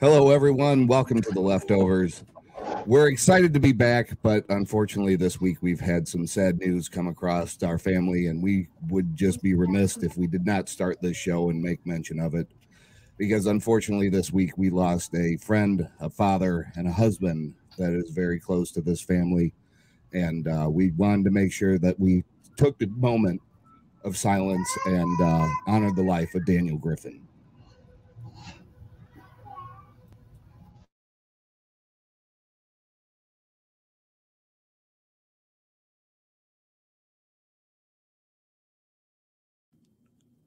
Hello, everyone. Welcome to the leftovers. We're excited to be back, but unfortunately, this week we've had some sad news come across our family, and we would just be remiss if we did not start this show and make mention of it. Because unfortunately, this week we lost a friend, a father, and a husband that is very close to this family. And uh, we wanted to make sure that we took the moment of silence and uh, honored the life of Daniel Griffin.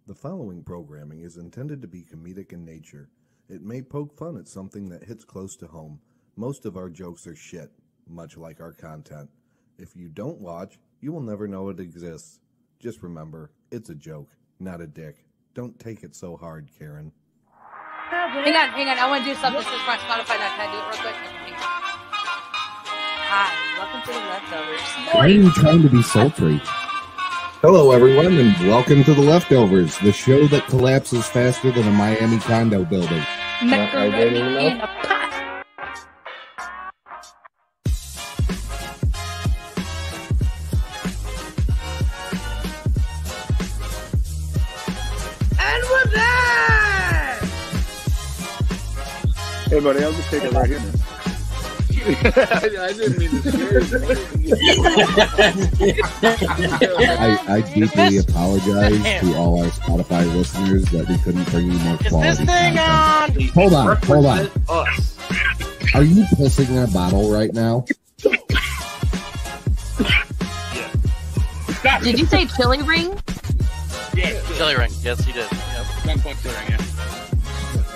The following programming is intended to be comedic in nature. It may poke fun at something that hits close to home. Most of our jokes are shit, much like our content. If you don't watch, you will never know it exists. Just remember, it's a joke, not a dick. Don't take it so hard, Karen. Hang on, hang on. I want to do something. This is my Spotify. Now. Can I do it real quick? Hi, welcome to the leftovers. Why are you trying to be sultry? Hello, everyone, and welcome to The Leftovers, the show that collapses faster than a Miami condo building. Macaroni and a pot. And we're back. Hey, buddy, I'll just take it right here. I didn't mean to scare you. I, I deeply apologize to all our Spotify listeners that we couldn't bring you more quality. content. Hold on, hold on. Us. Are you pissing in a bottle right now? Did you say chili ring? Chili ring. Yes, he did. Yep.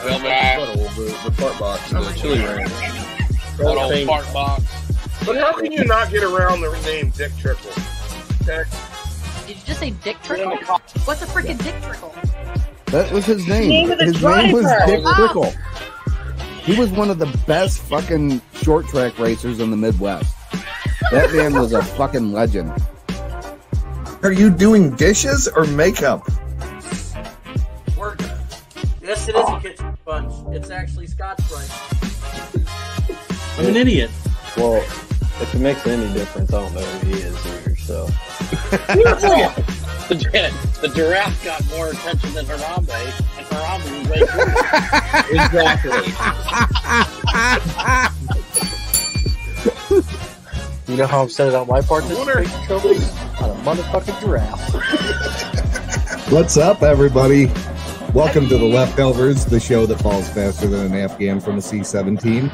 Well, the, the fart box, Oh, the chili um, ring. Good old fart box. But how can you not get around the name Dick Trickle? Dick Did you just say dick trickle? What's a freaking dick trickle? That was his name. of the his name was driver. Ah. Dick Oh. Trickle. He was one of the best fucking short track racers in the Midwest. That man was a fucking legend. Are you doing dishes or makeup? Work. Yes, it is a kitchen sponge. It's actually Scotch Brite. I'm an idiot. Well, if it makes any difference, I don't know who he is either. So The, gi- the giraffe got more attention than Harambe, and Harambe was right there. Exactly. you know how I'm upset about my part this Wonder- week, Kobe? On a motherfucking giraffe. What's up, everybody? Welcome to The Leftovers, the show that falls faster than an Afghan from a C 17.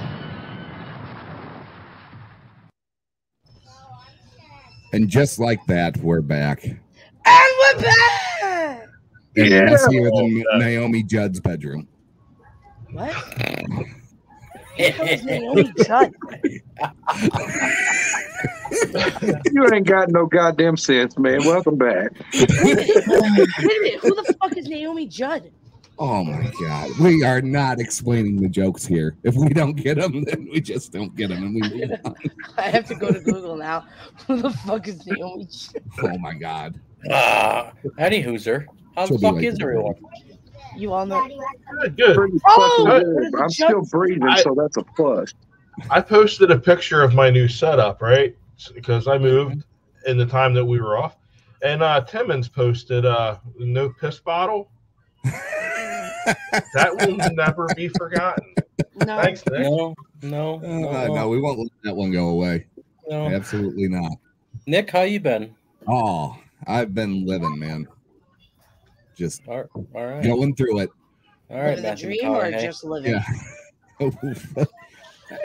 And just like that, we're back. And we're back. And messier than Naomi Judd's bedroom. What? You ain't got no goddamn sense, man. Welcome back. Wait a minute. Who the fuck is Naomi Judd? Oh my God. We are not explaining the jokes here. If we don't get them, then we just don't get them. And we move on. I have to go to Google now. Who the fuck is Naomi Judd? Oh my God. Ah, any hooser. How the She'll be fuck like is that. everyone? You all know. Good, good. Pretty Oh, fucking what good. is I'm it, still breathing, I- so that's a plus. I posted a picture of my new setup, right? Because I moved in the time that we were off. And uh, Timmons posted uh, no piss bottle. Uh, that will never be forgotten. No. Thanks, Nick. No, no, no, Uh, no, no, we won't let that one go away. no. Absolutely not. Nick, how you been? Oh, I've been living, man. Just All all right, going through it. all living right. the Matthew dream or McConaughey. just living? Yeah.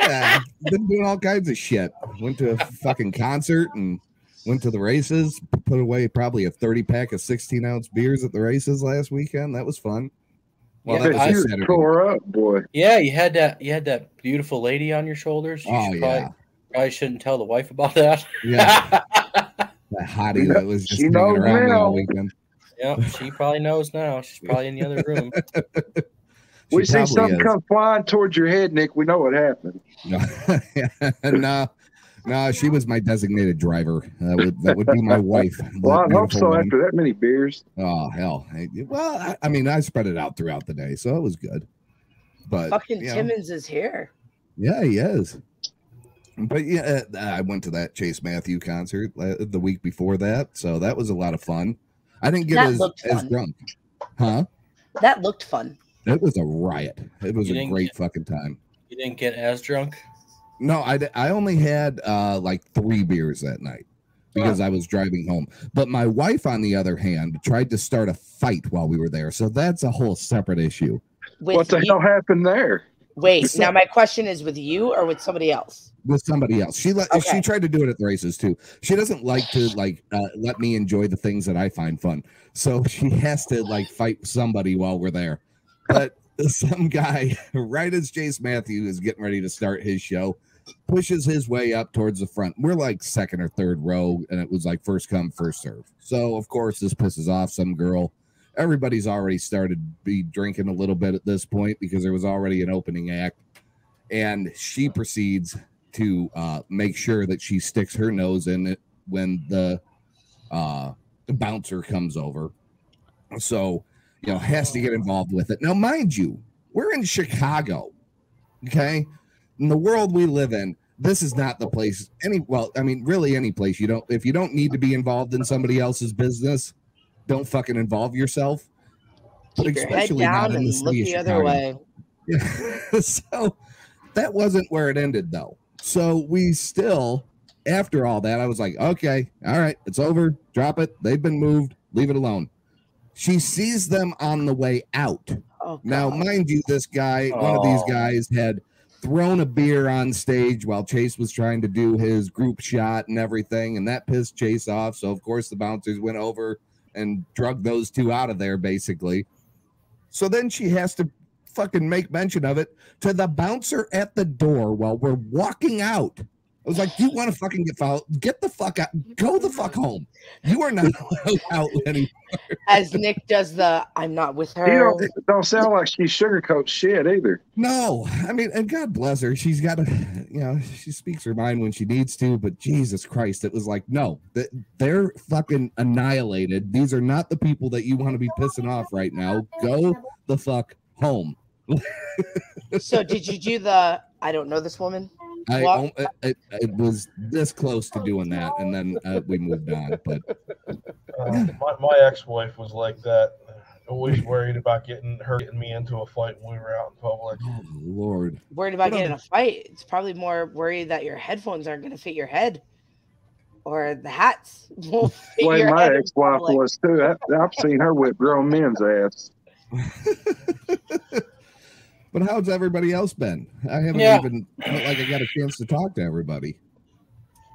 Yeah, been doing all kinds of shit. Went to a fucking concert and went to the races. Put away probably a 30 pack of 16 ounce beers at the races last weekend. That was fun. Well, Yeah, that was I- just You're Saturday. tore up, boy. yeah, you had that. You had that beautiful lady on your shoulders. You Oh, should yeah. probably, probably shouldn't tell the wife about that. Yeah. The hottie that was just She hanging knows around now. all weekend. yep, she probably knows now. She's probably in the other room. She we see probably something is. come flying towards your head, Nick. We know what happened. No, no, no, she was my designated driver. That would that would be my wife. Well, that I hope beautiful so woman. after that many beers. Oh hell! I- Well, I, I mean, I spread it out throughout the day, so it was good. But Fucking you know, Timmons is here. yeah, he is. But yeah, uh, I went to that Chase Matthew concert la- the week before that, so that was a lot of fun. I didn't get That as, looked as fun. drunk, huh? That looked fun. It was a riot. It was You a didn't great fucking time. You didn't get as drunk. No, I, d- I only had uh, like three beers that night because I was driving home. But my wife, on the other hand, tried to start a fight while we were there. So that's a whole separate issue. With What the you- hell happened there? Wait, now my question is with you or with somebody else? With somebody else. She let, Okay. she tried to do it at the races too. She doesn't like to like uh, let me enjoy the things that I find fun. So she has to like fight somebody while we're there. But some guy, right as Jace Matthew is getting ready to start his show, pushes his way up towards the front. We're like second or third row, and it was like first come, first serve. So of course this pisses off some girl. Everybody's already started be drinking a little bit at this point because there was already an opening act, and she proceeds to uh, make sure that she sticks her nose in it when the uh, bouncer comes over. So you know has to get involved with it. Now, mind you, we're in Chicago. Okay. In the world we live in, this is not the place any well, I mean, really any place you don't if you don't need to be involved in somebody else's business, don't fucking involve yourself. But Keep your head down and look city of the other Chicago. way. Yeah. so that wasn't where it ended though. So we still after all that, I was like, okay, all right, it's over. Drop it. They've been moved. Leave it alone. She sees them on the way out. Oh, now, mind you, this guy, one of these Oh. guys had thrown a beer on stage while Chase was trying to do his group shot and everything, and that pissed Chase off. So, of course, the bouncers went over and drug those two out of there, basically. So then she has to fucking make mention of it to the bouncer at the door while we're walking out. I was like, "You want to fucking get fouled? Get the fuck out! Go the fuck home! You are not allowed out anymore." As Nick does the I'm not with He her. don't, it don't sound like she sugarcoats shit either. No, I mean, and God bless her. She's got a, you know, she speaks her mind when she needs to. But Jesus Christ, it was like, no, th- they're fucking annihilated. These are not the people that you want to be pissing off right now. Go the fuck home. so did you do the I don't know this woman? I walk? al- it, it, it was this close to doing that, and then uh, we moved on. But Uh, my my ex wife was like that, always worried about getting her getting me into a fight when we were out in public. oh, Lord, worried about getting in a fight. It's probably more worried that your headphones aren't going to fit your head, or the hats won't fit Way your my head. ex wife was too. I, I've seen her whip grown men's ass. but how's everybody else been? I haven't Yeah. even felt like I got a chance to talk to everybody.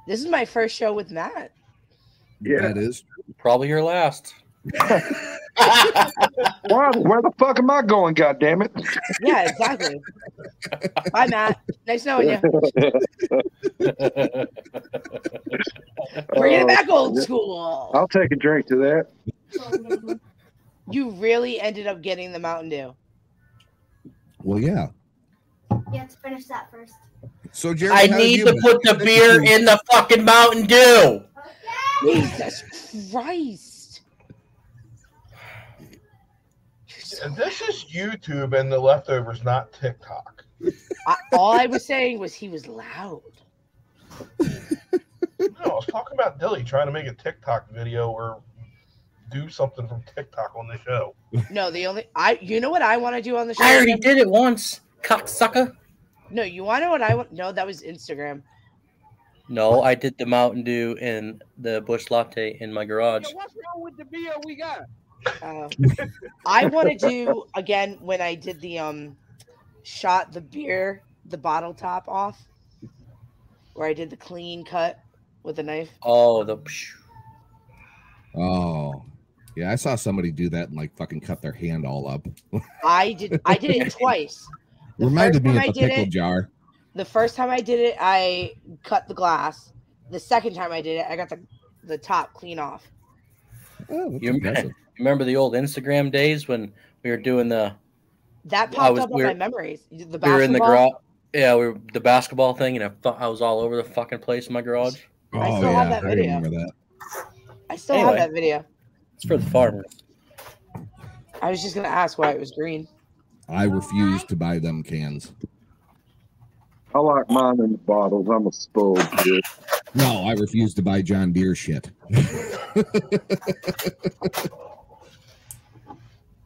This is my first show with Matt. Yeah, that is probably your last. Why, where the fuck am I going? God damn it! Yeah, exactly. Bye, Matt. Nice knowing you. Bringing it back old school. I'll take a drink to that. You really ended up getting the Mountain Dew. Well, yeah. You have to finish that first. So Jerry, I how have need you to been? put the beer in the fucking Mountain Dew. Jesus Christ. And this is YouTube and the leftovers, not TikTok. I, all I was saying was he was loud. No, I was talking about Dilly trying to make a TikTok video or do something from TikTok on the show. No, the only I you know what I want to do on the show. I already did it once, cocksucker. No, you want to know what I want? No, that was Instagram. No, I did the Mountain Dew and the Bush Latte in my garage. What's wrong with the beer we got? Um, I want to do again when I did the um shot the beer the bottle top off, where I did the clean cut with a knife. Oh, the Oh, yeah. I saw somebody do that and like fucking cut their hand all up. I did I did it twice. Reminded me time of I a did pickle it- jar. The first time I did it, I cut the glass. The second time I did it, I got the the top clean off. Oh, you remember, remember the old Instagram days when we were doing the That I popped was- up on we're- my memories. The we were in the basketball. garage? Yeah, we were the basketball thing, and I thought I was all over the fucking place in my garage. Oh, I still have that video. that. I still Anyway. have that video. It's for the farmers. I was just gonna ask why it was green. I refuse to buy them cans. I like mine in the bottles. I'm a spoiled kid. No, I refuse to buy John Deere shit.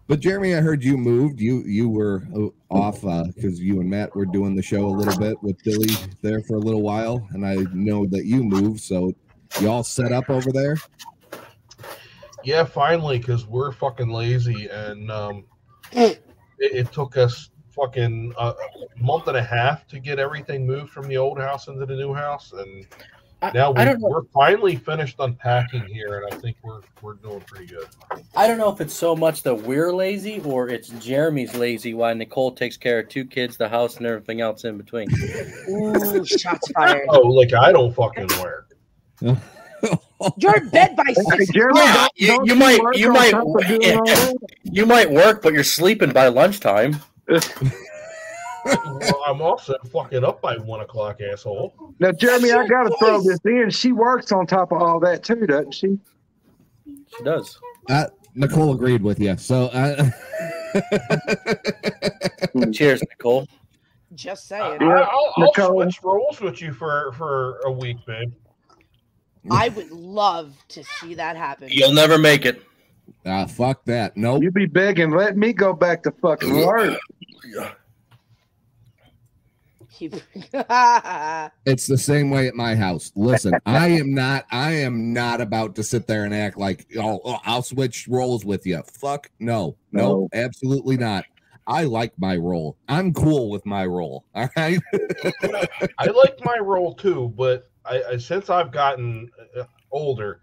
but Jeremy, I heard you moved. You you were uh, off because you and Matt were doing the show a little bit with Billy there for a little while, and I know that you moved. So you all set up over there. Yeah, finally, because we're fucking lazy, and um, it, it took us fucking a month and a half to get everything moved from the old house into the new house, and I- now I we, don't know. we're finally finished unpacking here, and I think we're we're doing pretty good. I don't know if it's so much that we're lazy or it's Jeremy's lazy why Nicole takes care of two kids, the house, and everything else in between. Ooh, shots fired. Oh, like I don't fucking wear. You're in bed by six. Jeremy, o'clock. you, you might you might you might work, but you're sleeping by lunchtime. well, I'm also fucking up by one o'clock, asshole. Now, Jeremy, I got to throw this in. She works on top of all that too, doesn't she? She does. Uh, Nicole agreed with you. So uh, Cheers, Nicole. Just saying. I, I'll, I'll switch roles with you for for a week, babe. I would love to see that happen. You'll never make it. Ah, fuck that. Nope. You be begging. Let me go back to fucking work. He- That's It's the same way at my house. Listen, I am not. I am not about to sit there and act like oh, oh, I'll switch roles with you. Fuck no, no, absolutely not. I like my role. I'm cool with my role. All right. I like my role too, but I, I since I've gotten uh, older,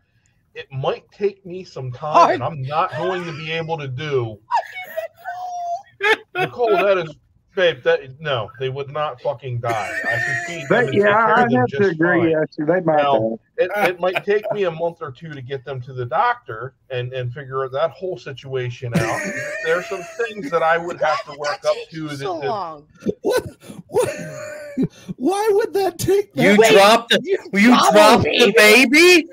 it might take me some time, and I'm not going to be able to do. Nicole, that is, babe. That no, they would not fucking die. I could feed them But and yeah, take care I of them have to just fine. agree. Actually, they might. Now, have. it, it might take me a month or two to get them to the doctor and, and figure that whole situation out. There are some things that I would have to work up to. That, so that, long. Why would that take? You dropped the you, dropped the baby.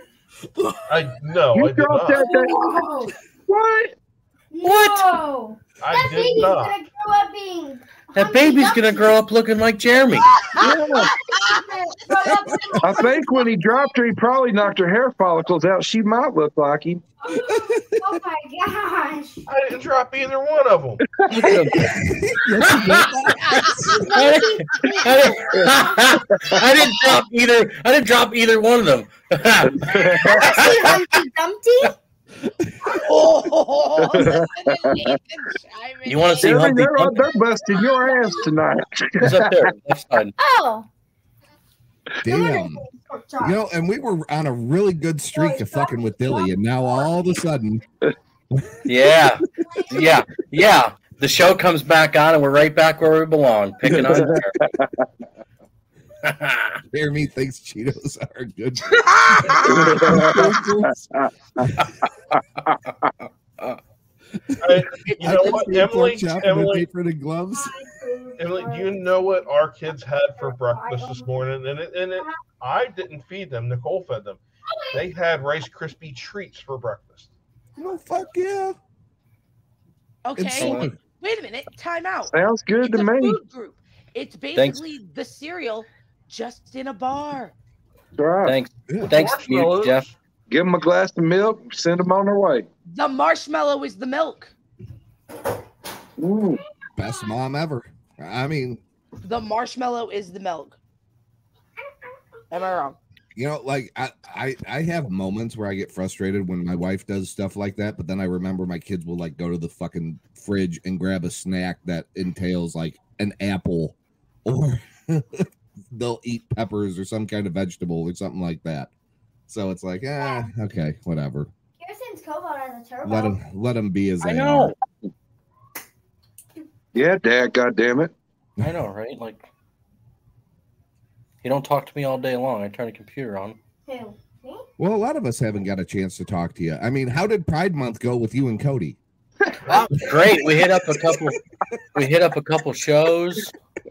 I no, I did dropped not. Whoa. What? What? I that did baby's not. gonna grow up being. That baby's gonna grow up looking like Jeremy. Yeah. I think when he dropped her, he probably knocked her hair follicles out. She might look like him. Oh my gosh. I didn't drop either one of them. I didn't, I didn't- I didn't drop either. I didn't drop either one of them. See Humpty Dumpty? Oh, you want to see Jeremy, Humpty they're, Dumpty? they're busting your ass tonight. It's up there, left side. Oh. Damn. pork You chop. know, and we were on a really good streak to fucking with Dilly, and now all of a sudden, Yeah, yeah, yeah. The show comes back on, and we're right back where we belong, picking on. Jeremy thinks Cheetos are good. I- you I know could what, see a pork Emily? chop and a Emily, paper and gloves. Emily, do you know what our kids had for breakfast this morning? And it, and it, I didn't feed them. Nicole fed them. They had Rice Krispie treats for breakfast. Oh fuck yeah! okay. Wait a minute. Time out. Sounds good It's to a me. food group. It's basically the cereal just in a bar. Right. Thanks, thanks to you, Jeff. Give them a glass of milk. Send them on their way. The marshmallow is the milk. Ooh. Best mom ever. I mean, The marshmallow is the milk. Am I wrong? you know, like I, I, I have moments where I get frustrated when my wife does stuff like that, but then I remember my kids will like go to the fucking fridge and grab a snack that entails like an apple, or they'll eat peppers or some kind of vegetable or something like that. So it's like, ah, okay, whatever. Garrison's cobalt has a turbo. Let them, let them be as I they are. know. Yeah, Dad. God damn it. I know, right? Like, you don't talk to me all day long. I turn the computer on. Who? Me? Well, a lot of us haven't got a chance to talk to you. I mean, how did Pride Month go with you and Cody? Great. We hit up a couple. We hit up a couple shows.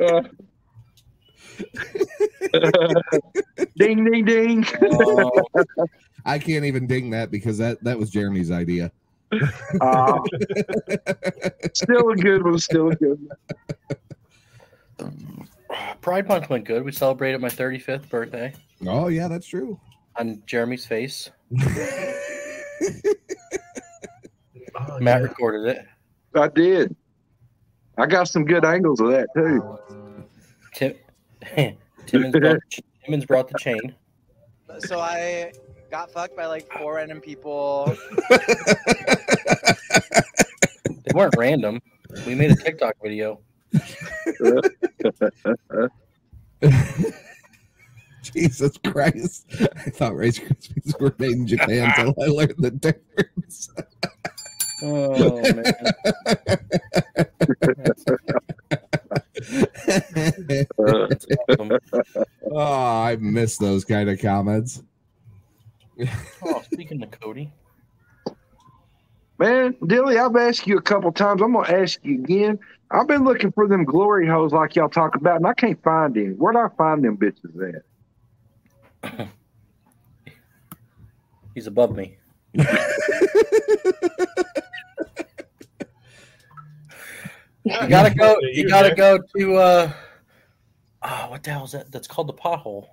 ding, ding, ding. Uh, I can't even ding that because that that was Jeremy's idea. Uh, still a good one. Still a good one. Pride Month went good. We celebrated my 35th birthday. Oh yeah, that's true. On Jeremy's face. Oh, Matt recorded it. I did. I got some good angles of that too. Tim, Timmons, brought, Timmons brought the chain. So I got fucked by like four random people. They weren't random. We made a TikTok video. Jesus Christ! I thought Rice Krispies were made in Japan until I learned the difference. Oh man. Uh, oh, I miss those kind of comments. Oh, speaking to Cody, Man, Dilly, I've asked you a couple times. I'm gonna ask you again. I've been looking for them glory hoes like y'all talk about, and I can't find any. Where'd I find them bitches at? he's above me. you gotta go. You gotta go to. uh Oh, what the hell is that? That's called the pothole.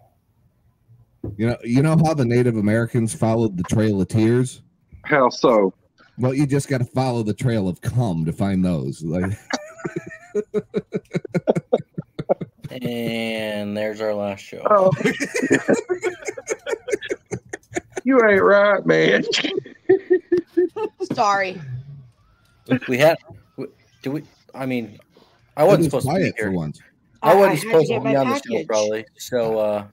You know, you know how the Native Americans followed the Trail of Tears. How so? Well, you just got to follow the trail of cum to find those. Like, And there's our last show. Oh. you ain't right, man. Sorry. We had. we- Do we? I mean, I wasn't It was supposed to be quiet here. for once. I I wasn't had to supposed to get be my on the show, package. probably. So, uh,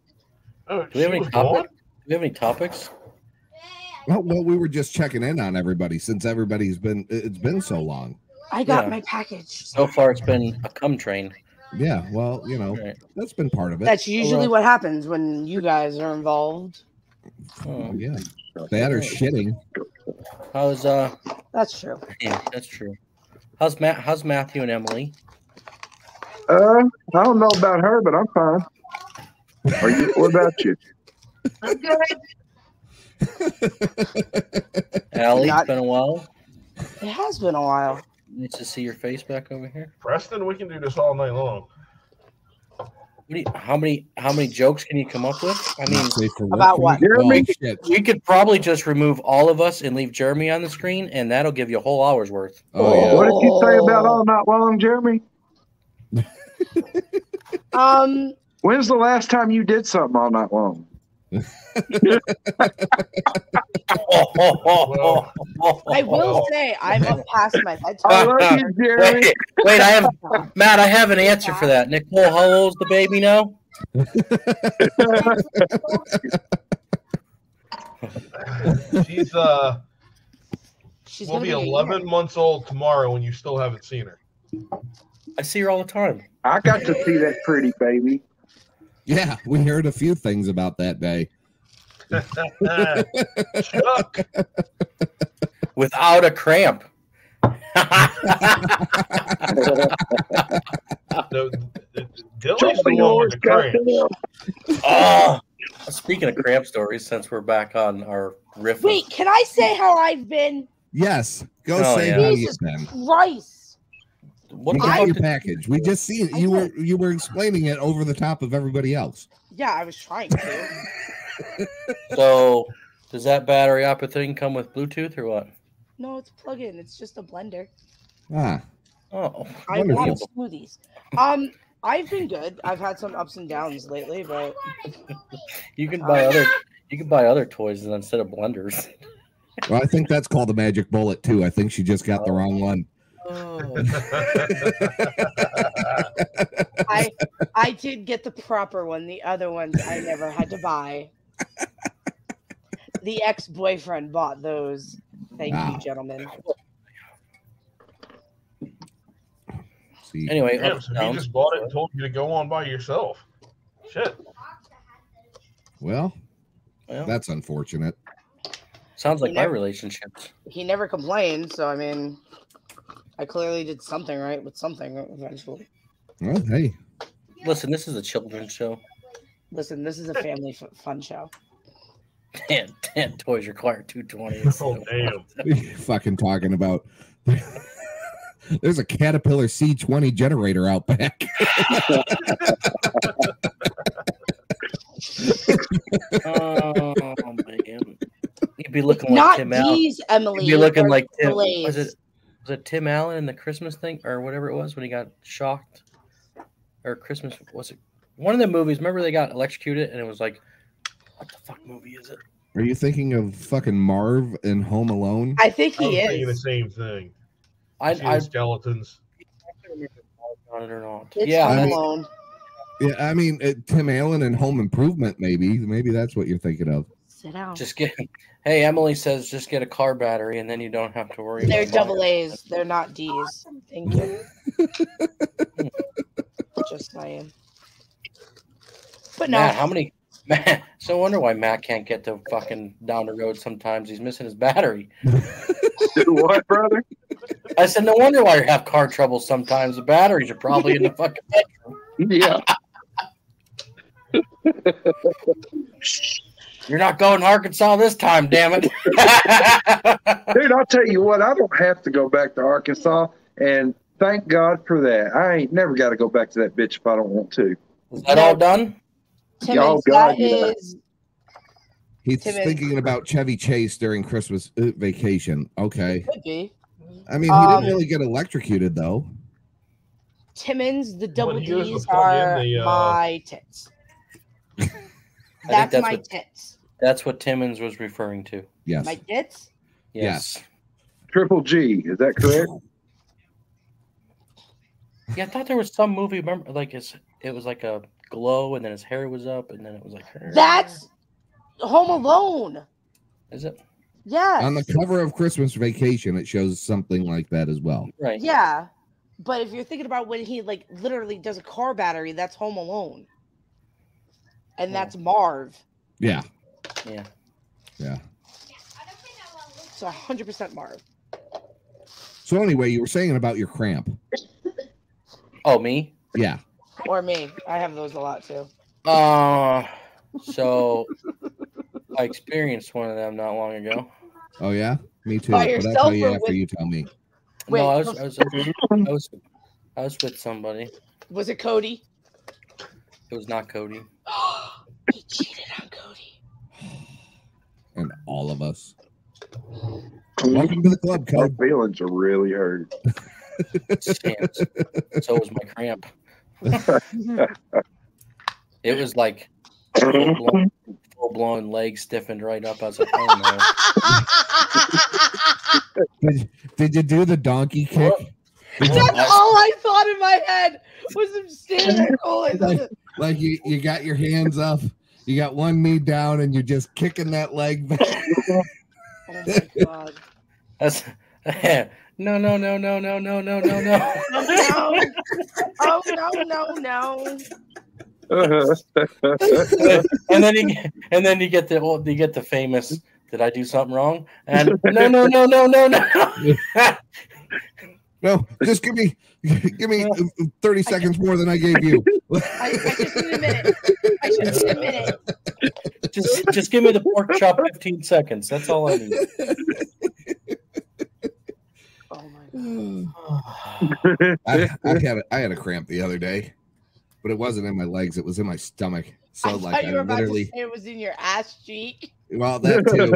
do we have Oh, she any was gone? topics? Do we have any topics? Well, well, we were just checking in on everybody since everybody's been. it- It's been so long. I got Yeah. my package. So far, it's been a cum train. Yeah. Well, you know, that's been part of it. That's usually what happens when you guys are involved. Oh, yeah. That or shitting. How's uh? That's true. Yeah, that's true. How's Matt? How's Matthew and Emily? Uh, I don't know about her, but I'm fine. Are you? What about you? I'm good. Allie, it's Not- been a while. It has been a while. Nice to see your face back over here. Preston, we can do this all night long. What do you, how many how many jokes can you come up with? I mean, Safe for work About what? for me? Oh, we could, shit. we could probably just remove all of us and leave Jeremy on the screen, and that'll give you a whole hour's worth. Oh, yeah. What did you say about all night long, Jeremy? Um, When's the last time you did something all night long? I will say I'm up past my bedtime. I love you, Jeremy. Wait, wait, I have Matt. I have an answer for that. Nicole, how old's the baby now? She's uh, She's will gonna be be a year. 11 months old tomorrow, and you still haven't seen her. I see her all the time. I got to see that pretty baby. Yeah, we heard a few things about that day. Chuck, Without a cramp. no, Dilly's the one with the cramps. Oh, speaking of cramp stories, since we're back on our riff, of- Wait, can I say how I've been? Yes. Go Oh, say yeah. how you've Jesus been. Christ. what you the got fuck your did- package. We just seen it. You were you were explaining it over the top of everybody else. Yeah, I was trying to. so does that battery operated thing come with Bluetooth or what? No, it's plug in. It's just a blender. Ah, Oh, I wanted wonderful. smoothies. Um, I've been good. I've had some ups and downs lately, but You can buy other you can buy other toys instead of blenders. well, I think that's called a magic bullet too. I think she just got the wrong one. I I did get the proper one. The other ones I never had to buy. The ex boyfriend bought those. Thank Wow. you, gentlemen. See, Anyway, Damn, up so and he down. just bought it and told you to go on by yourself. Shit. well, Well, that's unfortunate. sounds like You my know- relationships. He never complained, so I mean, I clearly did something right with something eventually. Well, hey, Listen, this is a children's show. Listen, this is a family f- fun show. Ten, ten toys require two twenty. Oh What are you fucking talking about? There's a Caterpillar C20 generator out back. oh man, you'd be looking Not like Tim Allen. these, Emily, You'd be looking or like Tim. Blaze. Was it was it Tim Allen in the Christmas thing or whatever it was when he got shocked or Christmas? Was it one of the movies? Remember they got electrocuted and it was like, what the fuck movie is it? Are you thinking of fucking Marv and Home Alone? I think Oh, I was he thinking is. the same thing. I- See I- the skeletons. On it or not? It's yeah, Home that's- Alone. Yeah, I mean uh, Tim Allen and Home Improvement. Maybe, maybe that's what you're thinking of. Sit down. Just get. Hey, Emily says just get a car battery and then you don't have to worry. They're about double A's. They're not D's. Thank you. Just saying. But no. Matt, how many? Matt, so I wonder why Matt can't get to fucking down the road. Sometimes he's missing his battery. what, brother? I said, no wonder why you have car trouble. Sometimes the batteries are probably in the fucking bedroom. Yeah. You're not going to Arkansas this time, damn it. Dude, I'll tell you what, I don't have to go back to Arkansas, and thank God for that. I ain't never got to go back to that bitch if I don't want to. Is that all done? Tim, Oh, that God, yeah. is He's Tim is- thinking about Chevy Chase during Christmas uh, vacation. Okay, could be. I mean he Um, didn't really get electrocuted though. Timmons, the double he was the D's plug in, are the, uh, my tits. That's, that's my what- tits. That's what Timmons was referring to. Yes. My tits. Yes. Triple G, is that correct? Yeah, I thought there was some movie. Remember, like his, it was like a glow, and then his hair was up, and then it was like That's Home Alone. Is it? Yes. On the cover of Christmas Vacation, it shows something like that as well. right. Yeah. But if you're thinking about when he like literally does a car battery, that's Home Alone. And that's Marv. Yeah, yeah, yeah. So 100% Marv. So anyway, you were saying about your cramp. Oh, me? Yeah. Or me. I have those a lot too. Uh, so I experienced one of them not long ago. Oh yeah, me too. By But I'll yourself tell you or after with- you tell me. Wait, no, I was, no. I was, I was, I was with somebody. Was it Cody? It was not Cody. He cheated on Cody. And all of us. Welcome to the club, Our feelings are really hurt. So was my cramp. It was like full blown, full blown leg stiffened right up. I was like, oh no. Did, did you do the donkey kick? That's all I thought in my head was him standing there going. like, like you, you got your hands up, you got one knee down, and you're just kicking that leg back. Oh my god. That's no, no, no, no, no, no, no, no, no. No. Oh no, no, no. Uh-huh. and then you get- and then you get the old you get the famous did I do something wrong? And no no no no no no No, just give me give me 30 seconds more than I gave you. I, I just need a minute. I just need a minute. just just give me the pork chop fifteen seconds. That's all I need. Oh Mm, I, I had a, I had a cramp the other day, but it wasn't in my legs; it was in my stomach. So I like thought I you were about literally to say it was in your ass cheek. Well, that too.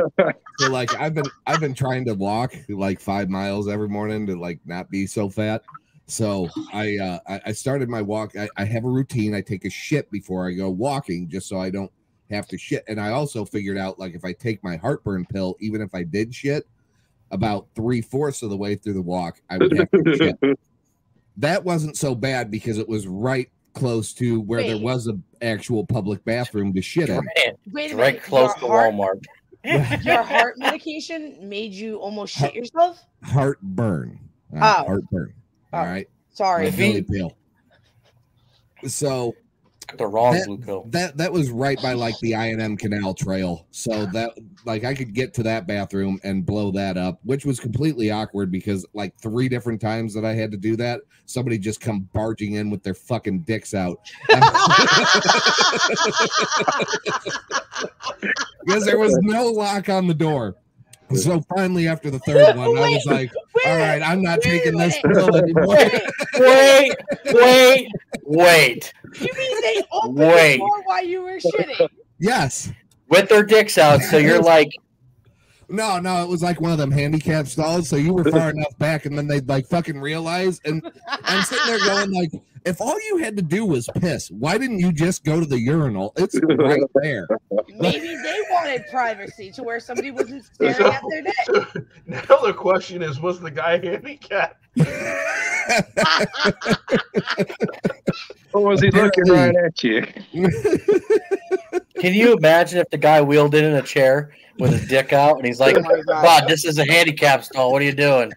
so like I've been I've been trying to walk like five miles every morning to like not be so fat. So I uh I, I started my walk. I, I have a routine. I take a shit before I go walking just so I don't have to shit. And I also figured out like if I take my heartburn pill, even if I did shit about three fourths of the way through the walk, I would have to shit that wasn't so bad because it was right close to where there Wait. was an actual public bathroom to shit in. Wait a right minute, close your to heart- Walmart. Your heart medication made you almost shit yourself? Heartburn. All Oh. Heartburn. All right. Sorry. My Billy pill. So the wrong that, blue pill. That that was right by like the I and M Canal Trail. So that like I could get to that bathroom and blow that up, which was completely awkward because like three different times that I had to do that, somebody just come barging in with their fucking dicks out. because there was no lock on the door. So finally, after the third one, I was like, "All right, I'm not taking this pill anymore." wait, wait, wait. You mean they opened Wait. the door while you were shitting? Yes. With their dicks out, so you're like No, no, it was like one of them handicap stalls. So you were far enough back, and then they'd like fucking realize. And I'm sitting there going, like, if all you had to do was piss, why didn't you just go to the urinal? It's right there. Maybe they wanted privacy to where somebody wasn't staring at their dick. Now the question is, was the guy handicapped? Or was he looking right at you? Can you imagine if the guy wheeled in in a chair with his dick out and he's like, Oh my God. "Bud, this is a handicap stall. What are you doing?"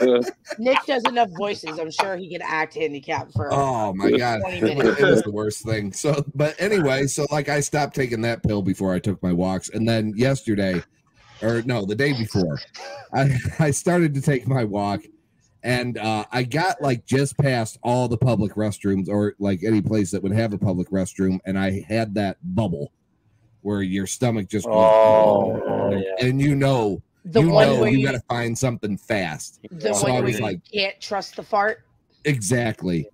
Uh, Nick does enough voices. I'm sure he can act handicapped for. Oh my god, 20 it was, minutes. it was the worst thing. So, but anyway, so like I stopped taking that pill before I took my walks, and then yesterday, or no, the day before, I I started to take my walk, and uh, I got like just past all the public restrooms or like any place that would have a public restroom, and I had that bubble where your stomach just oh, and you know. The you one know where you you- got to find something fast. The so I one was where you like, can't trust the fart. Exactly.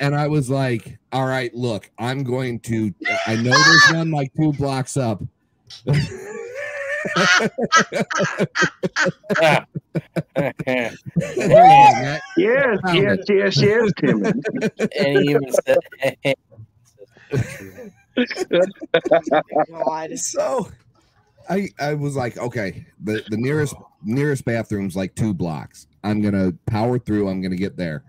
And I was like, all right, look, I'm going to, I know there's one like two blocks up. yes, yes, yes, yes, Timmy. And he even said, So I I was like, okay, the, the nearest nearest bathroom's like two blocks. I'm gonna power through, I'm gonna get there.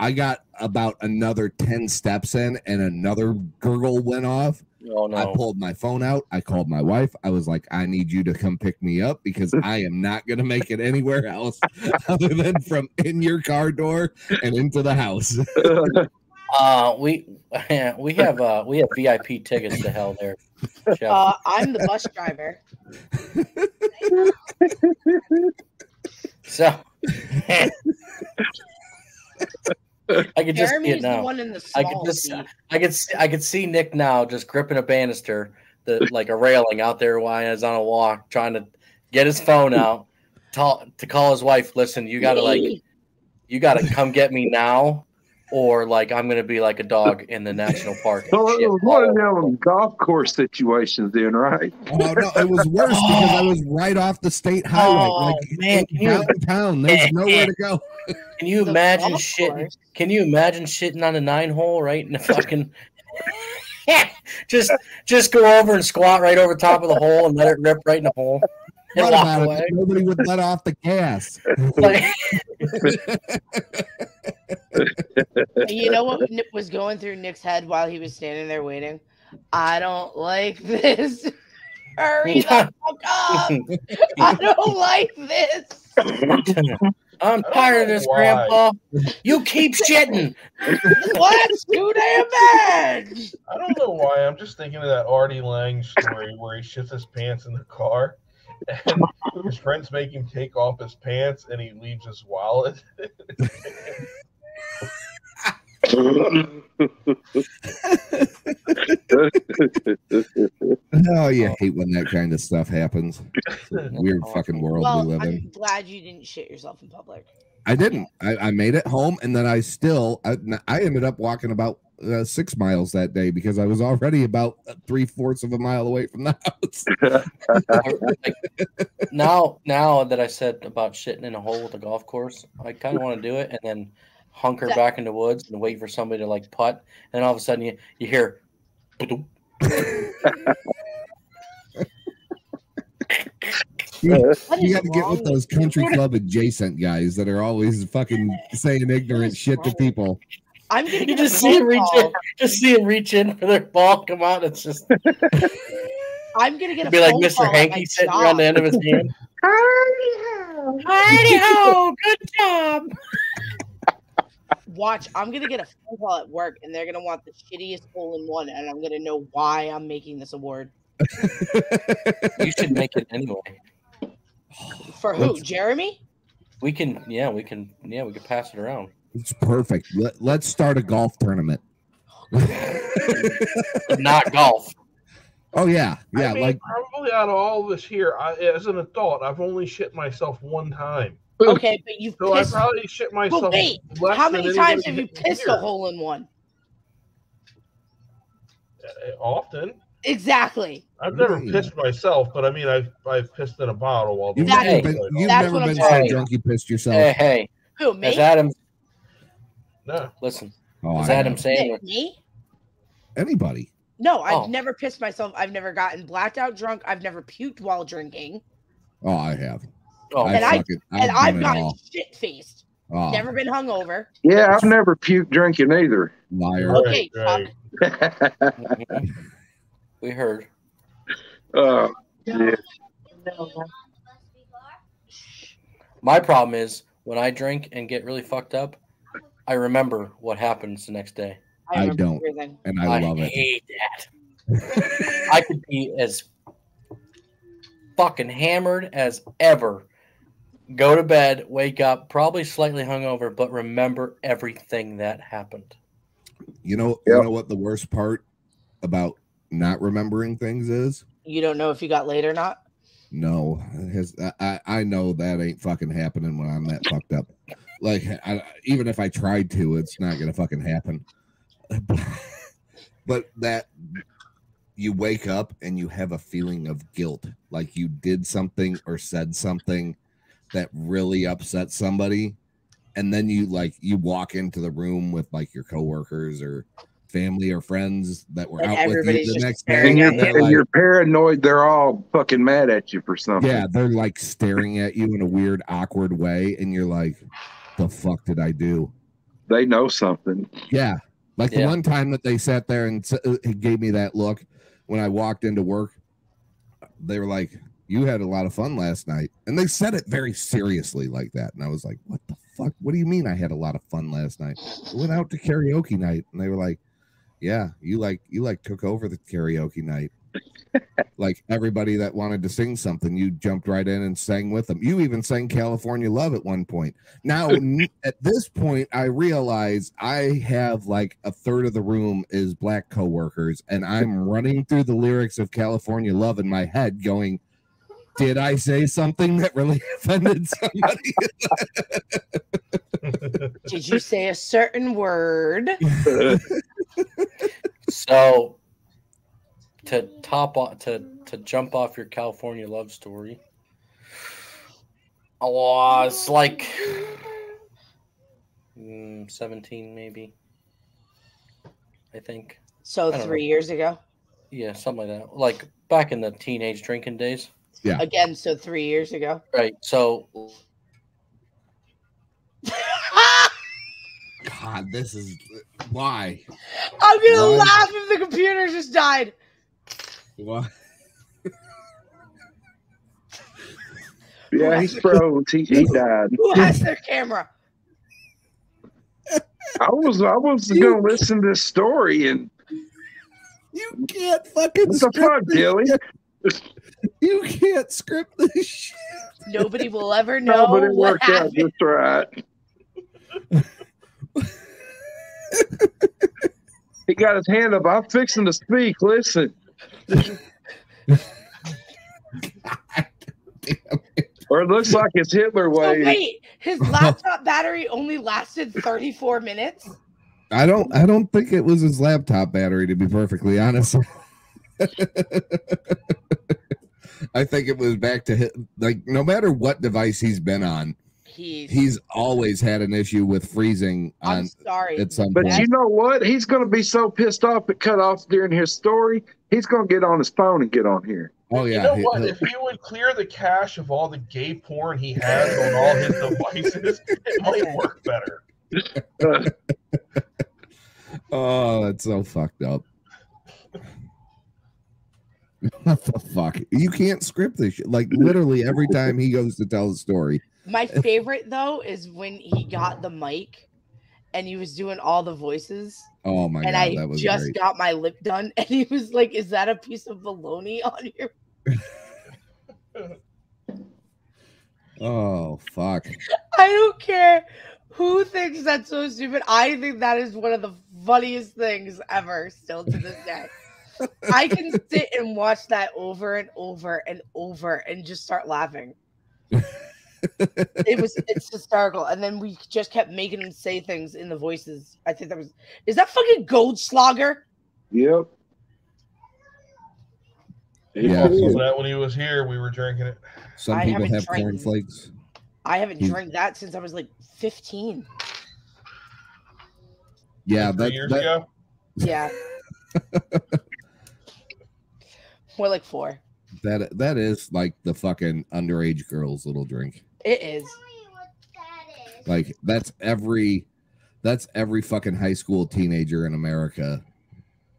I got about another 10 steps in and another gurgle went off. "Oh I no." pulled my phone out. I called my wife. I was like, I need you to come pick me up because I am not going to make it anywhere else other than from in your car door and into the house. Uh, we we have uh we have VIP tickets to hell there. Jeff. Uh, I'm the bus driver. so I could just see Jeremy's it the now. one in the I could small just seat. I could see, I could see Nick now just gripping a banister that like a railing out there while he's on a walk trying to get his phone out ta- to call his wife. Listen, you gotta like you gotta come get me now, or like I'm gonna be like a dog in the national park. So it was one of them golf course situations, then, right? Oh, no, it was worse because I was right off the state highway. like, Oh, man, can you- downtown. There's nowhere to go. Can you imagine shitting? Can you imagine shitting on a nine hole right in the fucking? just just go over and squat right over top of the hole and let it rip right in the hole. And What walk about it? away. Nobody would let off the gas. And you know what Nick was going through Nick's head while he was standing there waiting? I don't like this. Hurry the fuck up. I don't like this. I'm tired of this, why. Grandpa. You keep shitting. What's too damn bad? I don't know why. I'm just thinking of that Artie Lang story where he shits his pants in the car, and his friends make him take off his pants, and he leaves his wallet. oh, you hate when that kind of stuff happens. It's a weird fucking world we Well, live in. I'm glad you didn't shit yourself in public. I didn't. I, I made it home, and then I still I, I ended up walking about uh, six miles that day because I was already about three fourths of a mile away from the house. Now, now that I said about shitting in a hole with a golf course, I kind of want to do it and then hunker back in the woods and wait for somebody to like putt, and all of a sudden you you hear. "Ba-doop." you is got to get wrong with with those country club adjacent guys that are always fucking saying ignorant shit to people. I'm gonna You get a just see phone him reach in, call. just see him reach in for their ball. Come on, it's just I'm gonna get a be like phone call Mr. at my Hanky sitting around the end of his hand. Hardy-ho. Hardy-ho, Good job. Watch, I'm gonna get a phone call at work, and they're gonna want the shittiest hole in one, and I'm gonna know why I'm making this award You should make it anyway. for who? Let's- Jeremy? We can, yeah, we can, yeah, we can pass it around. It's perfect. Let, let's start a golf tournament. not golf. Oh yeah, yeah. I mean, like probably out of all this here, I, as an adult, I've only shit myself one time. Okay, but you've So I pissed. probably shit But myself wait, less how than many anybody times have you did in pissed a years. hole in one? Uh, Often, Exactly. I've never Really? pissed myself, but I mean, I've I've pissed in a bottle while you've doing never it. been, So, you've That's never what I'm been so saying. Eh, drunk you pissed yourself. Hey, hey. Who me? As Adam, no. listen. Oh, as I Adam know. Sandler, Me? Anybody? No, I've Oh. never pissed myself. I've never gotten blacked out drunk. I've never puked while drinking. Oh, I have. Oh. and I fucking- and I've I've done it gotten all. shit faced. Oh, Never been hungover. Yeah, I've never puked drinking either. liar. Okay, right. we heard. uh, yeah. My problem is when I drink and get really fucked up, I remember what happens the next day. I remember don't, everything. and I love it. hate that. I could be as fucking hammered as ever. Go to bed, wake up, probably slightly hungover, but remember everything that happened. You know, you know what the worst part about not remembering things is? You don't know if you got laid or not. No, it has I- I I know that ain't fucking happening when I'm that fucked up. Like I, even if I tried to, it's not gonna fucking happen. but that you wake up and you have a feeling of guilt, like you did something or said something that really upset somebody, and then you like you walk into the room with like your coworkers or family or friends that were And out with everybody's you the just next day. staring And, you're, and they're and like- you're paranoid. They're all fucking mad at you for something. yeah, they're like staring at you in a weird, awkward way, and you're like, "The fuck did I do?" They know something. Yeah, like the Yeah. one time that they sat there and s- uh, gave me that look when I walked into work. They were like, "You had a lot of fun last night," and they said it very seriously like that, and I was like, "What the fuck? What do you mean I had a lot of fun last night? I went out to karaoke night," and they were like, "Yeah, you like you like took over the karaoke night." like everybody that wanted to sing something, you jumped right in and sang with them. You even sang California Love at one point. Now, n- at this point, I realize I have like a third of the room is black coworkers, and I'm running through the lyrics of California Love in my head, going, Did I say something that really offended somebody? Did you say a certain word? So to top off to to jump off your California love story. I was like mm, 17 maybe. I think. So I don't three know. years ago. Yeah, something like that. Like back in the teenage drinking days. Yeah. Again, so three years ago. Right. So God, this is why? I'm gonna Why? laugh if the computer just died. Why? Yeah, he's froze. He, he died. Who has their camera? I was I was gonna listen to this story and You can't fucking what the script fuck, this Dilly? shit. You can't script this shit. Nobody will ever No, know but it what worked out happened. just right. he got his hand up. I'm fixing to speak. Listen. Or it looks like it's Hitler So way. wait, his laptop battery only lasted 34 minutes. I don't I don't think it was his laptop battery to be perfectly honest. I think it was back to hit, like no matter what device he's been on, He's, he's always had an issue with freezing I'm on sorry. at some But point. you know what? He's going to be so pissed off at cut off during his story. He's going to get on his phone and get on here. oh yeah. You know he- what? he'll- If he would clear the cache of all the gay porn he has on all his devices, it might work better. Uh, oh, that's so fucked up. what the fuck? You can't script this shit. Like literally every time he goes to tell a story. My favorite though is when he got the mic and he was doing all the voices. Oh my and god, I that was just great. got my lip done, and he was like, "Is that a piece of baloney on your?" Oh fuck. Oh, I don't care Who thinks that's so stupid? I think that is one of the funniest things ever, still to this day. I can sit and watch that over and over and over and just start laughing. it was it's hysterical, and then we just kept making him say things in the voices. I think that was is that fucking Goldschlager? Yep. Yeah. Also, that when he was here, we were drinking it. Some I people haven't have drank- cornflakes. I haven't Hmm. drank that since I was like fifteen. Yeah, that, years that- ago? Yeah, more like four. that that is like the fucking underage girls little drink. It is. Like that's every that's every fucking high school teenager in America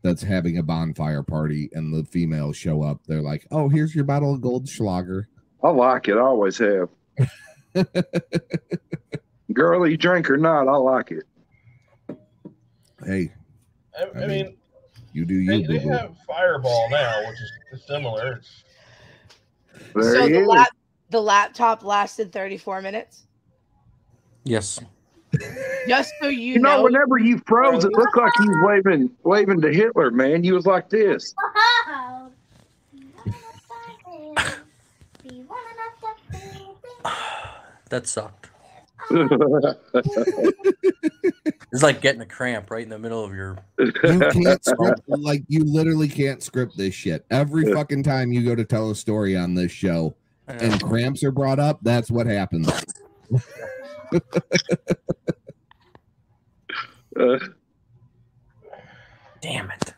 that's having a bonfire party and the females show up. They're like, "Oh, here's your bottle of Goldschlager." I like it. I always have. Girly drink or not, I like it. Hey, I, I mean, you do you, they boo boo. have Fireball now, which is similar. It's- so the lap, the laptop lasted thirty four minutes. Yes. Just so you, You know, whenever you froze, it looked like you was waving waving to Hitler, man. You was like this. That sucked. That's It's like getting a cramp right in the middle of your. You can't script like you literally can't script this shit. Every fucking time you go to tell a story on this show and cramps are brought up, that's what happens. Uh, Damn it.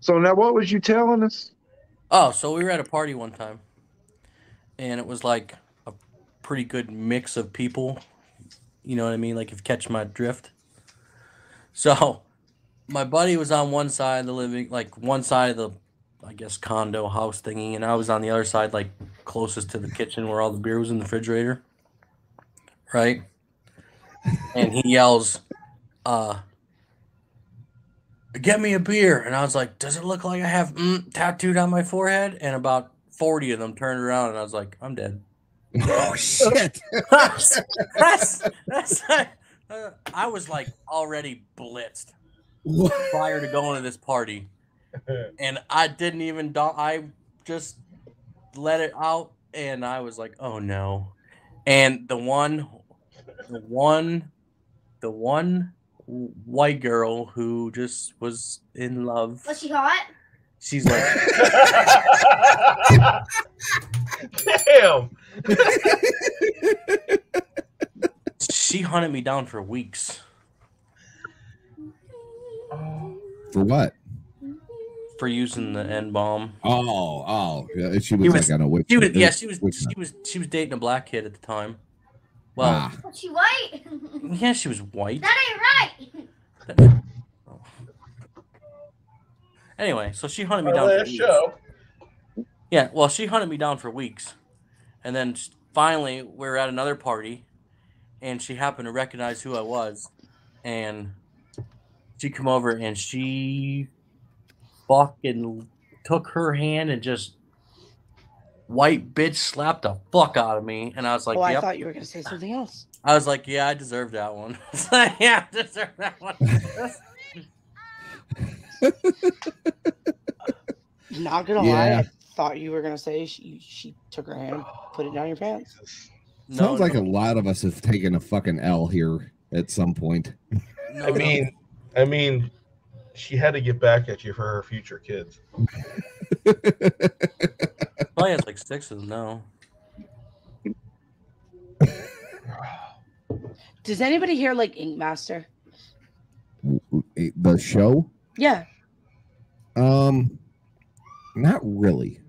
So now, what was you telling us? Oh, so we were at a party one time, and it was like a pretty good mix of people. You know what I mean? Like if you catch my drift. So, my buddy was on one side of the living, like one side of the, I guess condo house thingy, and I was on the other side, like closest to the kitchen where all the beer was in the refrigerator. Right. And he yells, uh, get me a beer. And I was like, does it look like I have mm, tattooed on my forehead? And about 40 of them turned around and I was like, I'm dead. Oh, shit. that's, that's, uh, I was like already blitzed prior to going to this party. And I didn't even, do- I just let it out and I was like, oh no. And the one, the one, the one white girl who just was in love Was she hot? She's like, damn. she hunted me down for weeks For what? for using the N bomb. Oh, oh, yeah, she He was, was- like on a witch. She was, yeah, she was, witch she was, she was dating a black kid at the time. Well, Ah. Was she white? yeah, she was white. that ain't right. Anyway, so she hunted me Our down. For last weeks. show. Yeah, well, she hunted me down for weeks, and then s- finally we were at another party, and she happened to recognize who I was, and she come over and she fucking took her hand and just white bitch slapped the fuck out of me, and I was like, oh, I yep. thought you were gonna say something else. I was like, yeah, I deserve that one. It's like, yeah, I deserve that one. Not gonna Yeah. lie, I thought you were gonna say she she took her hand, put it down your pants. Sounds like a lot of us have taken a fucking L here at some point. I mean, I mean, she had to get back at you for her future kids. Probably has like six of them now. Does anybody here like Ink Master? Eh, The show? Yeah. Um, not really.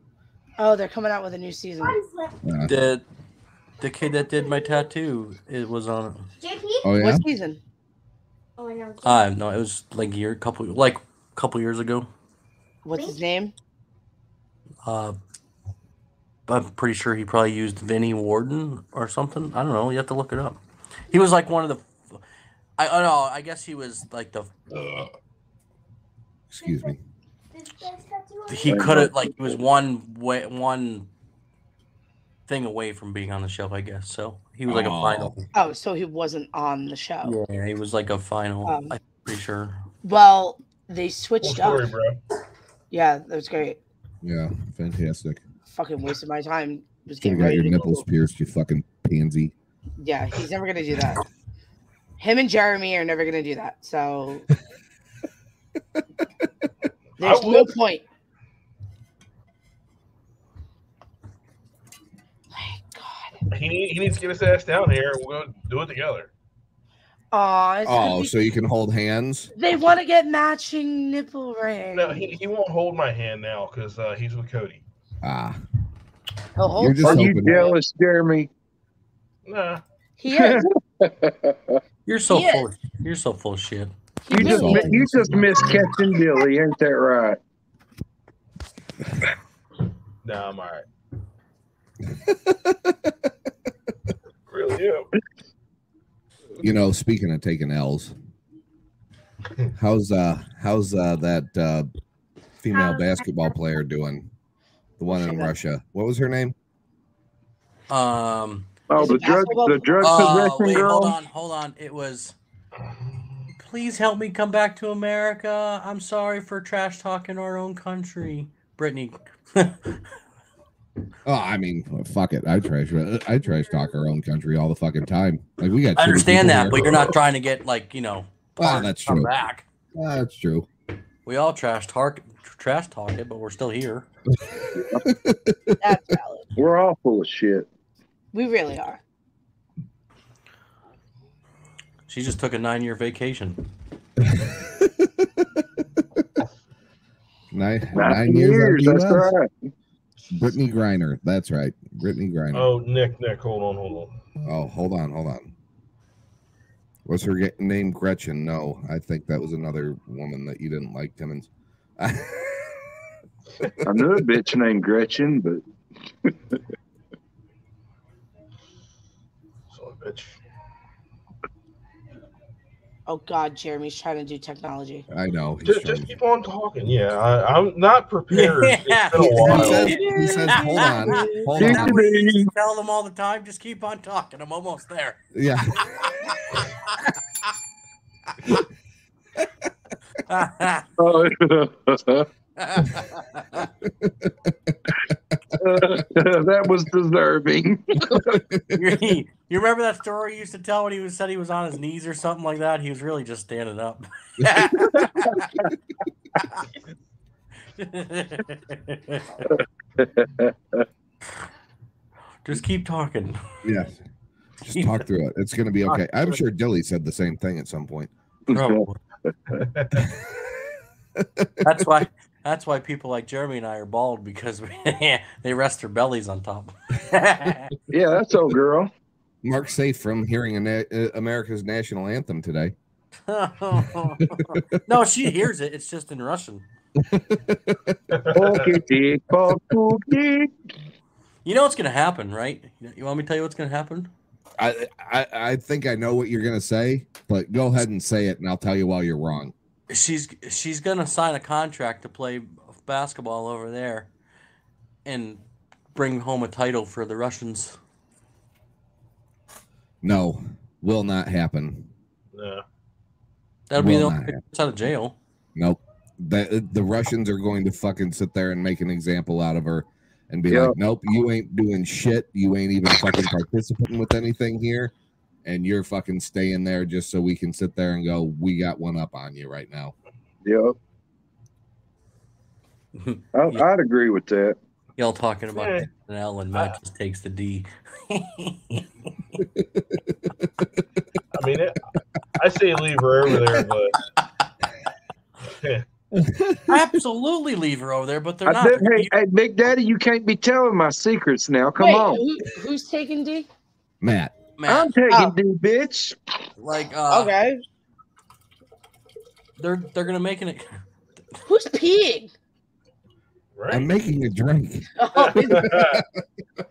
Oh, they're coming out with a new season. Uh, The the kid that did my tattoo, it was on. JP? Oh, yeah? What season? Oh, I know. Uh, no, it was like a year, couple, like couple years ago. What's his name? Uh, I'm pretty sure he probably used Vinnie Warden or something. I don't know. You have to look it up. He was like one of the. I oh no, I guess he was like the. Uh, excuse me. He could have like he was one way one thing away from being on the show. I guess so. He was like a final. Oh, so he wasn't on the show. Yeah, he was like a final. Um, I'm pretty sure. Well, they switched up. Yeah, that was great. Yeah, fantastic. Fucking wasted my time. Was Should have getting got ready your to nipples pierced, you fucking pansy. Yeah, he's never gonna do that. Him and Jeremy are never gonna do that. So there's no point. He, need, he needs to get his ass down here. We'll go do it together. Aw, it's gonna Oh, be- so you can hold hands? they want to get matching nipple rings. No, he, he won't hold my hand now because uh, he's with Cody. Ah. He'll hold You're just Are you hoping- jealous, Jeremy? Nah. He is. You're so He full. You're so full of shit. You just mi- you just miss catching Dilly, ain't that right? Nah, I'm all right. really am. You know, speaking of taking L's, how's uh how's uh that uh female basketball player doing? The one in Russia. What was her name? Um. Oh, the drug- the drug Uh, possession wait, girl? hold on, hold on. It was. Please help me come back to America. I'm sorry for trash talking our own country, Brittany. Oh, I mean, fuck it. I trash I trash talk our own country all the fucking time. Like we got. I understand shitty that, people but here. you're not trying to get like you know. Ah, part- that's come true. Back. Ah, that's true. We all trash talk, trash talk it, but we're still here. We're all full of shit. We really are. She just took a nine-year vacation. Nine, Nine nine years. years, out of that's the US. right. Brittany Griner. That's right. Brittany Griner. Oh. Oh, Nick, Nick, hold on, hold on. hold on, hold on. Was her ge- name Gretchen? No, I think that was another woman that you didn't like, Timmons. I knew a bitch named Gretchen, but Son of a bitch. Oh God, Jeremy's trying to do technology. I know. Just, just keep on talking. Yeah, I, I'm not prepared. Yeah. It's been He says, a while. "Hold on, hold Is on." that what you used to tell them all the time. Just keep on talking. I'm almost there. Yeah. oh, that was deserving. you, you remember that story he used to tell when he was said he was on his knees or something like that? He was really just standing up. just keep talking. Yeah. Just talk through it. It's going to be okay. I'm sure Dilly said the same thing at some point. Probably. That's why. That's why people like Jeremy and I are bald because they rest their bellies on top. yeah, that's old girl. Mark safe from hearing a na- uh, America's national anthem today. no, she hears it. It's just in Russian. You know what's gonna happen, right? You- You want me to tell you what's gonna happen? I, I I think I know what you're going to say, but go ahead and say it, and I'll tell you while you're wrong. She's she's gonna sign a contract to play basketball over there, and bring home a title for the Russians. No, will not happen. Yeah. That'll be the Will only not thing that's out of jail. Nope. The, the Russians are going to fucking sit there and make an example out of her and be Yeah. like, nope, you ain't doing shit. You ain't even fucking participating with anything here. And you're fucking staying there just so we can sit there and go, we got one up on you right now. Yep. I, I'd agree with that. Y'all talking about Yeah. taking an L and Matt just takes the D. I mean, it, I say leave her over there, but Absolutely, leave her over there, but they're I not. said, hey, hey, Big Daddy, you can't be telling my secrets now. Come Wait, on. who, who's taking D? Matt. I'm taking D, bitch. Like, uh, okay, they're they're gonna make an. Who's peeing? I'm making a drink.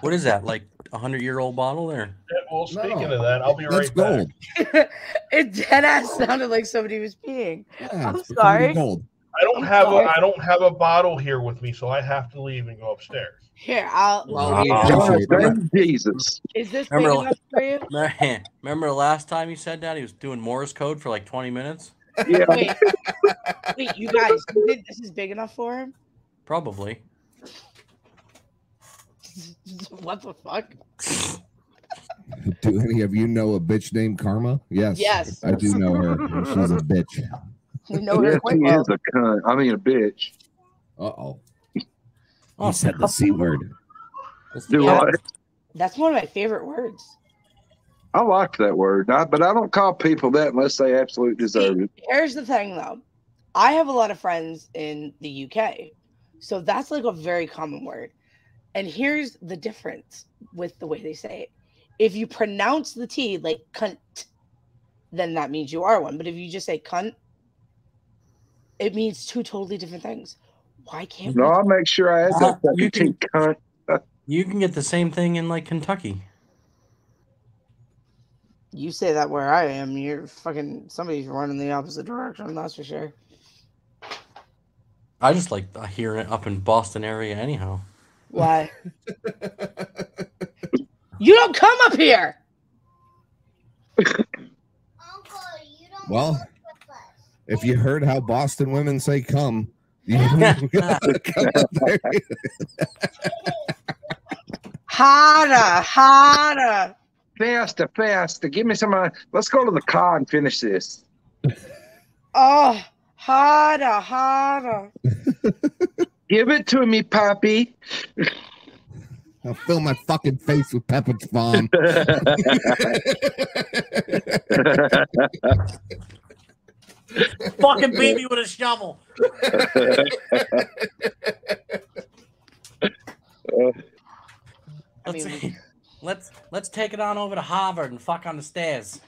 What is that? Like a hundred year old bottle there? well, speaking of that, I'll be right back. it dead ass sounded like somebody was peeing. Yeah, I'm it's becoming sorry. gold. I don't don't have a I don't have a bottle here with me, so I have to leave and go upstairs. Um, Here, I'll. Oh, Jesus. Is this big Remember, enough for you? man, remember last time you said that he was doing Morse code for like 20 minutes? Yeah. Wait, wait, you guys, you think this is big enough for him? Probably. What the fuck? Do any of you know a bitch named Karma? Yes. Yes. I do know her. She's a bitch. You know Yes, her he quite well. is a cunt. I mean, a bitch. Uh oh. He said the C word. Do Yeah. I, That's one of my favorite words. I like that word, I, but I don't call people that unless they absolutely deserve it. Here's the thing, though. I have a lot of friends in the UK, so that's like a very common word. And here's the difference with the way they say it. If you pronounce the T like cunt, then that means you are one. But if you just say cunt, it means two totally different things. Why can't No, I make sure I add that Uh, fucking teen cunt. You can get the same thing in like Kentucky. you say that where I am? You're fucking somebody's running the opposite direction. That's for sure. I just like hearing it up in Boston area anyhow. Why? you don't come up here. Well, if you heard how Boston women say come, you come up there. Hada, hada. Faster, faster. Give me some. of- Let's go to the car and finish this. Oh, harder, harder. Give it to me, Poppy. I'll fill my fucking face with pepper spawn. Fucking beat me with a shovel. Let's, let's let's take it on over to Harvard and fuck on the stairs.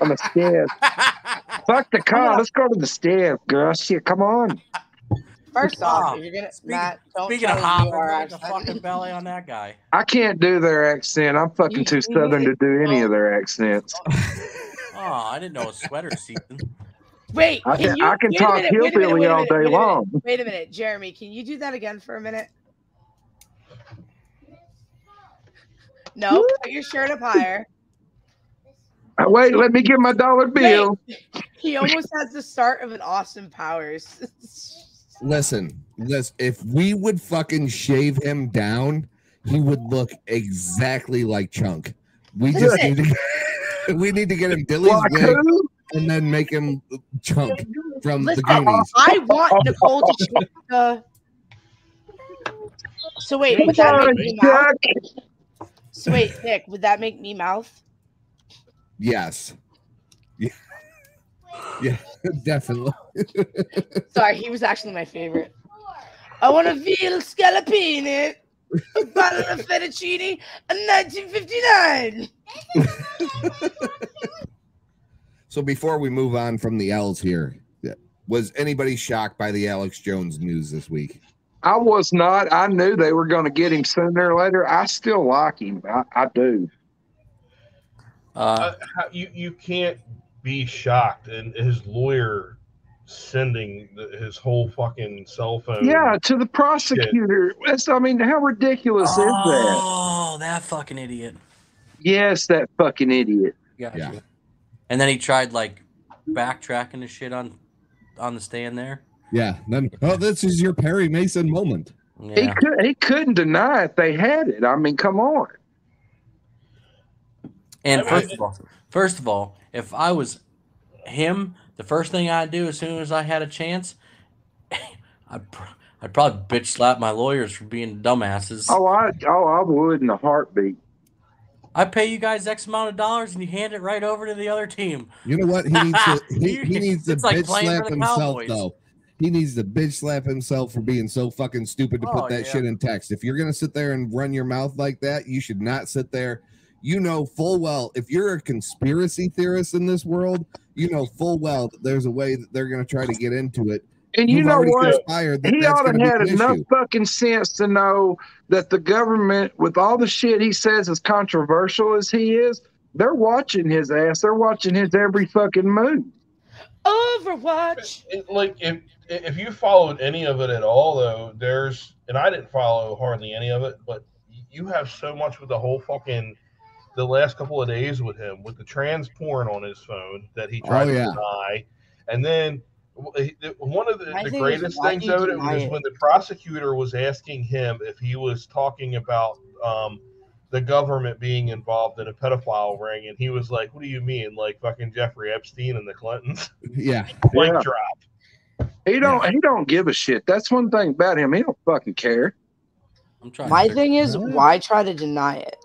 on the stairs. Fuck the car. Let's go to the stairs, girl. Shit, come on. First Wow. off, if you're gonna Speaking- Matt, don't Speaking tell of me you Harvard, look are at the actually- fucking belly on that guy. I can't do their accent. I'm fucking too southern to do any of their accents. Oh, I didn't know a sweater season. Wait, I can- I can wait a talk minute, wait a minute, hillbilly wait a all minute, day wait a minute, long. Wait a minute, Jeremy, can you do that again for a minute? No, put your shirt up higher. Uh, Wait, let me get my dollar bill. He almost has the start of an Austin Powers. Listen, listen, if we would fucking shave him down, he would look exactly like Chunk. We just need to we need to get him Dilly's wig and then make him Chunk from the Listen, Goonies. I want Nicole to change the. So wait, would that make Oh me mouth? So wait, Nick, would that make me mouth? Yes. Yeah. Yeah, definitely. Sorry, he was actually my favorite. I want a veal scallopini, a bottle of fettuccine, and 1959. So before we move on from the L's here, yeah, was anybody shocked by the Alex Jones news this week? I was not. I knew they were going to get him sooner or later. I still like him. I, I do. Uh, how- you you can't be shocked, and his lawyer sending the, his whole fucking cell phone. Yeah, to the prosecutor. That's, I mean, how ridiculous is that? Oh, that fucking idiot. Yes, that fucking idiot. Gotcha. And then he tried like backtracking the shit on on the stand there. Yeah. Then oh, this is your Perry Mason moment. He could. He couldn't deny it. They had it. I mean, come on. And first of all, first of all, if I was him, the first thing I'd do as soon as I had a chance, I'd, pr- I'd probably bitch slap my lawyers for being dumbasses. Oh, I. Oh, I would in a heartbeat. I pay you guys X amount of dollars, and you hand it right over to the other team. You know what? He needs to he, he needs to It's like bitch playing for slap the himself Cowboys. though. He needs to bitch slap himself for being so fucking stupid to Oh, put that yeah. shit in text. If you're gonna sit there and run your mouth like that, you should not sit there. You know full well if you're a conspiracy theorist in this world, you know full well that there's a way that they're gonna try to get into it. And you You've know already what? conspired that He that's ought gonna to be had an enough issue. fucking sense to know that the government, with all the shit he says, as controversial as he is, they're watching his ass. They're watching his every fucking move. Overwatch. It- like if if you followed any of it at all, though, there's and I didn't follow hardly any of it, but you have so much with the whole fucking the last couple of days with him with the trans porn on his phone that he tried Oh, yeah. to deny, and then w- he- one of the, Why the do you- greatest why things do you of it deny was it? when the prosecutor was asking him if he was talking about um, the government being involved in a pedophile ring, and he was like, "What do you mean, like fucking Jeffrey Epstein and the Clintons?" Yeah. Mic Yeah. drop. He don't. He don't give a shit. That's one thing about him. He don't fucking care. I'm My thing is, why try to deny it?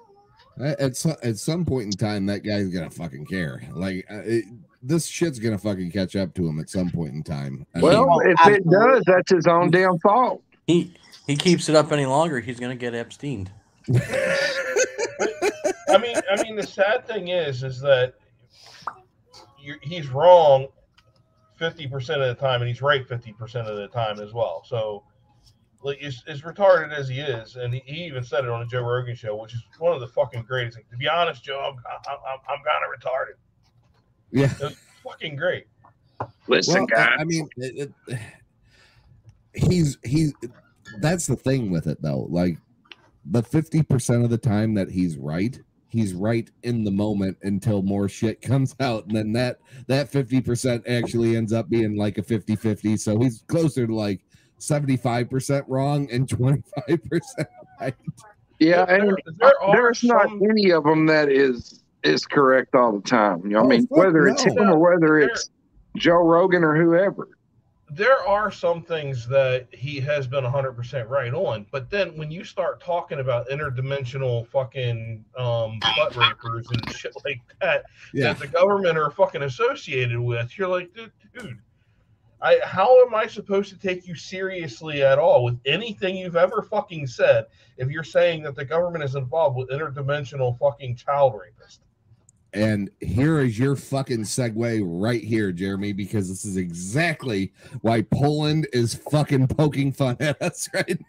At at some, at some point in time, that guy's gonna fucking care. Like uh, it, this shit's gonna fucking catch up to him at some point in time. I Well, mean, if it does, that's his own damn fault. He he keeps it up any longer, he's gonna get Epstein. I mean, I mean, the sad thing is, is that you're, he's wrong fifty percent of the time, and he's right fifty percent of the time as well. So, like, as, as retarded as he is, and he, he even said it on the Joe Rogan show, which is one of the fucking greatest. To be honest, Joe, I'm I'm, I'm, I'm kind of retarded. yeah. It was fucking great. Well, I- I mean, it, it- he's he's. That's the thing with it though. Like the fifty percent of the time that he's right, he's right in the moment until more shit comes out, and then that that fifty percent actually ends up being like a 50-50. So he's closer to like seventy five percent wrong and twenty five percent right. Yeah, and there are there's not any of them that is is correct all the time. You know, I mean, Oh, fuck whether it's no. him or whether it's Joe Rogan or whoever. there are some things that he has been 100% right on but then when you start talking about interdimensional fucking um butt rapers and shit like that Yeah. that the government are fucking associated with you're like dude, dude I, how am I supposed to take you seriously at all with anything you've ever fucking said if you're saying that the government is involved with interdimensional fucking child rapists? And here is your fucking segue right here, Jeremy, because this is exactly why Poland is fucking poking fun at us right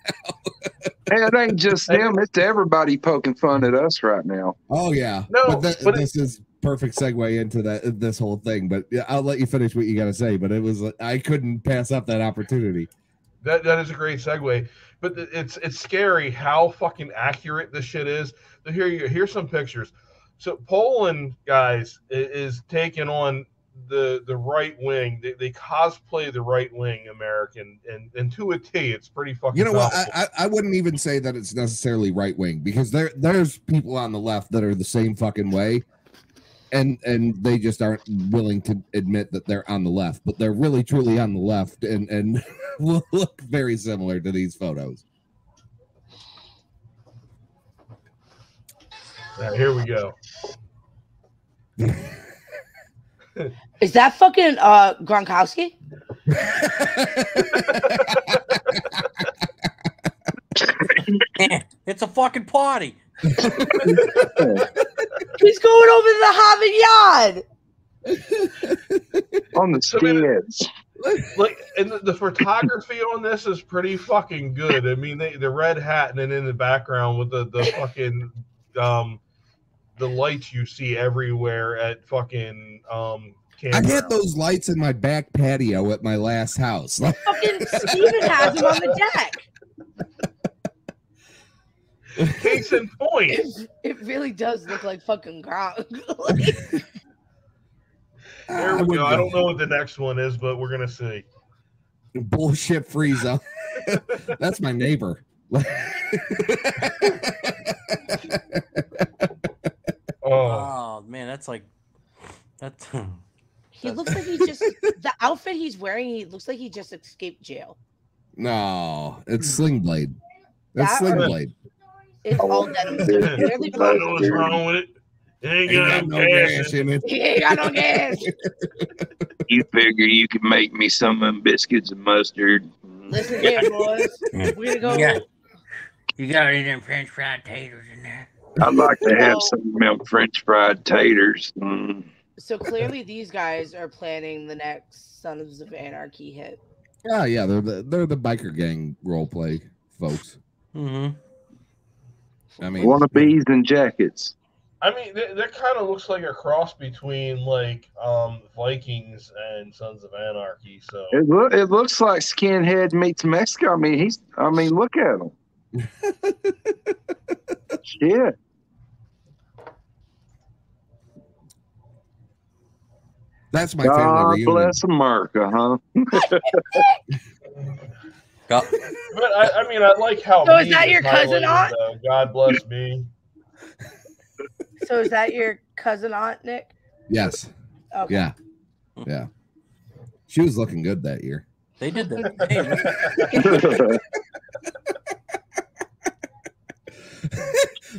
And it ain't just them; it's everybody poking fun at us right now. Oh yeah. No, but, that, but it- this is perfect segue into that this whole thing. But yeah, I'll let you finish what you got to say. But it was I couldn't pass up that opportunity. That that is a great segue, but th- it's it's scary how fucking accurate this shit is. But Here you here's some pictures. So Poland guys i- is taking on the the right wing. They, they cosplay the right wing American, and and to a T, it's pretty fucking. You know what? comical. I, I I wouldn't even say that it's necessarily right wing because there there's people on the left that are the same fucking way, and and they just aren't willing to admit that they're on the left, but they're really truly on the left, and and will look very similar to these photos. Now, here we go. Is that fucking uh Gronkowski? it's a fucking party. He's going over to the Harvard Yard. on the skins. like and the, the photography on this is pretty fucking good. I mean, they, the red hat and then in the background with the the fucking um the lights you see everywhere at fucking um. I campground. had those lights in my back patio at my last house. Like, Fucking Steven has him on the deck. Case in point. It, it really does look like fucking Gronk. There we go. I don't know what the next one is, but we're gonna see. bullshit free zone. That's my neighbor. Uh, Oh, man, that's like that's he looks like he just the outfit he's wearing. He looks like he just escaped jail. No, it's Sling Blade. That's That Sling or- Blade. It's all denim suit. They're the I know what's wrong with it. It ain't got, no gas. in it. He ain't got no gas. You figure you can make me some of them biscuits and mustard. Listen here, boys. We're gonna go. Yeah. You got any of them French fried taters in there? I'd like to have some of them French fried taters. Mm. So clearly, these guys are planning the next Sons of Anarchy hit. Yeah, yeah, they're the they're the biker gang role play folks. Mm-hmm. I mean, Wannabes and jackets. I mean, that, that kind of looks like a cross between like um, Vikings and Sons of Anarchy. So It, loo- it looks like skinhead meets Mexico. I mean, he's. I mean, look at him. Shit. That's my God family reunion. bless America, huh? But I, I mean, I like how. So is me that your cousin highlighted, aunt? though. God bless me. So is that your cousin aunt, Nick? Yes. Okay. Yeah. Yeah. She was looking good that year. They did that.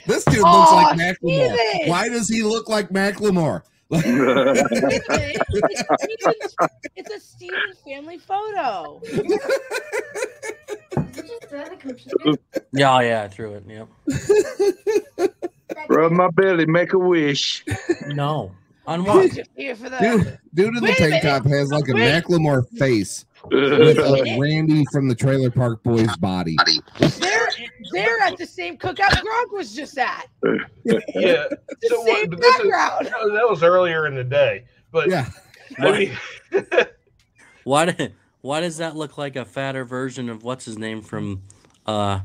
this dude looks Aw, like Macklemore. Steven! Why does he look like Macklemore? Steven's- it's a Steven family photo. Did you throw the computer? yeah, yeah, I threw it. Yep. Rub my belly, make a wish. No. On Dude, here for the- Dude, dude in the Wait a tank minute. top has like a Wait. Macklemore face with a Randy from the Trailer Park Boys body. They're they're at the same cookout Gronk was just at. Yeah. so same but this is- background. no, that was earlier in the day, but yeah. I mean, Why did, why does that look like a fatter version of what's his name from uh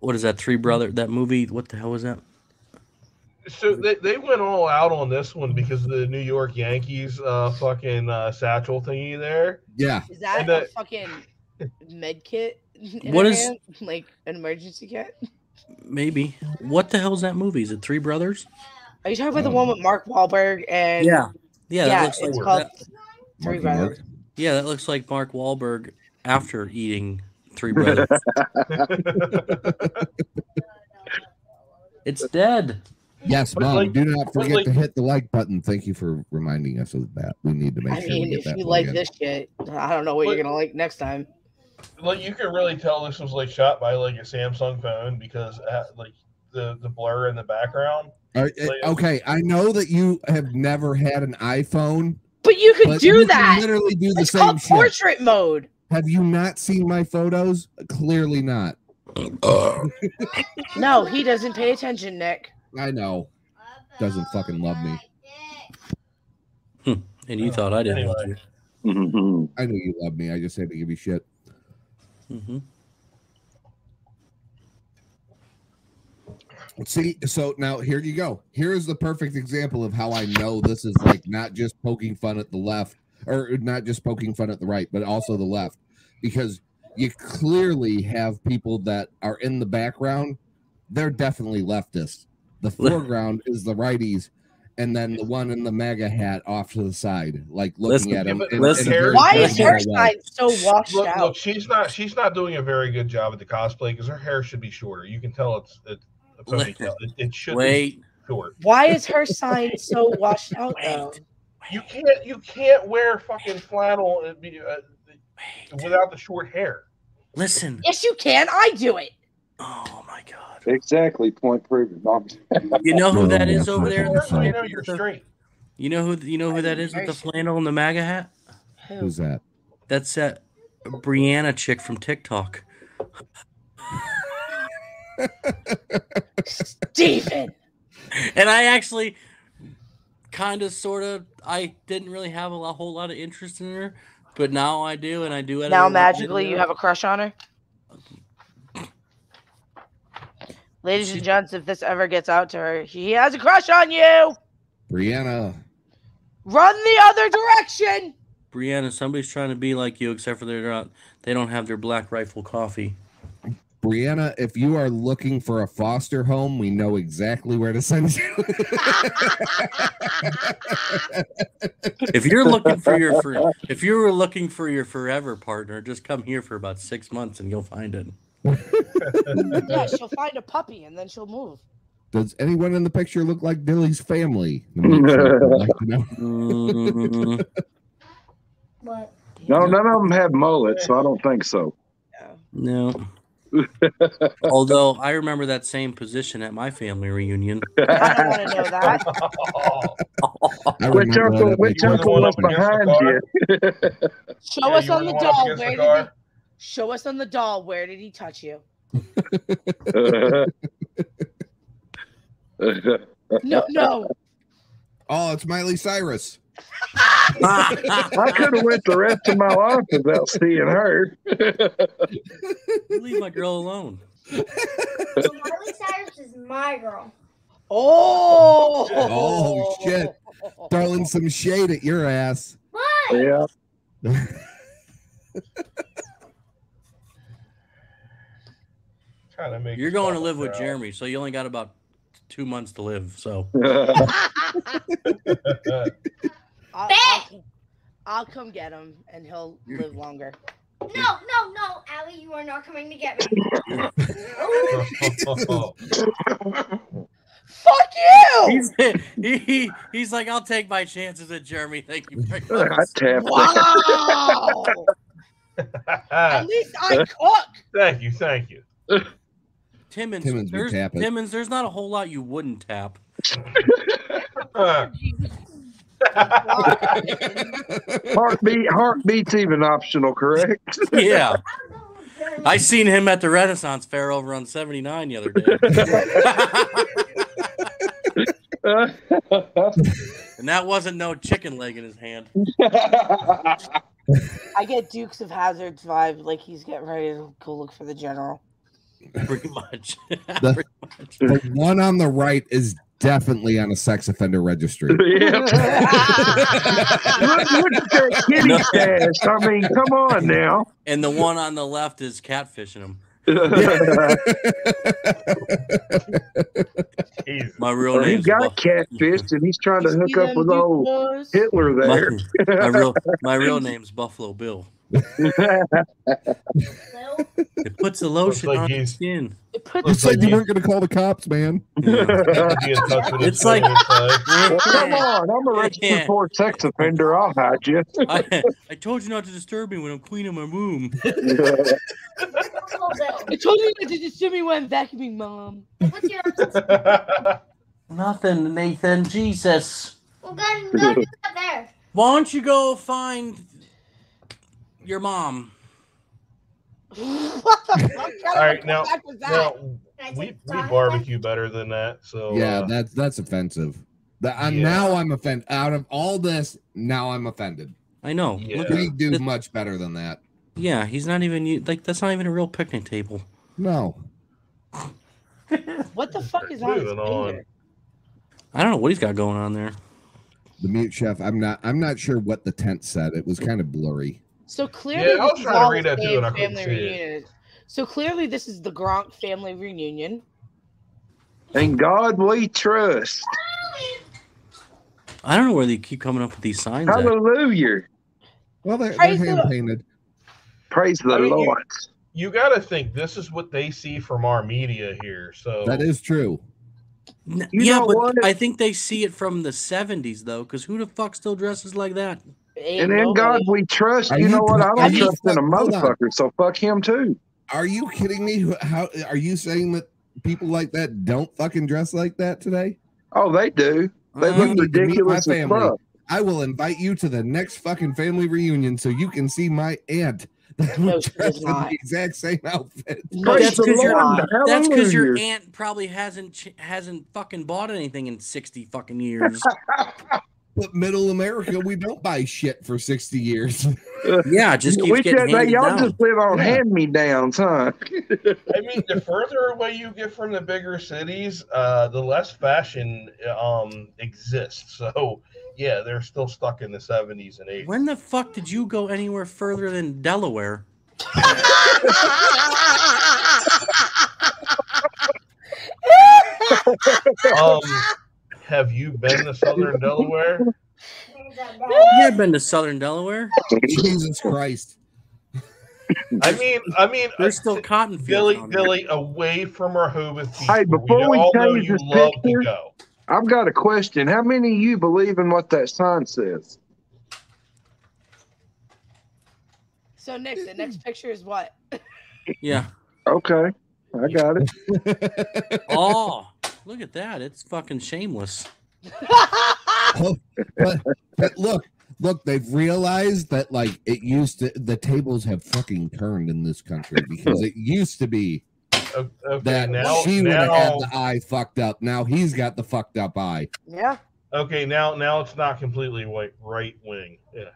what is that three brother that movie what the hell was that? So they, they went all out on this one because of the New York Yankees uh, fucking uh, satchel thingy there. Yeah. Is that And, uh, a fucking med kit? in What her is- hand? like an emergency kit? Maybe. What the hell's that movie? Is it Three Brothers? Are you talking about the one with Mark Wahlberg and Um, Yeah. Yeah, that yeah, looks like it's that- called Three Brothers. Yeah, that looks like Mark Wahlberg after eating Three Brothers. it's dead. Yes, But mom. like- do not but forget like- to hit the like button. Thank you for reminding us of that. We need to make I sure mean, we if get that. you one like in. this shit, I don't know what you're gonna like next time. Like you could really tell this was like shot by like a Samsung phone because uh, like the the blur in the background. All right, uh, okay, I know that you have never had an iPhone, But you could But do you can that. literally do the it's same called shit. portrait mode. Have you not seen my photos? Clearly not. No, he doesn't pay attention, Nick. I know. Doesn't fucking love me. And you thought I didn't love you. I knew you loved me. I just had to give you shit. Mm-hmm. See, so now here you go. Here is the perfect example of how I know this is like not just poking fun at the left or not just poking fun at the right, but also the left because you clearly have people that are in the background. They're definitely leftists. The foreground is the righties. And then the one in the MAGA hat off to the side, like looking Listen, at him. but in- in a listen. very Why is traditional her way. side so washed Look, out? look, she's not she's not doing a very good job at the cosplay because her hair should be shorter. You can tell it's it's a ponytail. It, it should Wait. be short. Why is her sign so washed out though? You can't you can't wear fucking flannel and be, uh, without the short hair. Listen. Oh Yes, you can. I do it. Exactly. Point proven. You know who that is over there? I know you're straight. You know who you know who that is with the flannel and the MAGA hat? Who's that? That's that Brianna chick from TikTok. Steven. And I actually kind of sort of I didn't really have a lo- whole lot of interest in her, but now I do and I do edit Now her magically you video. have a crush on her? Ladies and gents, if this ever gets out to her, he has a crush on you. Brianna. Run the other direction. Brianna, somebody's trying to be like you except for they're not they don't have their black rifle coffee. Brianna, if you are looking for a foster home, we know exactly where to send you. If you're looking for your for, if you were looking for your forever partner, just come here for about 6 months and you'll find it. Yeah, she'll find a puppy and then she'll move. Does anyone in the picture look like Dilly's family? Let me check. I'd like to know. What? No, none of them have mullets, so I don't think so. No. Although I remember that same position at my family reunion. I don't want to know that. I Which remember uncle? that Which before. uncle was behind you? Show Yeah, us you were on the the one up against the doll. Where did he, car? show us on the doll. Where did he touch you? No, no. Oh, it's Miley Cyrus. I could have went the rest of my life without seeing her. Leave my girl alone. So Miley Cyrus is my girl. Oh. Oh shit, throwing some shade at your ass. What? Yeah. Kind of make You're going to live with Jeremy, so you only got about two months to live. So I'll, I'll, come- I'll come get him and he'll live longer. No, no, no, Allie, you are not coming to get me. Fuck you! He's, he, he- he's like, I'll take my chances at Jeremy. Thank you very I much. tapped Wow. At least I cook. Thank you, thank you. Timmons, Timmons would there's, tap it. Timmons, there's not a whole lot you wouldn't tap. Heartbeat, heartbeat's even optional, correct? Yeah. I seen him at the Renaissance Fair over on 79 the other day. and that wasn't no chicken leg in his hand. I get Dukes of Hazards vibe, like he's getting ready to go look for the general. Pretty much. The, the one on the right is definitely on a sex offender registry. look, look at that kitty fast. I mean, come on now. And the one on the left is catfishing him. My real he name's Oh, got catfished and he's trying to hook up with old Hitler there. my real my real name's Buffalo Bill. It puts the lotion like on his skin. It puts You said you weren't going to call the cops, man. It's like Well, come on, I'm a registered for sex offender. I'll hide you. I, I told you not to disturb me when I'm cleaning my room. I told you not to disturb me when I'm vacuuming, mom. What's your Nothing, Nathan. Jesus. Well, God, no, do that there. Why don't you go find your mom? what the All fuck? right, now, now Can I we, take the we dog? barbecue better than that. So yeah, uh, that's that's offensive. That I'm, Yeah. Now I'm offended. Out of all this, now I'm offended. I know. Look We at- do much better than that. yeah, he's not even u- like that's not even a real picnic table. No, What the fuck is on his Moving on. finger? I don't know what he's got going on there. the mute chef. I'm not. I'm not sure what the tent said. It was kind of blurry. So clearly, I was this is trying to all read the that too, same and I couldn't family see it. reunion. So clearly, this is the Gronk family reunion. In God we trust. I don't know where they keep coming up with these signs. at. Hallelujah. Well, they're, they're Praise the hand Lord. painted. Praise the I mean, you- Lord. you got to think this is what they see from our media here. So That is true. N- You yeah, know but what? I think they see it from the '70s though, because who the fuck still dresses like that? Ain't And in God nobody- we trust. Are You you know what? I talking- don't are you trust in a fuck- hold on. motherfucker, so fuck him too. Are you kidding me? Who- How are you saying that people like that don't fucking dress like that today? Oh, they do. Uh, They You look need to meet ridiculous Mm. my as family. fuck. I will invite you to the next fucking family reunion so you can see my aunt that No, was she dressed does in not. the exact same outfit. No, Praise That's that's the because 'cause you're- Lord. That's because your Hallelujah. aunt probably hasn't ch- hasn't fucking bought anything in sixty fucking years. But middle America, we don't buy shit for 60 years. yeah, it just keeps Which getting that- handed y'all down. just live on Yeah. hand me downs, huh? I mean, the further away you get from the bigger cities, uh, the less fashion um exists. So yeah, they're still stuck in the seventies and eighties. When the fuck did you go anywhere further than Delaware? Um, have you been to Southern Delaware? Yeah, I've been to Southern Delaware. Jesus Christ. I mean, I mean, uh, There's still cotton fields. Billy, down there. Billy, away from Rehoboth Beach. Hey, where before we all know change you this love picture- to go. I've got a question. How many of you believe in what that sign says? So Nick, the next picture is what? Yeah. Okay. I got it. Oh, look at that. It's fucking shameless. But, but look, look, they've realized that like it used to the tables have fucking turned in this country because it used to be o- okay, that now, she would have had now, the eye fucked up. Now he's got the fucked up eye. Yeah. okay, now, now it's not completely white, right wing. Yeah.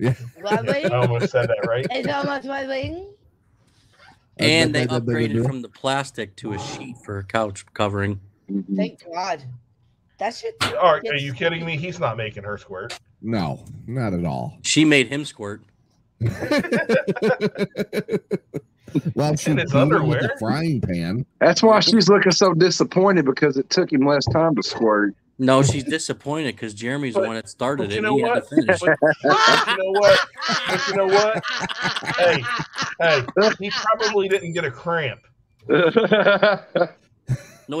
Yeah. Lovely. I almost said that, right? It's almost my wing. And they upgraded from the plastic to a sheet for a couch covering. Thank God. That shit. Are, are you kidding me? He's not making her squirt. No, not at all. She made him squirt. Well, she In his beat him with underwear? the frying pan. That's why she's looking so disappointed because it took him less time to squirt. No, she's disappointed because Jeremy's the one that started But it. you know and he what? had to finish. But- but you know what? But you know what? Hey, hey, he probably didn't get a cramp. no,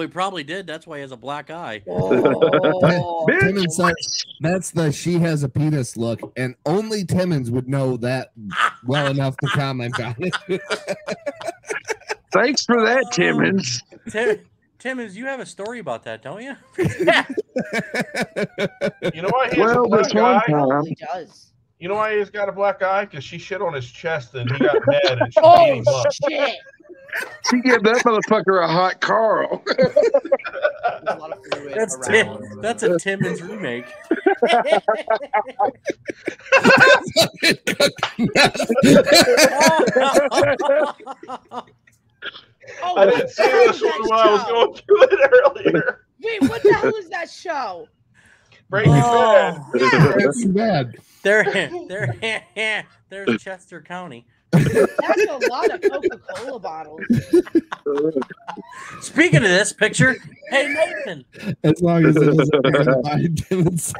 he probably did. That's why he has a black eye. Oh, Tim- Timmons says, that's the she has a penis look, and only Timmons would know that well enough to comment on it. Thanks for that, Timmons. Tim, Timmons, you have a story about that, don't you? You know why he has Well, a black this one eye? time, does. You know why he's got a black eye? Because she shit on his chest and he got mad and she beat Oh, him up. shit. she gave that motherfucker a hot Carl. That's Tim, that's a Timmons remake. Oh. Oh, I didn't see this one while I was going through it earlier. Wait, what the hell is that show? Breaking Oh. Bad. That's bad. They're, they're, there's Chester County. That's a lot of Coca Cola bottles. Speaking of this picture, hey Nathan, As long as it isn't verified, Timmons.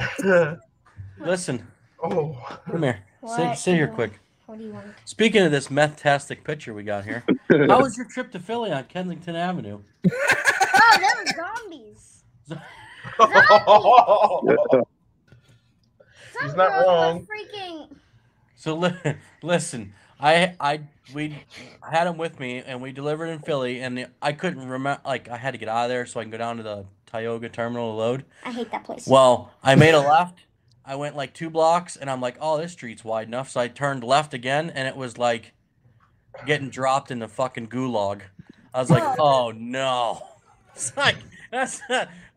listen. Oh, come here. Sit, What? sit here quick. What do you want? Speaking of this meth-tastic picture we got here, how was your trip to Philly on Kensington Avenue? Oh, that was zombies. He's Some not girls were wrong. Freaking. So li- listen, I I we I had him with me and we delivered in Philly and I couldn't remember like I had to get out of there so I can go down to the Tioga terminal to load. I hate that place. Well, I made a left. I went like two blocks and I'm like, "Oh, this street's wide enough." So I turned left again and it was like getting dropped in the fucking gulag. I was like, "Oh no." It's like that's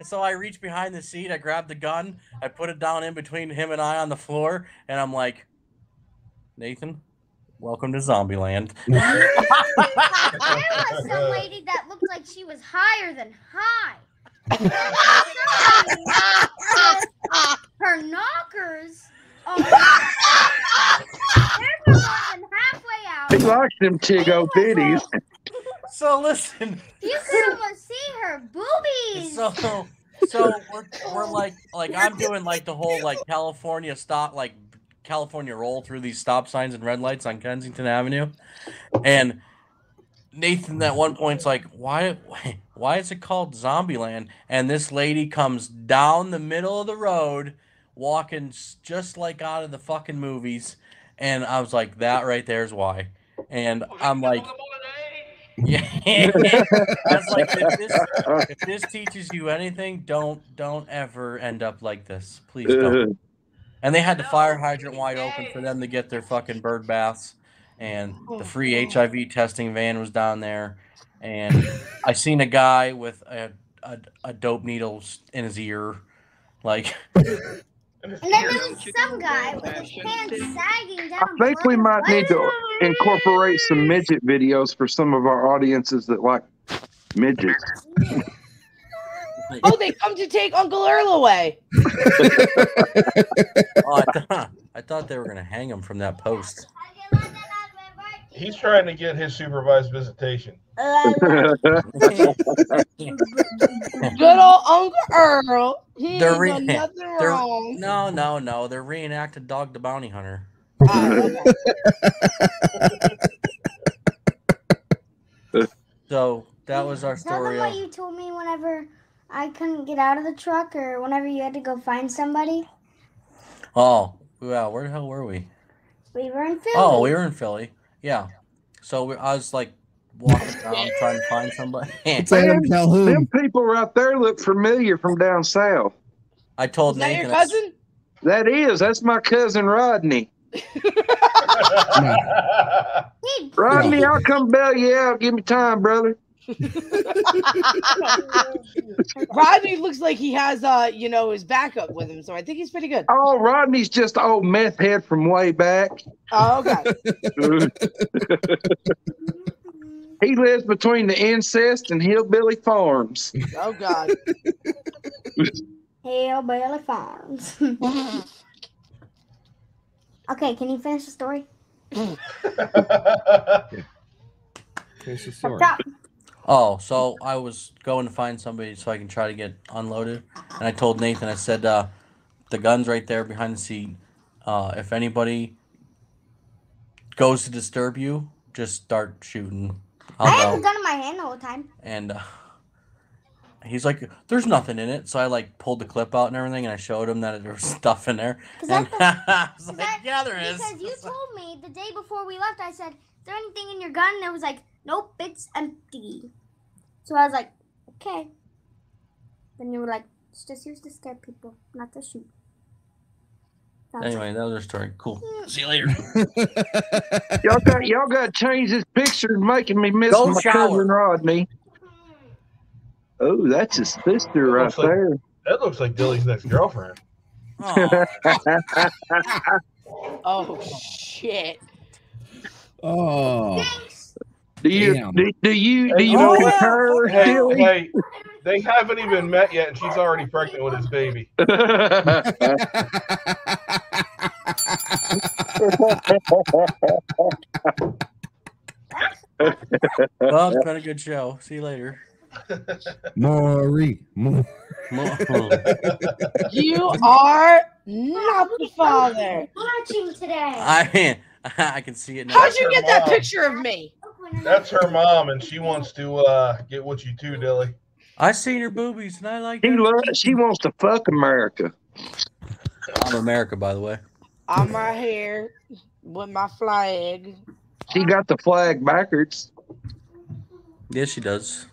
so I reached behind the seat, I grabbed the gun, I put it down in between him and I on the floor and I'm like, Nathan, welcome to Zombieland. There was some lady that looked like she was higher than high. Her knockers. Oh, they're more than halfway out. He likes them tig old titties. so listen. You could almost see her boobies. So so we're, we're like like I'm doing like the whole like California stop like California roll through these stop signs and red lights on Kensington Avenue, and Nathan at one point's like, why why is it called Zombieland? And this lady comes down the middle of the road, walking s- just like out of the fucking movies, and I was like, that right there's why, and I'm like. Yeah, that's like if this, if this teaches you anything, don't don't ever end up like this, please don't. And they had the fire hydrant wide open for them to get their fucking bird baths, and the free HIV testing van was down there, and I seen a guy with a a, a dope needle s- in his ear, like And then there was some guy with his pants sagging I down. think we might need to incorporate some midget videos for some of our audiences that like midgets. Oh, they come to take Uncle Earl away. oh, I, thought, I thought they were gonna hang him from that post. He's trying to get his supervised visitation. Good old Uncle Earl. He They're ain't re- done nothing they're- wrong. No, no, no. They're reenacted Dog the Bounty Hunter. Ah, so that was our Tell them story. what Of, you told me whenever I couldn't get out of the truck or whenever you had to go find somebody. oh, wow. Where the hell were we? We were in Philly. Oh, we were in Philly. Yeah. So we, I was like walking around trying to find somebody. Them, them Hmm. people right there look familiar from down south. I told Is that your Nathan. I s- cousin? That is. That's my cousin Rodney. He Rodney, I'll come bail you out. Give me time, brother. Rodney looks like he has, uh, you know, his backup with him, so I think he's pretty good. Oh, Rodney's just the old meth head from way back. Oh, okay. he lives between the incest and hillbilly farms. Oh God. Hillbilly Farms. okay, can you finish the story? Finish the story. Stop. Oh, so I was going to find somebody so I can try to get unloaded, and I told Nathan, I said, uh, "The gun's right there behind the seat. Uh, if anybody goes to disturb you, just start shooting. I had I'll a go." gun in my hand the whole time. And uh, he's like, "There's nothing in it." So I like pulled the clip out and everything, and I showed him that there was stuff in there. And I was like, "Yeah, there is." Because you told me the day before we left, I said, "Is there anything in your gun?" And it was like, "Nope, it's empty." So I was like, "Okay." Then you were like, "It's just used to scare people, not to shoot." That's it. Anyway, that was our story. Cool. See you later. y'all got y'all got to change this picture, making me miss Go my shower. cousin Rodney. Oh, that's his sister right Looks like- there. that looks like Dilly's next girlfriend. oh shit. Oh. Do you Damn. do, do you do Hey, you oh, concur, hey, Dilly? hey, they haven't even met yet, and she's already pregnant with his baby. well, it's been a good show. See you later. Maury. Maury. You are not the father. Marching today. I I can see it now. How'd you get that picture of me? That's her mom, and she wants to uh, get with you too, Dilly. I seen her boobies, and I like. She loves, she wants to fuck America. I'm America, by the way. On my hair with my flag. She got the flag backwards. Yes, she does.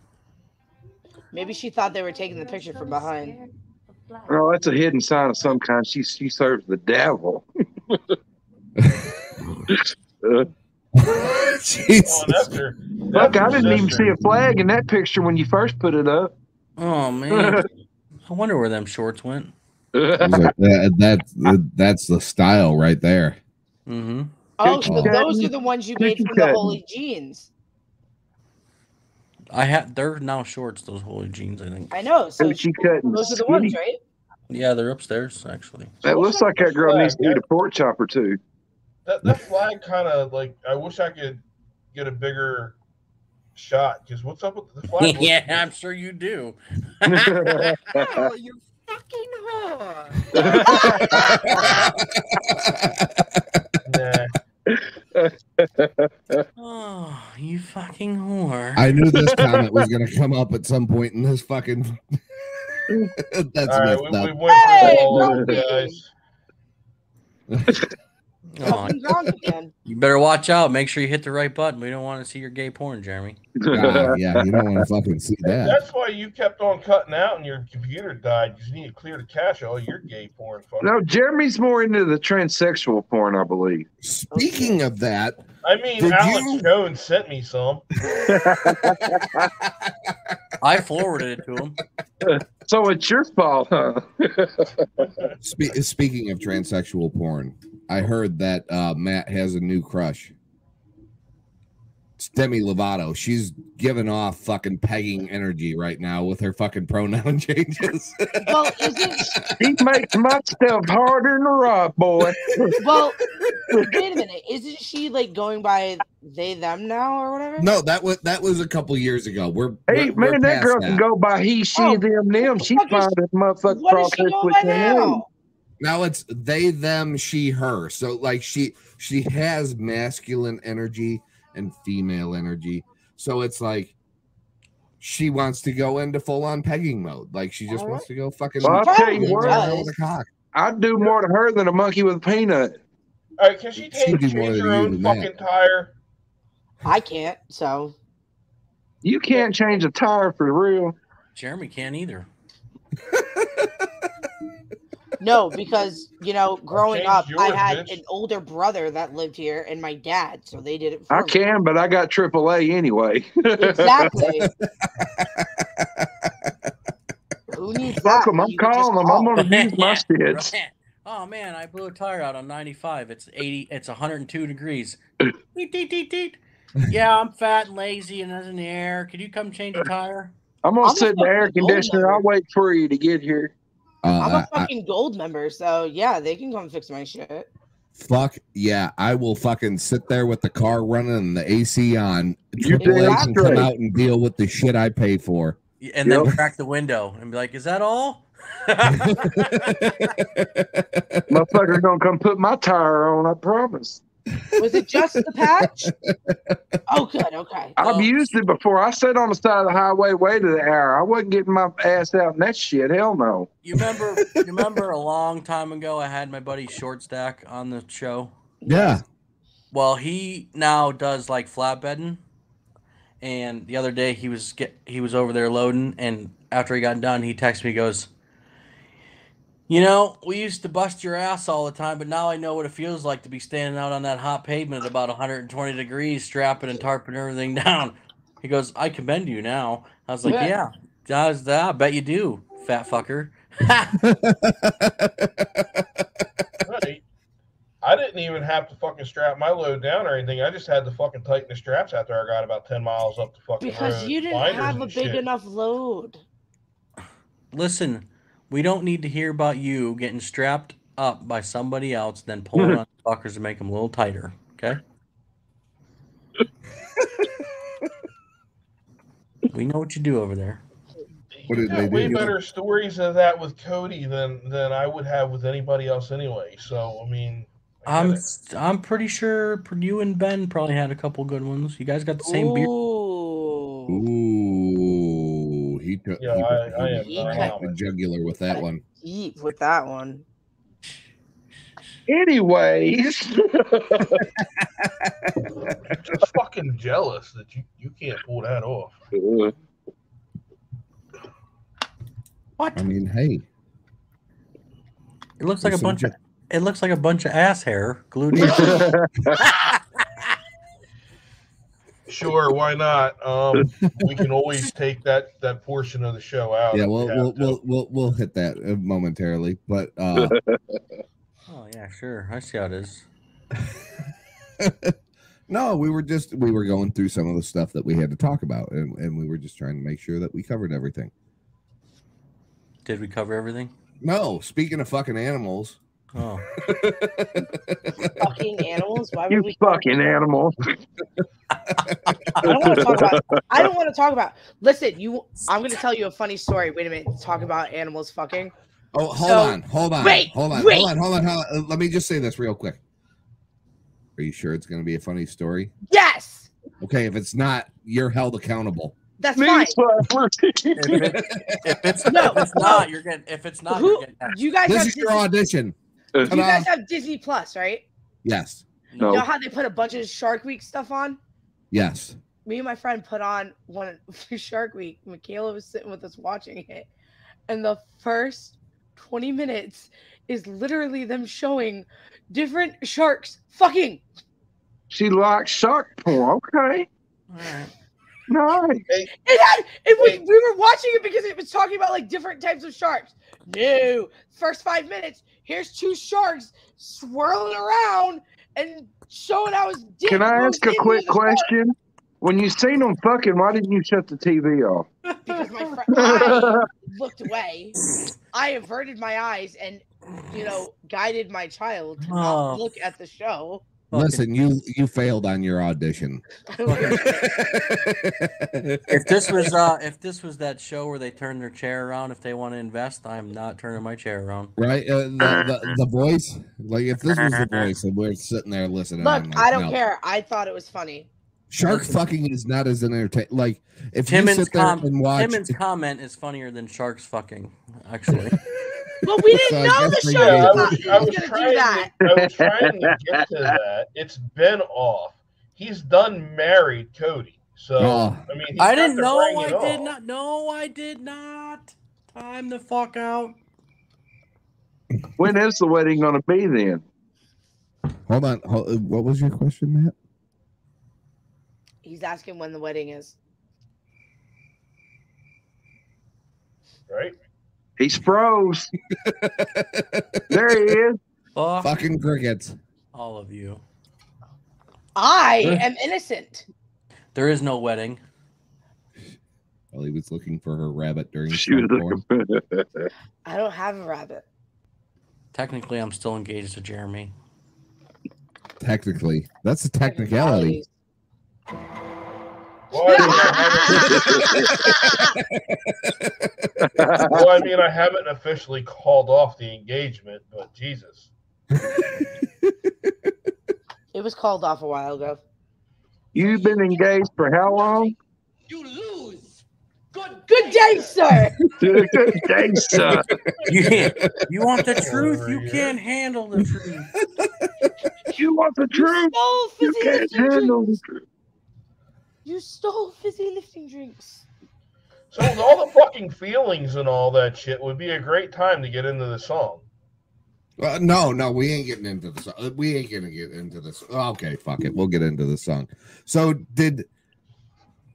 Maybe she thought they were taking the picture from behind. Oh, that's a hidden sign of some kind. She she serves the devil. Jesus. Look, I didn't even see a flag in that picture when you first put it up. Oh man, I wonder where them shorts went. that, that- that's the style right there. Mm-hmm. Oh, Cookie so those cutting. are the ones you made Cookie from the cutting. holy jeans. I have. They're now shorts. Those holy jeans, I think. I know. So Cookie cutting. those are the ones, right? Yeah, they're upstairs actually. That looks like that girl needs to eat a pork chop or two. That that flag kind of like I wish I could get a bigger shot. Because what's up with the flag? yeah, I'm sure you do. Oh, you fucking whore. Oh, you fucking whore. I knew this comment was going to come up at some point in this fucking. that's All messed right, we, up. we went through all of them, guys. Oh, you better watch out. Make sure you hit the right button. We don't want to see your gay porn, Jeremy. God, yeah, you don't want to fucking see that. That's why you kept on cutting out, and your computer died. You need to clear the cache. of All your gay porn. Fuck. No, Jeremy's more into the transsexual porn, I believe. Speaking of that, I mean, Did Alex you- Jones sent me some. I forwarded it to him. so it's your fault, huh? spe- speaking of transsexual porn, I heard that uh, Matt has a new crush. It's Demi Lovato. She's giving off fucking pegging energy right now with her fucking pronoun changes. Well, isn't he makes myself harder than a rock, boy. well, wait a minute. Isn't she like going by they them now or whatever? no, that was that was a couple years ago. We're we're- Hey, we're man, that past girl can go by he, she, Oh, them, them. She's fine as motherfucker cross her switch now? Now it's they, them, she, her. So like she she has masculine energy and female energy. So it's like she wants to go into full on pegging mode. Like she just wants to go fucking. Well, I'll tell you Yeah, what. around with a cock. I'd do more to her than a monkey with a peanut. All right, can she She take did change more than her you own than that. fucking tire? I can't. So You can't change a tire for real. Jeremy can't either. No, because you know, growing Change up, I yours, had bitch. an older brother that lived here and my dad, so they did it for I me. can, but I got AAA anyway. Oh. Exactly. Who needs Fuck that? 'em, I'm You could just calling 'em, I'm call. gonna use my shits. Oh man, I blew a tire out on 95. It's 80. It's 102 degrees. Deet, deet, deet, deet. Yeah, I'm fat and lazy and there's in the air. Could you come change a tire? I'm gonna I'm a sit in the air fucking old conditioner. man. I'll wait for you to get here. I'm a Uh, I- fucking gold member, so yeah, they can come fix my shit. fuck yeah, I will fucking sit there with the car running and the AC on. You did AAA that can come right. out and deal with the shit I pay for. And then crack the window and be like, "Is that all?" Motherfucker's gonna come put my tire on. I promise. Was it just the patch? Oh, good. Okay. I've used it before. I sat on the side of the highway waited an hour. I wasn't getting my ass out in that shit. Hell no. You remember? you remember a long time ago, I had my buddy Short Stack on the show. Yeah. Well, he now does like flatbedding, and the other day he was get he was over there loading, and after he got done, he texts me, he goes, "You know, we used to bust your ass all the time, but now I know what it feels like to be standing out on that hot pavement at about 120 degrees, strapping and tarping everything down." He goes, "I commend you now." I was like, Yeah. "Yeah, does that? I bet you do, fat fucker." I didn't even have to fucking strap my load down or anything. I just had to fucking tighten the straps after I got about ten miles up the fucking Because road. you didn't Blinders have a and big shit. enough load. Listen, we don't need to hear about you getting strapped up by somebody else, then pulling on the fuckers to make them a little tighter. Okay. we know what you do over there. What You got way better stories of that with Cody than than I would have with anybody else anyway. So I mean, I'm I'm pretty sure you and Ben probably had a couple good ones. You guys got the same Oh, beer. Ooh, he took. Yeah, he, I- I he am took not the jugular with that one. Eat with that one. Anyways, just fucking jealous that you you can't pull that off. I mean, hey, It looks like a There's some bunch of it looks like a bunch of ass hair glued to your Sure, why not? Um, we can always take that that portion of the show out. yeah, if we we'll have we'll, to. we'll we'll we'll hit that uh, momentarily, but uh, Oh yeah, sure. I see how it is. no, we were just we were going through some of the stuff that we had to talk about, and, and we were just trying to make sure that we covered everything. Did we cover everything? No, speaking of fucking animals, oh, Fucking animals. Why would you we? fucking animal. I don't want to talk about. I don't want to talk about. Listen, you. I'm gonna tell you a funny story. Wait a minute. Talk about animals fucking. Oh, hold So- on, hold on, Wait, hold on, wait. hold on, hold on, hold on. Uh, Let me just say this real quick. Are you sure it's going to be a funny story? Yes, Okay, if it's not, you're held accountable. that's fine. if it's, if it's not, you're getting. If it's not, you're Who? getting. X. You guys this have. is your Disney- audition. you Ta-da. guys have Disney Plus, right? yes, You know how they put a bunch of Shark Week stuff on? yes. me and my friend put on one for Shark Week. Michaela was sitting with us watching it, and the first 20 minutes is literally them showing different sharks fucking. She likes shark porn. Okay. Nice. It had it was we were watching it because it was talking about like different types of sharks. No, first five minutes, here's two sharks swirling around and showing how his dick Can I goes ask a into quick the shark question? When you seen them fucking, why didn't you shut the TV off? Because my friend I looked away. I averted my eyes and you know, guided my child to Oh. not look at the show. Listen, you you failed on your audition. If this was uh, if this was that show where they turn their chair around, if they want to invest, I'm not turning my chair around. right, uh, the, the, the voice, like if this was the voice, and we're sitting there listening. Look, I'm like, I don't no. care. I thought it was funny. Shark fucking is not as entertaining. Like if you Timmons, sit there com- and watch, Timmons comment is funnier than sharks fucking. Actually, But we didn't So I know guess the they Yeah, I was, I was gonna do trying that. To, I was trying to get to that. It's been off. He's done married Cody. So Oh. I mean, he's I got didn't to know. bring I it did off. not. No, I did not. Time the fuck out. When is the wedding going to be then? Hold on. Hol- uh, What was your question, Matt? He's asking when the wedding is. Right? He's froze. there he is. Fucking crickets. All of you. I Huh? am innocent. There is no wedding. Well, he was looking for her rabbit during She was storm porn. I don't have a rabbit. Technically, I'm still engaged to Jeremy. Technically, that's a technicality. Well, I mean, I haven't, well, I mean, I haven't officially called off the engagement, but Jesus. It was called off a while ago. You've been engaged for how long? Good day, sir. Good day, sir. You, you want the truth? You can't handle the truth. You want the truth? Oh, You can't handle the truth. You stole fizzy lifting drinks. So with all the fucking feelings and all that shit, would be a great time to get into the song. Uh, no, no, we ain't getting into this. Uh, We ain't gonna get into this. Okay, fuck it. We'll get into the song. So, did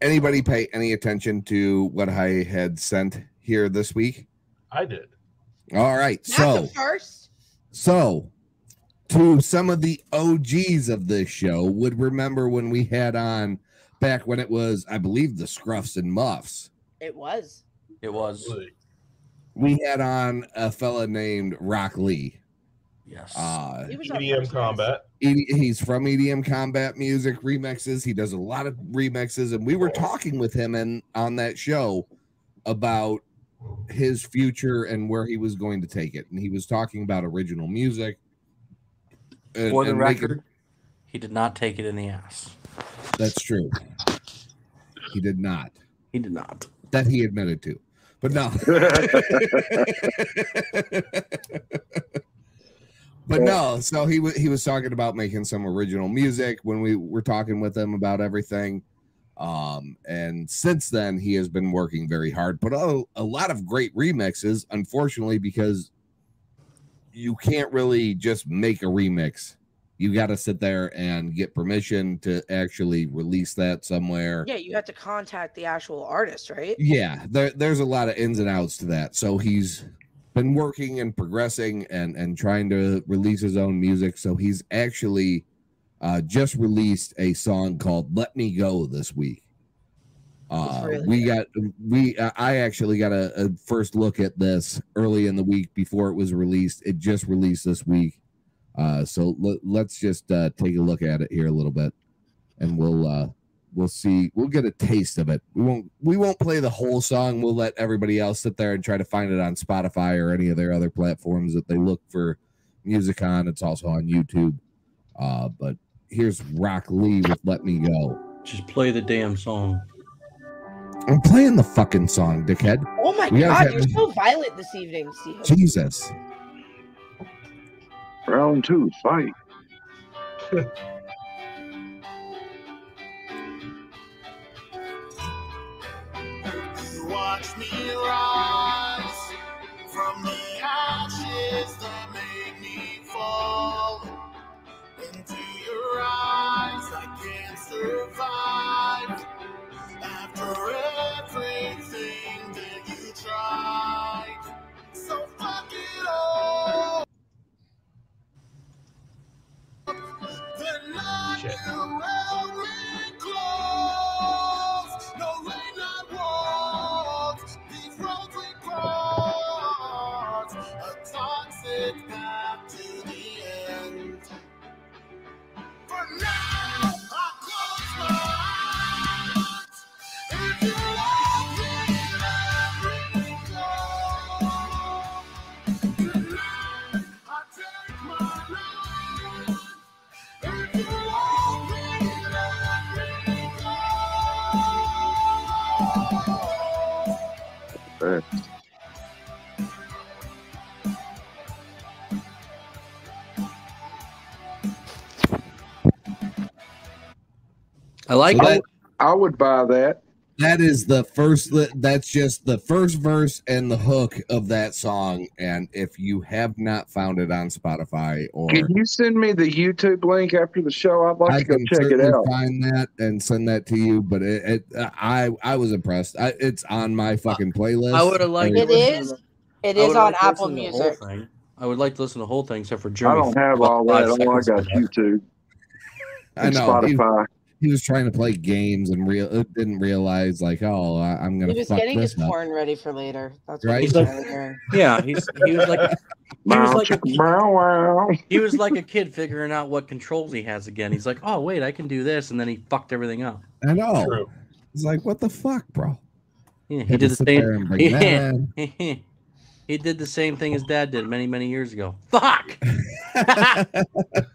anybody pay any attention to what I had sent here this week? I did. All right. So, first. so to some of the OGs of this show would remember when we had on back when it was, I believe, the Scruffs and Muffs. It was. It was. We had on a fella named Rock Lee. Yes. Uh, He was on EDM E combat. ED he's from EDM combat music remixes. He does a lot of remixes, and we were talking with him and on that show about his future and where he was going to take it. And he was talking about original music. and- For the and making- record, he did not take it in the ass. that's true. He did not. He did not. That he admitted to, but no. but no. So he was he was talking about making some original music when we were talking with him about everything. Um, and since then he has been working very hard, but oh, a lot of great remixes. Unfortunately, because you can't really just make a remix. You got to sit there and get permission to actually release that somewhere. Yeah, you have to contact the actual artist, right? Yeah, there, there's a lot of ins and outs to that. So he's been working and progressing and and trying to release his own music. So he's actually uh, just released a song called "Let Me Go" this week. Uh, really we got we uh, I actually got a, a first look at this early in the week before it was released. It just released this week. Uh, so le- let's just uh, take a look at it here a little bit, and we'll uh, we'll see. We'll get a taste of it. We won't we won't play the whole song. We'll let everybody else sit there and try to find it on Spotify or any of their other platforms that they look for music on. It's also on YouTube. Uh, but here's Rock Lee with "Let Me Go." Just play the damn song. I'm playing the fucking song, dickhead. Oh my We god, always you're have- so violent this evening, Steve. Jesus. Round two, fight. You watch me rise from the ashes that made me fall. Into your eyes, I can't survive. After everything that you tried, so fuck it all. Then not Shit. you will reclose. No late night walks. These roads we cross. A toxic path to the end. For now, I close my eyes. If you love me, let me go. Tonight, I take my life. If you love me, let me go. I like I, would- I would buy that. That is the first. That's just the first verse and the hook of that song. And if you have not found it on Spotify or Can you send me the YouTube link after the show? I'd like I to go can check it certainly out. find that and send that to you. But it, it I I was impressed. I, it's on my fucking playlist. I would've liked It is. It is on Apple Music. I would like to listen to the whole thing except for I Jeremy. don't have all that. Five All I seconds of got is that. YouTube. I and know. He, Spotify. he was trying to play games and real uh, didn't realize like oh I, I'm He gonna was fuck getting his this up. porn ready for later. That's what Right? he's He's like- doing there. Yeah, he's he was like he was like a, he was like a kid figuring out what controls he has again. He's like, oh wait, I can do this, and then he fucked everything up. I know. True. He's like what the fuck, bro. Yeah, he Had to did the sit there and same. bring that Yeah. he did the same thing his dad did many many years ago. Fuck.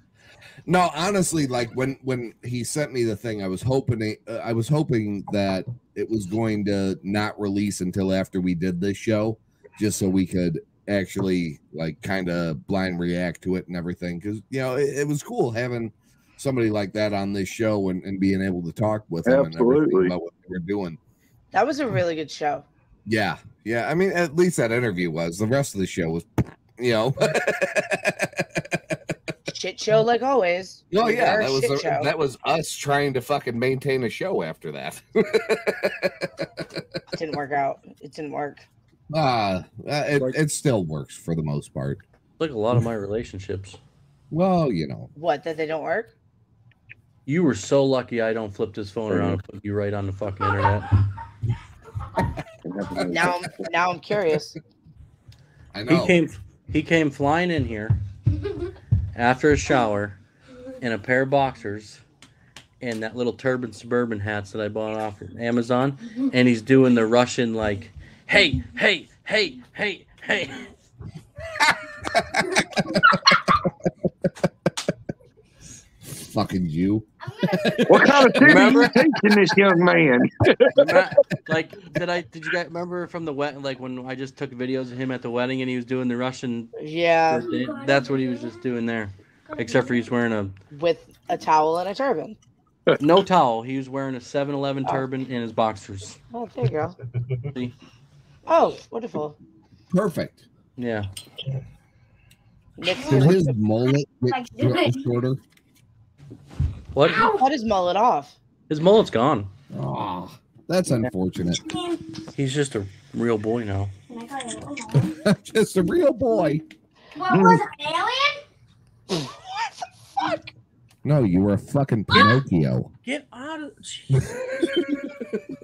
No, honestly, like when when he sent me the thing, I was hoping uh, I was hoping that it was going to not release until after we did this show, just so we could actually like kind of blind react to it and everything. Because you know it, it was cool having somebody like that on this show and, and being able to talk with them and everything Absolutely. about what they were doing. That was a really good show. Yeah, yeah. I mean, at least that interview was. The rest of the show was, you know. Shit show like always. Oh yeah, Rare that was shit the- show. that was us trying to fucking maintain a show after that. It didn't work out. It didn't work. Ah, uh, it, it still works for the most part. Like a lot of my relationships. Well, you know, What? That they don't work? You were so lucky I don't flip this phone around and put you right on the fucking internet. Now I'm now I'm curious. I He came he came flying in here after a shower in a pair of boxers and that little turban suburban hats that I bought off of Amazon and he's doing the Russian like hey hey hey hey hey fucking you. What kind of titty are you Remember? teaching this young man? Remember- like did I did you guys remember from the wet like when I just took videos of him at the wedding and he was doing the Russian Yeah, that's what he was just doing there except for he's wearing a with a towel and a turban. no towel he was wearing a 7-Eleven turban and his boxers Oh, there you go. Oh, wonderful. Perfect. yeah Nick's Did gonna- his mullet get Like, do short- it. shorter? What? Cut his mullet off. His mullet's gone. Oh, that's unfortunate. He's just a real boy now. just a real boy. What was it, an alien? No, you were a fucking Oh, Pinocchio. Get out of.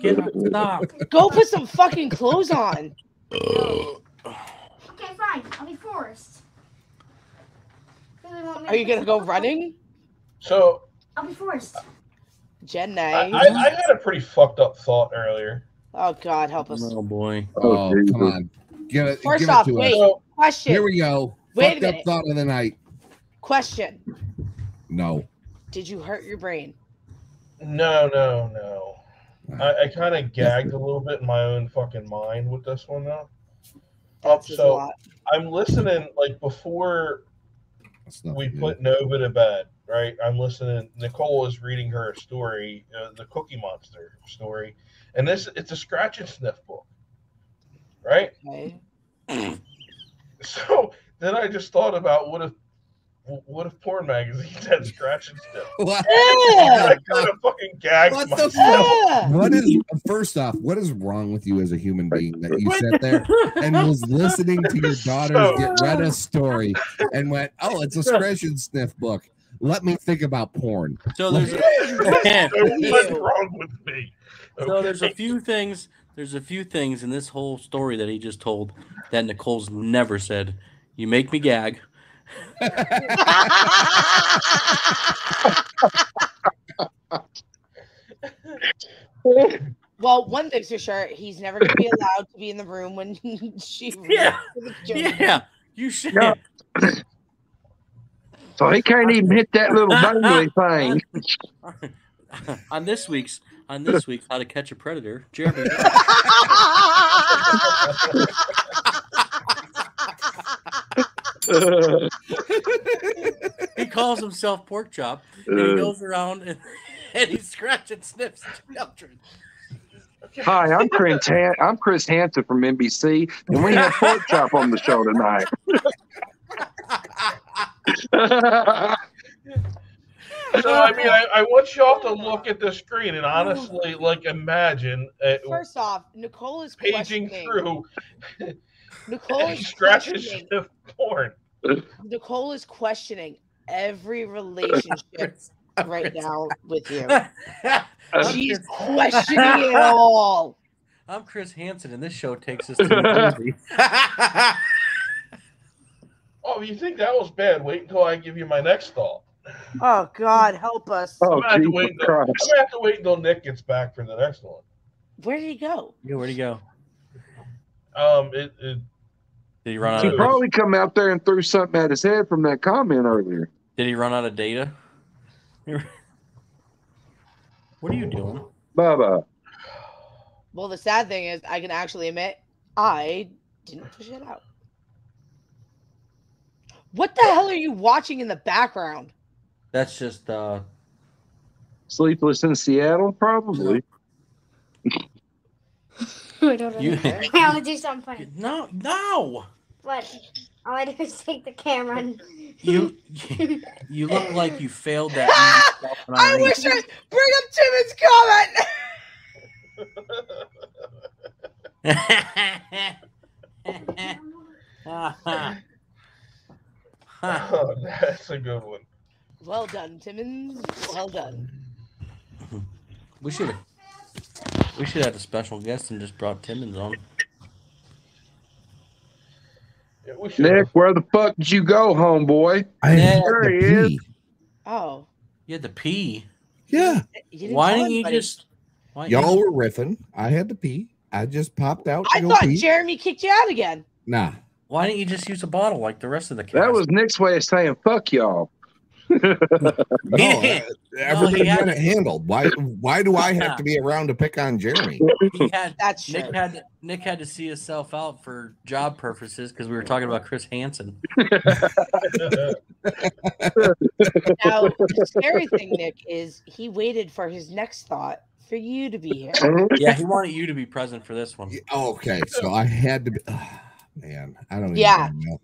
Get out. Stop. Go put some fucking clothes on. Okay, fine. I'll be forced. Really want me Are to you put gonna go running? So some- I'll be forced. Jen I, I, I had a pretty fucked up thought earlier. Oh God, help us. Oh boy. Oh, come on. Give it, First give off, it to wait. us. Question. Here we go. Wait a Fucked up minute. thought of the night. Question. No. Did you hurt your brain? No, no, no. I, I kind of gagged a little bit in my own fucking mind with this one though. Um, That's his so lot. I'm listening like before we put Nova to bed, right? I'm listening. Nicole is reading her a story, uh, the Cookie Monster story, and this it's a scratch and sniff book, right? Okay. So then I just thought about what if what if porn magazines had scratch and sniff? What? I kind of fucking gagged What the myself. fuck? What is first off? What is wrong with you as a human being that you sat there and was listening to your daughter's get read a story and went, "Oh, it's a scratch and sniff book. Let me think about porn." So there's Yeah. What's Ew. wrong with me? so there's a few things. There's a few things in this whole story that he just told that Nicole's never said. You make me gag. Well, one thing's for sure, he's never gonna be allowed to be in the room when she reads Yeah. to the children. Yeah. You should. No. So he can't even hit that little dangly thing. on this week's on this week's How to Catch a Predator, Jeremy. he calls himself Pork Chop, and he Uh. goes around and, and he scratches and sniffs children. Hi, I'm Chris, Han- I'm Chris Hansen from NBC, and we have Pork Chop on the show tonight. So I mean, I, I want y'all to look at the screen and honestly, like, imagine uh, First off, Nicole is paging questioning- through Nicole is scratches questioning- of porn. Nicole is questioning every relationship right now with you. She's questioning it all. I'm Chris Hansen, and this show takes us to the Oh, you think that was bad? Wait until I give you my next thought. Oh God, help us! I'm Oh, gonna have to wait until, I'm gonna have to wait until Nick gets back for the next one. Where did he go? Yeah, where'd he go? Um, it, it Did he run out? He Of, probably come out there and threw something at his head from that comment earlier. did he run out of data? what are you doing? Bubba. Well, the sad thing is, I can actually admit I didn't push it out. What the hell are you watching in the background? That's just uh, Sleepless in Seattle, probably. I don't You- I want to do something funny. No, no. What? I want to take the camera. And... you. You look like you failed that. music self- I wish I bring up Timmons' comment. Oh, that's a good one. Well done, Timmons. Well done. We should have. We should have a special guest and just brought Timmons on. Nick, where the fuck did you go, homeboy? there he is. Oh, You had to pee. Yeah. you Why tell didn't you anybody. just? Why Y'all were riffing. I had to pee. I just popped out. to I go thought pee. Jeremy kicked you out again. Nah. Why didn't you just use a bottle like the rest of the? That was Nick's way of saying fuck y'all. No, uh, everybody had had to- it handled. Why? Why do I have to be around to pick on Jeremy? He had, That's Nick true. had to, Nick had to see himself out for job purposes because we were talking about Chris Hansen. Now, the scary thing, Nick, is he waited for his next thought for you to be here. yeah, he wanted you to be present for this one. oh, Okay, so I had to. Be, oh, man, I don't. Yeah. Even know.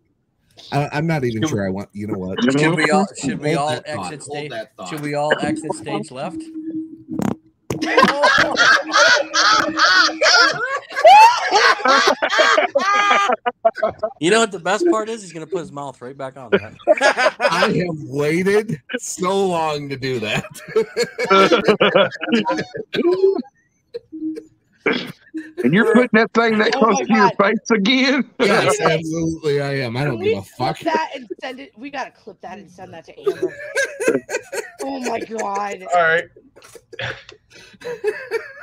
I, I'm not even sure. I want. You know what? Should we all should we Hold all that thought. exit Hold stage? that thought. Should we all exit stage left? You know what the best part is? He's gonna put his mouth right back on that. I have waited so long to do that. And you're putting that thing that Oh close my to your face again? Yes, absolutely, I am. I don't give a Clip fuck. that and send it. We gotta clip that and send that to Amber. oh my god, All right.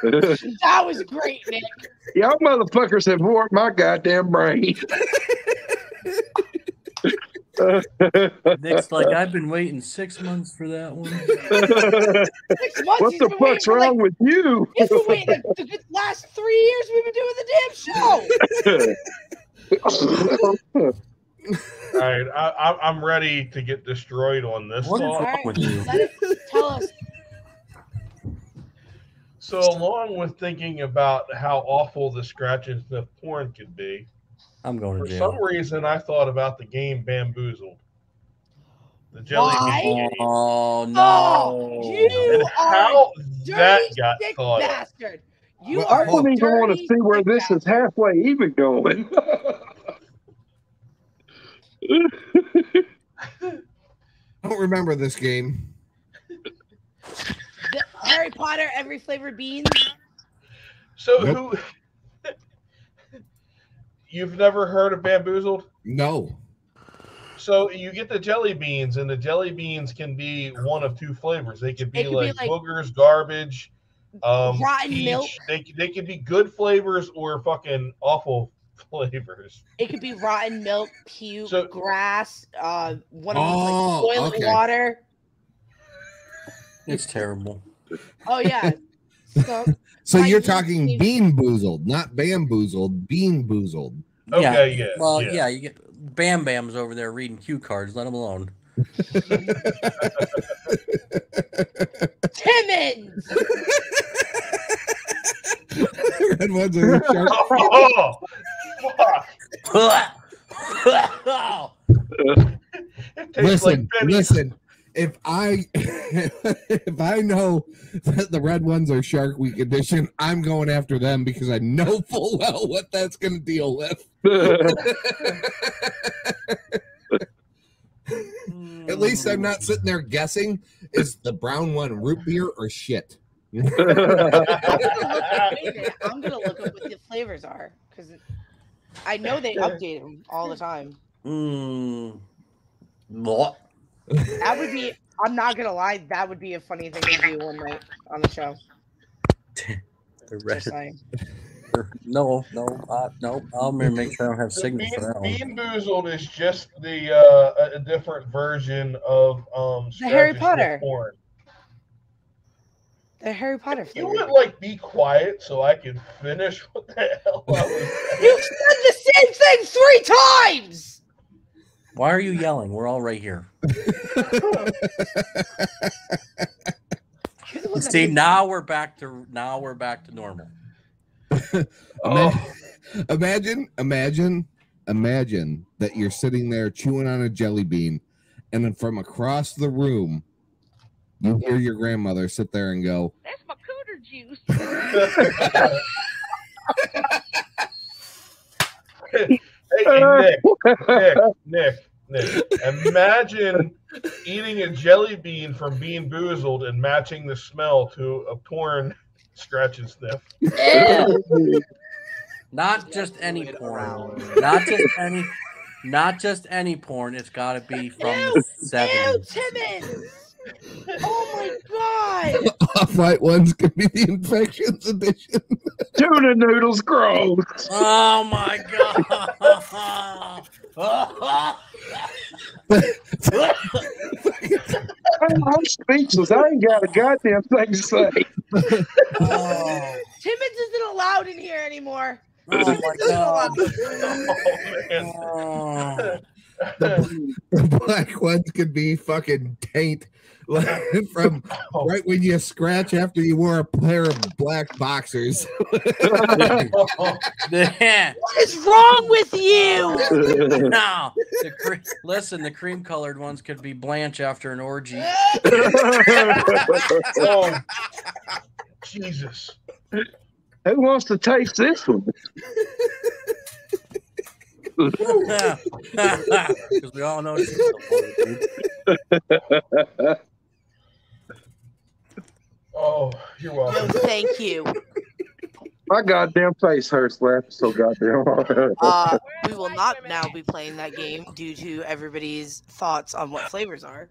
that was great, Nick. Y'all motherfuckers have warped my goddamn brain. Nick's like, I've been waiting six months for that one. Six months what he's the been waiting fuck's for, wrong Like, with you? he's been waiting the, the last three years. We've been doing the damn show. All right, I, I'm- I'm ready to get destroyed on this What is thought. wrong with you? Let us tell us. So, along with thinking about how awful the scratches of porn could be, I'm going for to some jail. reason I thought about the game Bamboozled. The jelly Why? bean game. Oh Oh, no! you And are how that dirty got sick thought of. bastard. You Well, are I don't even want to dirty see where sick this is halfway even going. I don't remember this game. The Harry Potter, every flavor beans. So Nope. who? You've never heard of bamboozled? No. So you get the jelly beans, and the jelly beans can be one of two flavors. They could They be, could be like, like- boogers, garbage, um, Rotten peach. milk. They they could be good flavors or fucking awful flavors. It could be rotten milk, puke, So- grass, uh, one of those Oh, like boiling okay. water. It's terrible. Oh yeah. So, So Why you're you didn't talking see- bean boozled, not bamboozled, bean boozled. Okay, yeah, Well, yeah. yeah. you get Bam Bam's over there reading cue cards. Let him alone. Timmons. Red ones are sharp. Oh, listen, listen. If I if I know that the red ones are Shark Week edition, I'm going after them because I know full well what that's going to deal with. At least I'm not sitting there guessing is the brown one root beer or shit. I'm gonna look up what the flavors are because I know they update them all the time. Mm. What? That would be. I'm not gonna lie. That would be a funny thing to do one night on the show. The Just saying. No, no, uh, no. I'm gonna make sure I don't have signal for that one. Beamboozled is just the uh, a- a different version of um The Harry strategy Potter. porn. The Harry Potter You flavor. would like be quiet so I can finish what the hell I was You said the same thing three times. Why are you yelling? We're all right here. See, now we're back to now we're back to normal. Ima- Imagine, imagine, imagine that you're sitting there chewing on a jelly bean, and then from across the room, you hear your grandmother sit there and go, That's my cooter juice. Hey, Nick, Nick, Nick, Nick. Imagine eating a jelly bean from being boozled and matching the smell to a porn scratch and sniff. Not just any porn. Not just any. Not just any porn. It's got to be from the Ew, seventies. Timmons. Oh my god. off white ones could be the infections edition. Tuna noodles gross. Oh my Oh, god. I'm, I'm speechless. I ain't got a goddamn thing to say. Timmons isn't allowed in here anymore. Oh my god. Oh, Oh, The, the black ones could be fucking taint like, from Oh. right when you scratch after you wore a pair of black boxers. Oh, What is wrong with you? no. The cre- listen, the cream colored ones could be Blanche after an orgy. Oh, Jesus. Who wants to taste this one? Because we all know. she's a porn, dude. Oh, you're welcome. Thank you. My goddamn face hurts laughing so goddamn hard. Uh, we will not now be playing that game due to everybody's thoughts on what flavors are.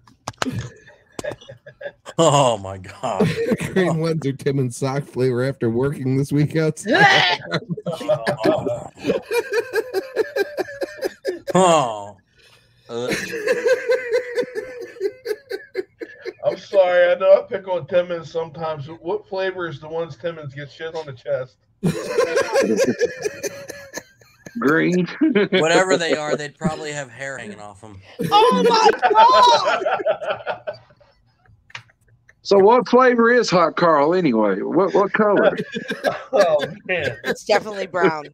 Oh my god. Oh. Green ones are Tim and sock flavor after working this week outside. oh. Oh. Uh, I'm sorry. I know I pick on Timmons sometimes. but What flavor is the ones Timmons gets shit on the chest? Green. whatever they are, they'd probably have hair hanging off them. Oh my god! Oh, So what flavor is hot Carl anyway? What what color? Oh man. It's definitely brown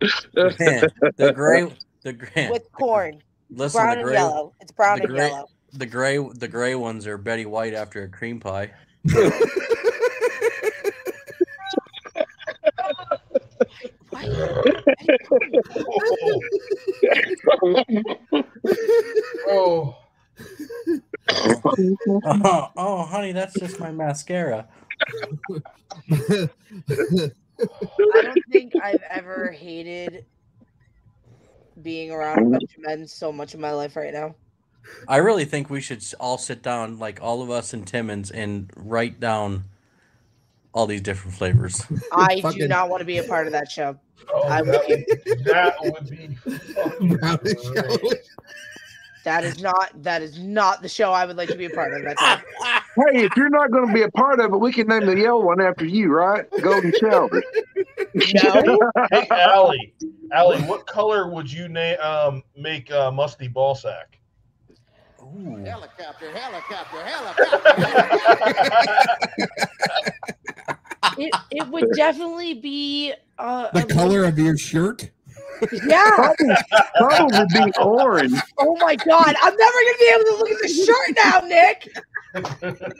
The gray, the gray. with corn. Listen, brown the and gray, yellow. It's brown the and gray, yellow. the gray, the gray ones are Betty White after a cream pie. Oh. oh, Mm-hmm. oh, honey, that's just my mascara. I don't think I've ever hated being around a bunch of men so much in my life right now. I really think we should s- all sit down, like all of us and Timmons, and write down all these different flavors. I do Fucking- not want to be a part of that show. Oh, I that, would, would- that would be fucking great. that is not that is not the show I would like to be a part of. That's Hey, if you're not going to be a part of it, we can name the yellow one after you, right? Golden Shower. Hey, Allie, Allie, what color would you name um make uh, musty ball sack? Helicopter, helicopter, helicopter. it, it would definitely be uh, The a color of your shirt? Yeah. Purple would be orange. Oh my god, I'm never gonna be able to look at the shirt now, Nick.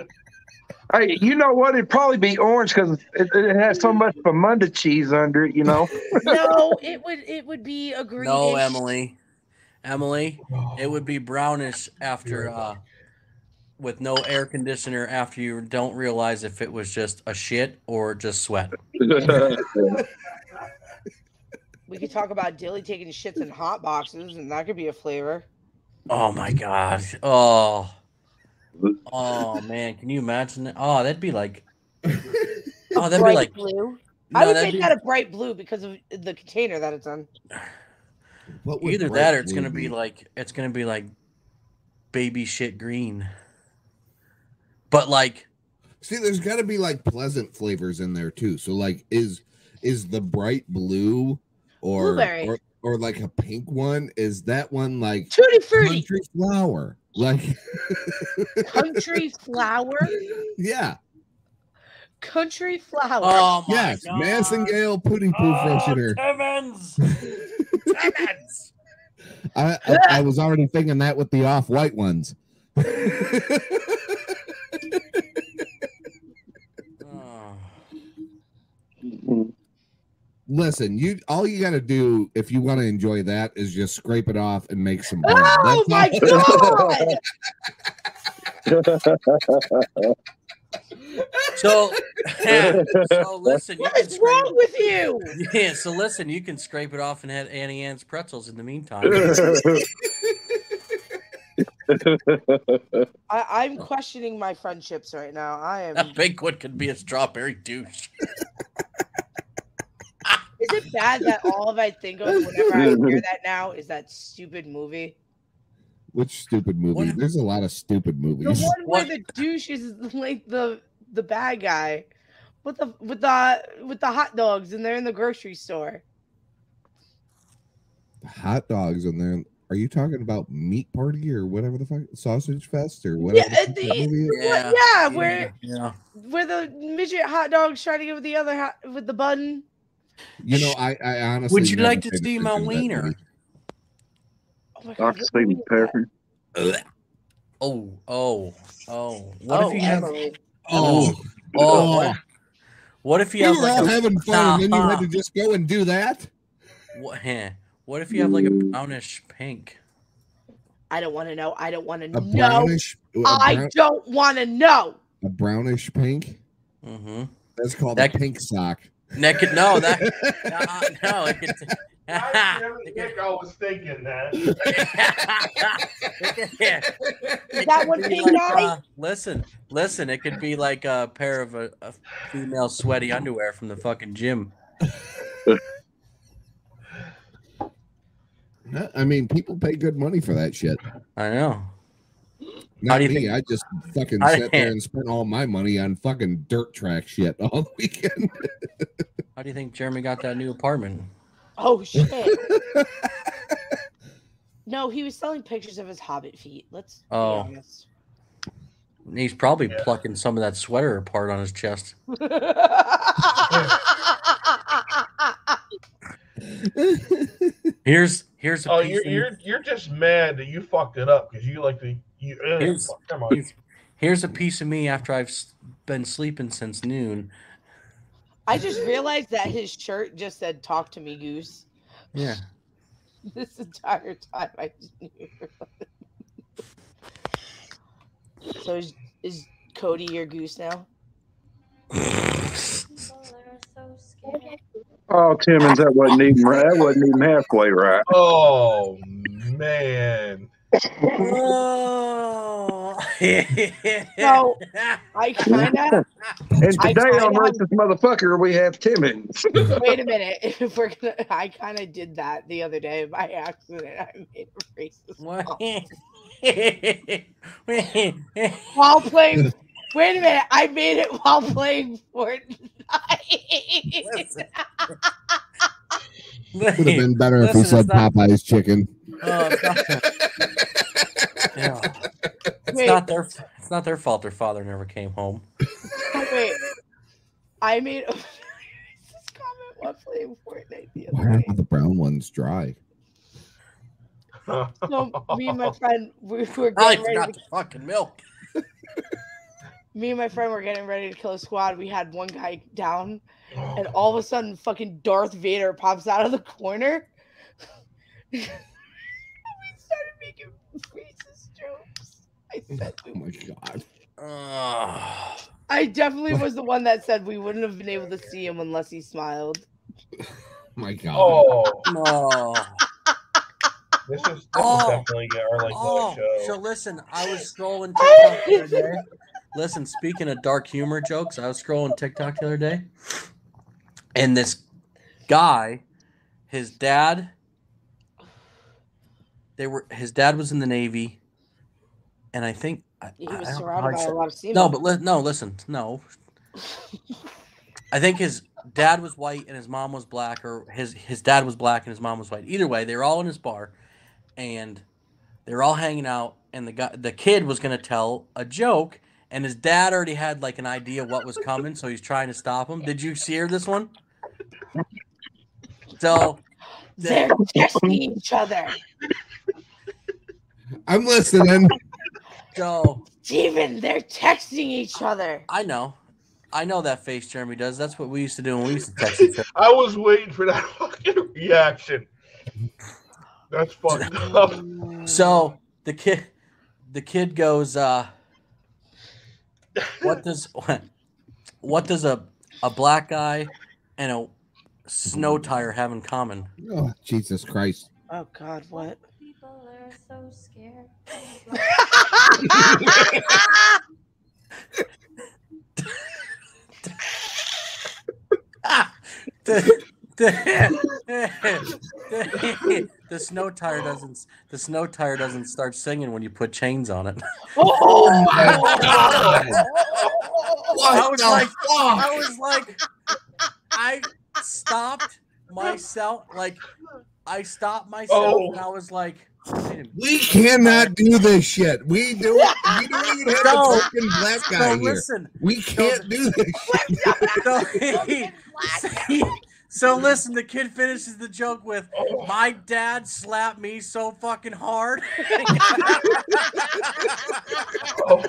Hey, you know what? It'd probably be orange because it, it has so much Bermuda cheese under it. You know. No, it would it would be a greenish. No, Emily. Emily, it would be brownish after uh with no air conditioner after you don't realize if it was just a shit or just sweat. We could talk about Dilly taking shits in hot boxes, and that could be a flavor. oh my god. Oh. Oh man, can you imagine that? Oh, that'd be like Oh, that'd be Bright like blue. No, I would that'd say be- not a bright blue because of the container that it's in. would either that or bright it's blue gonna be be? like it's gonna be like baby shit green. But like See, there's got to be like pleasant flavors in there too. So like is is the bright blue or Blueberry. or, or like a pink one is that one like Tutti Frutti. country flower? Like Country flower. yeah. Country flower. oh Oh yes, Massingale pudding poo freshener. Oh, Evans. Evans. I, I I was already thinking that with the off white ones. Listen, you all you got to do if you want to enjoy that is just scrape it off and make some. bread. Oh my That's all. god! So, so listen. What is wrong with you? Yeah, so listen, you can scrape it off and have Annie Ann's pretzels in the meantime. I, I'm questioning my friendships right now. I am. that big one could be a strawberry douche. Is it bad that all of I think of whenever I hear that now is that stupid movie? Which stupid movie? There's a lot of stupid The movies. one where the douche is like the the bad guy, with the with the with the hot dogs and they're in the grocery store. Hot dogs in there. Are you talking about Meat Party or whatever the fuck Sausage Fest or Yeah, whatever? the uh, fuck the, that movie is? yeah, yeah, where where the midget hot dog's trying to get with the other hot, with the bun. You know, I, I honestly. Would you never like to paid see my attention to that wiener? movie. Oh Dr. Steven Pepper. Oh, oh, oh. What if you have? Emily. Oh, oh. What, what if you we have were like all a, having fun, and then you had to Nah. just go and do that. What, heh. what if you have like a brownish pink? I don't want to know. I don't want to A know. brownish, a, I brown- don't want to know. a brownish pink. Mm-hmm. That's called a pink sock. That could no Oh, that uh, no it could. Nick, I was thinking that. Is that one pink eye? Uh, listen, listen. It could be like a pair of uh, a, a female sweaty underwear from the fucking gym. Uh, I mean, people pay good money for that shit. I know. Not do you me. think- I just fucking I- sat there and spent all my money on fucking dirt track shit all weekend. How do you think Jeremy got that new apartment? Oh shit. no, he was selling pictures of his hobbit feet. Let's be Oh. honest. He's probably plucking some of that sweater apart on his chest. Here's here's a Oh, piece you're in- you're you're just mad that you fucked it up because you like to you. ugh, Here's- fuck, come on. here's a piece of me after I've s- been sleeping since noon. I just realized that his shirt just said "Talk to me, Goose." Yeah. This entire time, I just knew. so is, is Cody your goose now? Oh, Timmons, that wasn't even right. That wasn't even halfway right. Oh man. Oh. No, I kind of. And I today on kinda- Racist Motherfucker, we have Timmons. Wait a minute. If we're gonna, I kind of did that the other day by accident. I made a racist call. while playing. Wait a minute. I made it while playing Fortnite. Would have been better if we Listen, said it's not- Popeye's chicken. Oh, it's not, Yeah. It's Wait. not their it's not their fault their father never came home. Wait. I made a racist comment while playing Fortnite the Why other day. are the brown ones dry? So me and my friend we were getting I ready forgot to- the fucking milk. me and my friend were getting ready to kill a squad. We had one guy down, and all of a sudden, fucking Darth Vader pops out of the corner. we started making racist jokes. I said, Oh my god. I definitely was the one that said we wouldn't have been able to see him unless he smiled. My god. Oh. This is, this Oh. is definitely our like Oh, show. so listen, I was scrolling TikTok the other day. Listen, speaking of dark humor jokes, I was scrolling TikTok the other day, and this guy, his dad, they were his dad was in the Navy, and I think I- He I- I was don't know surrounded how I by a said- lot of seamen. No, but li- no, listen, no. I think his dad was white and his mom was black, or his his dad was black and his mom was white. Either way, they were all in his bar, and they were all hanging out. And the guy, the kid, was gonna tell a joke, and his dad already had like an idea what was coming, so he's trying to stop him. Did you hear this one? So They're testing each other. I'm listening. So Steven, they're texting each other. I know. I know that face Jeremy does. That's what we used to do when we used to text each other. I was waiting for that fucking reaction. That's fucked up. So the kid, the kid goes, uh, "What does what does a a black guy and a snow tire have in common?" Oh, Jesus Christ. Oh God, what? People are so scared. the, the, the, the snow tire doesn't the snow tire doesn't start singing when you put chains on it. Oh my god! I was like, I was like, I stopped myself. Like, I stopped myself, Oh. and I was like, We cannot do this shit. We do it. We don't even have No. a fucking black So guy here. listen. We can't do this shit. so, so listen, the kid finishes the joke with, "My dad slapped me so fucking hard." Oh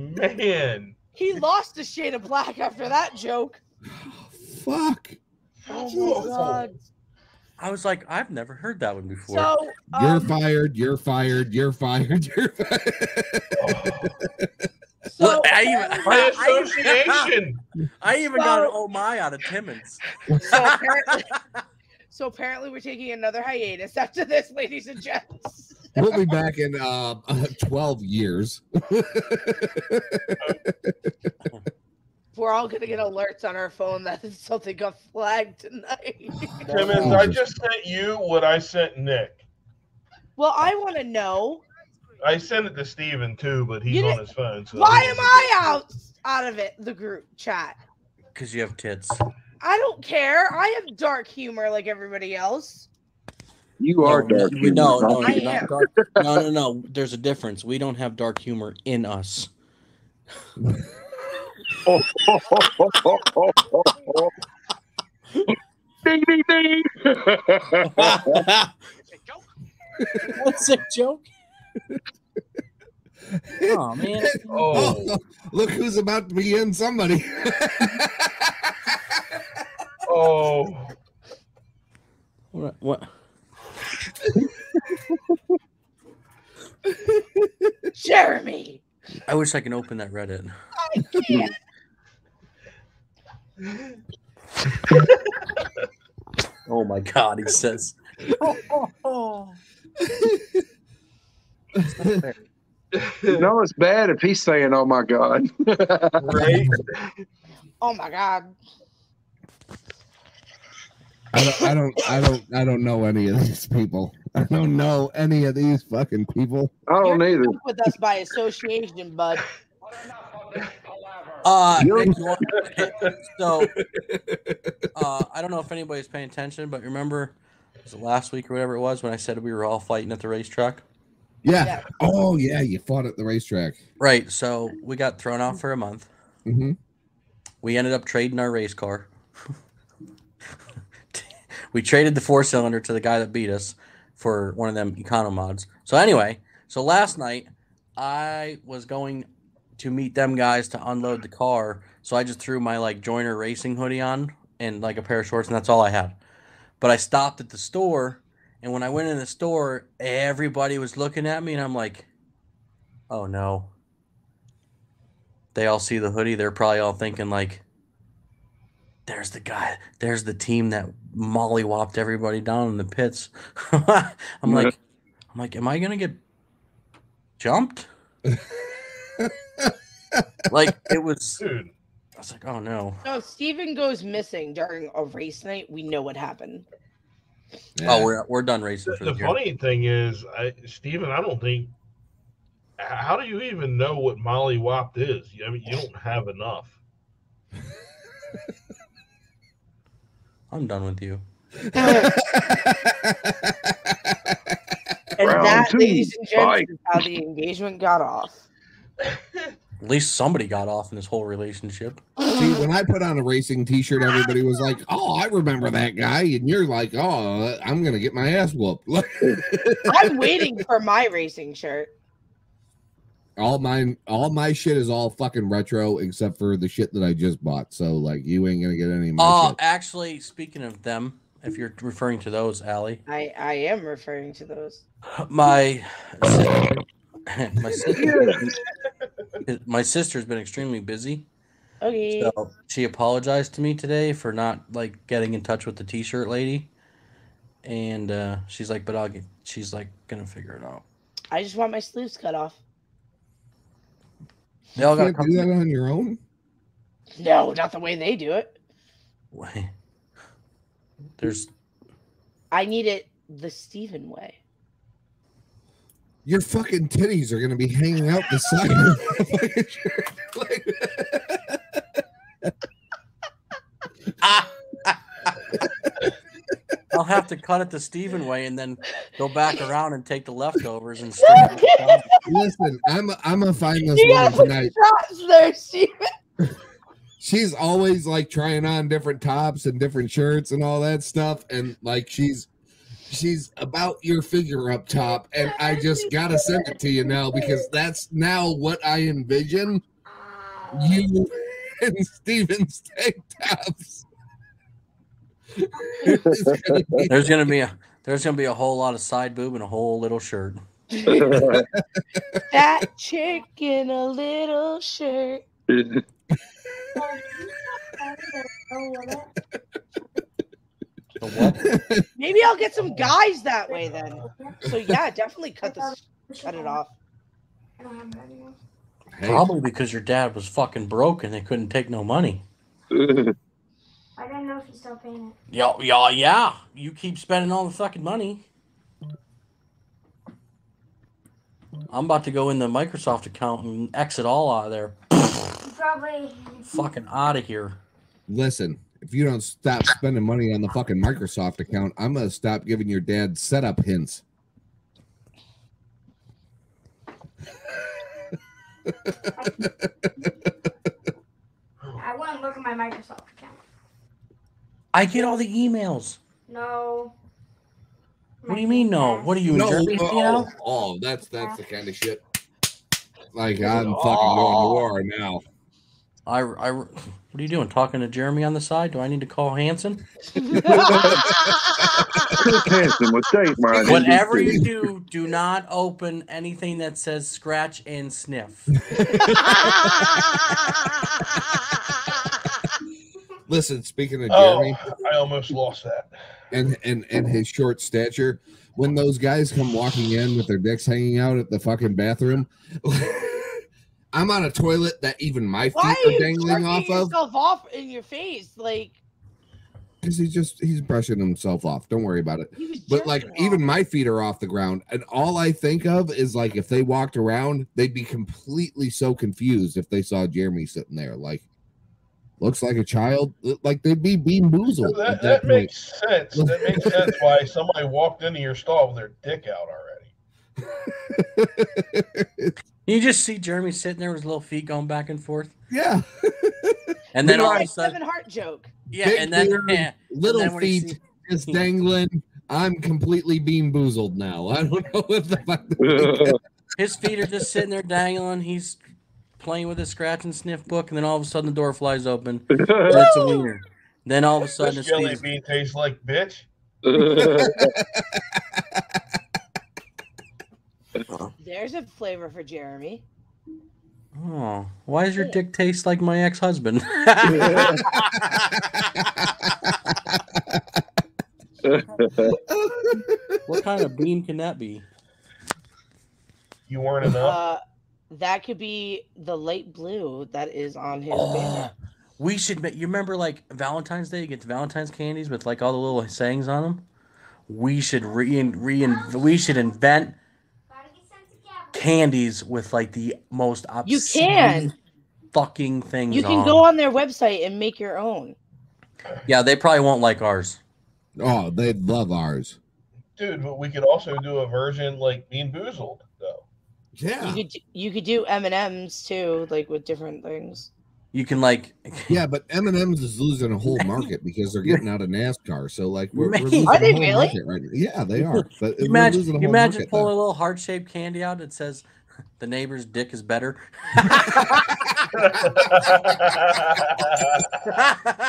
man. He lost a shade of black after that joke. Fuck. Oh my God. I was like, I've never heard that one before. So You're um, fired. You're fired. You're fired. You're fired. so I even, By I association. even, I even got an So- oh my out of Timmons. so apparently, so apparently we're taking another hiatus after this, ladies and gents. We'll be back in uh, 12 years. We're all gonna get alerts on our phone that something got flagged tonight. Timmons, I just sent you what I sent Nick. well, I want to know I sent it to Steven too, but he's You on didn't- his phone. So why am I out out of it? The group chat. Because you have tits. I don't care. I have dark humor like everybody else. You are dark No, humor, no, no, aren't you're you? not dark. no, no, no. There's a difference. We don't have dark humor in us. ding ding ding. What's a joke? Oh man. Oh. look who's about to be in somebody. Oh. What? what? Jeremy. I wish I can open that Reddit. I can't. Oh my god, he says. Oh, you know it's bad if he's saying, "Oh my god." right? Oh my god. I don't, I don't, I don't, I don't know any of these people. I don't know any of these fucking people. I don't either. With us by association, bud. Uh, You're- Nick, you want- so uh, I don't know if anybody's paying attention, but remember was it last week or whatever it was when I said we were all fighting at the racetrack? Yeah. Oh yeah, you fought at the racetrack. Right. So we got thrown out for a month. hmm We ended up trading our race car. we traded the four cylinder to the guy that beat us for one of them Economods. So anyway, so last night I was going to meet them guys to unload the car, so I just threw my like Joiner Racing hoodie on and like a pair of shorts, and that's all I had. But I stopped at the store, and when I went in the store, everybody was looking at me, and I'm like, "Oh no." They all see the hoodie. They're probably all thinking like, "There's the guy. There's the team that mollywopped everybody down in the pits." I'm like, I'm like, am I gonna get jumped? like it was. I was like, oh no. No, Steven goes missing during a race night. We know what happened. Oh, we're we're done racing for The the, year. funny thing is, I, Steven, I don't think. h- How do you even know what Molly Wop is? I mean, you don't have enough. I'm done with you. And Round that, two, ladies and gentlemen, fight. is how the engagement got off. At least somebody got off in this whole relationship. See, when I put on a racing T-shirt, everybody was like, "Oh, I remember that guy," and you're like, "Oh, I'm gonna get my ass whooped." I'm waiting for my racing shirt. all mine, all my shit is all fucking retro, except for the shit that I just bought. So, like, you ain't gonna get any of my Oh, shit. actually, speaking of them, if you're referring to those, Allie, I I am referring to those. my sister, my sister, my sister's been extremely busy. Okay. So she apologized to me today for not like getting in touch with the T-shirt lady, and uh, she's like, "But I'll get." She's like, "Gonna figure it out." I just want my sleeves cut off. They all got Can't do that on your own. No, not the way they do it. There's I need it the Steven way. Your fucking titties are gonna be hanging out the side of the fucking shirt. I'll have to cut it the Steven way and then go back around and take the leftovers and string it down. Listen, I'm I'm gonna find this You one gotta put tonight. straps there, Steven. she's always like trying on different tops and different shirts and all that stuff and like she's she's about your figure up top and i just gotta send it to you now because that's now what i envision you and steven's tank tops There's gonna be a there's gonna be a whole lot of side boob and a whole little shirt. That chick in a little shirt. the Maybe I'll get Oh. some guys that way then. So yeah, definitely cut this, cut it off. Probably because your dad was fucking broke and they couldn't take no money. I don't know if he's still paying Yeah, yeah, yeah. You keep spending all the fucking money. I'm about to go in the Microsoft account and exit all out of there. it. He probably. Fucking out of here. listen if you don't stop spending money on the fucking microsoft account i'm gonna stop giving your dad setup hints I want to look at my Microsoft account. I get all the emails. No. What do you mean no? What are you in No, Germany? oh, now? oh, that's that's the kind of shit. Like I'm fucking going to Oh. war now. I, I, what are you doing? Talking to Jeremy on the side? Do I need to call Hanson? Chris Hansen will take mine. Whatever you do, do not open anything that says scratch and sniff. Listen, speaking of Oh, Jeremy I almost lost that. and, and and his short stature, when those guys come walking in with their dicks hanging out at the fucking bathroom, I'm on a toilet that even my feet Why are are you dangling jerking off of. yourself off in your face? Like Because he's just he's brushing himself off. Don't worry about it. But like even my feet are off the ground, and all I think of is like if they walked around, they'd be completely so confused if they saw Jeremy sitting there. Like looks like a child. Like they'd be bamboozled. That, at that that point. makes sense. That makes sense why somebody walked into your stall with their dick out already. You just see Jeremy sitting there with his little feet going back and forth. Yeah. And then It's all of like a sudden, Kevin Hart joke. yeah, and then beard, yeah, and little then when you feet just dangling. I'm completely bean boozled now. I don't know if the His feet are just sitting there dangling. He's playing with his scratch and sniff book, and then all of a sudden the door flies open. and it's a wiener. Then all of a sudden This it's jelly Steve's- bean tastes like bitch. There's a flavor for Jeremy. Oh, why does your dick taste like my ex-husband? what kind of bean can that be? You weren't Uh, that could be the light blue that is on his Oh, banner. We should. Make, you remember like Valentine's Day? You get the Valentine's candies with like all the little sayings on them. We should re rein. We should invent candies with like the most You obscene can. fucking things. You can on go 'em. on their website and make your own. Yeah, they probably won't like ours. Oh, they'd love ours. Dude, but we could also do a version like Bean Boozled, though. Yeah. You could d- you could do M and M's too, like with different things. You can like. Yeah, but M and M's is losing a whole market because they're getting out of NASCAR. So like, we're, we're Are losing a they whole really? market right now. Yeah, they are. But You we're imagine, losing a you whole imagine market pulling there. a little heart shaped candy out that says, "The neighbor's dick is better."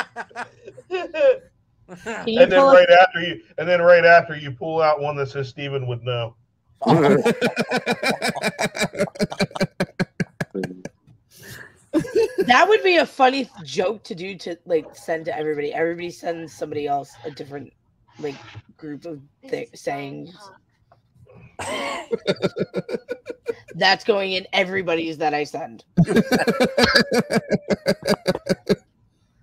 Can you and then pull up- right after you, and then right after you pull out one that says Steven would know. that would be a funny th- joke to do to like send to everybody. Everybody sends somebody else a different like group of th- sayings. That's going in everybody's that I send.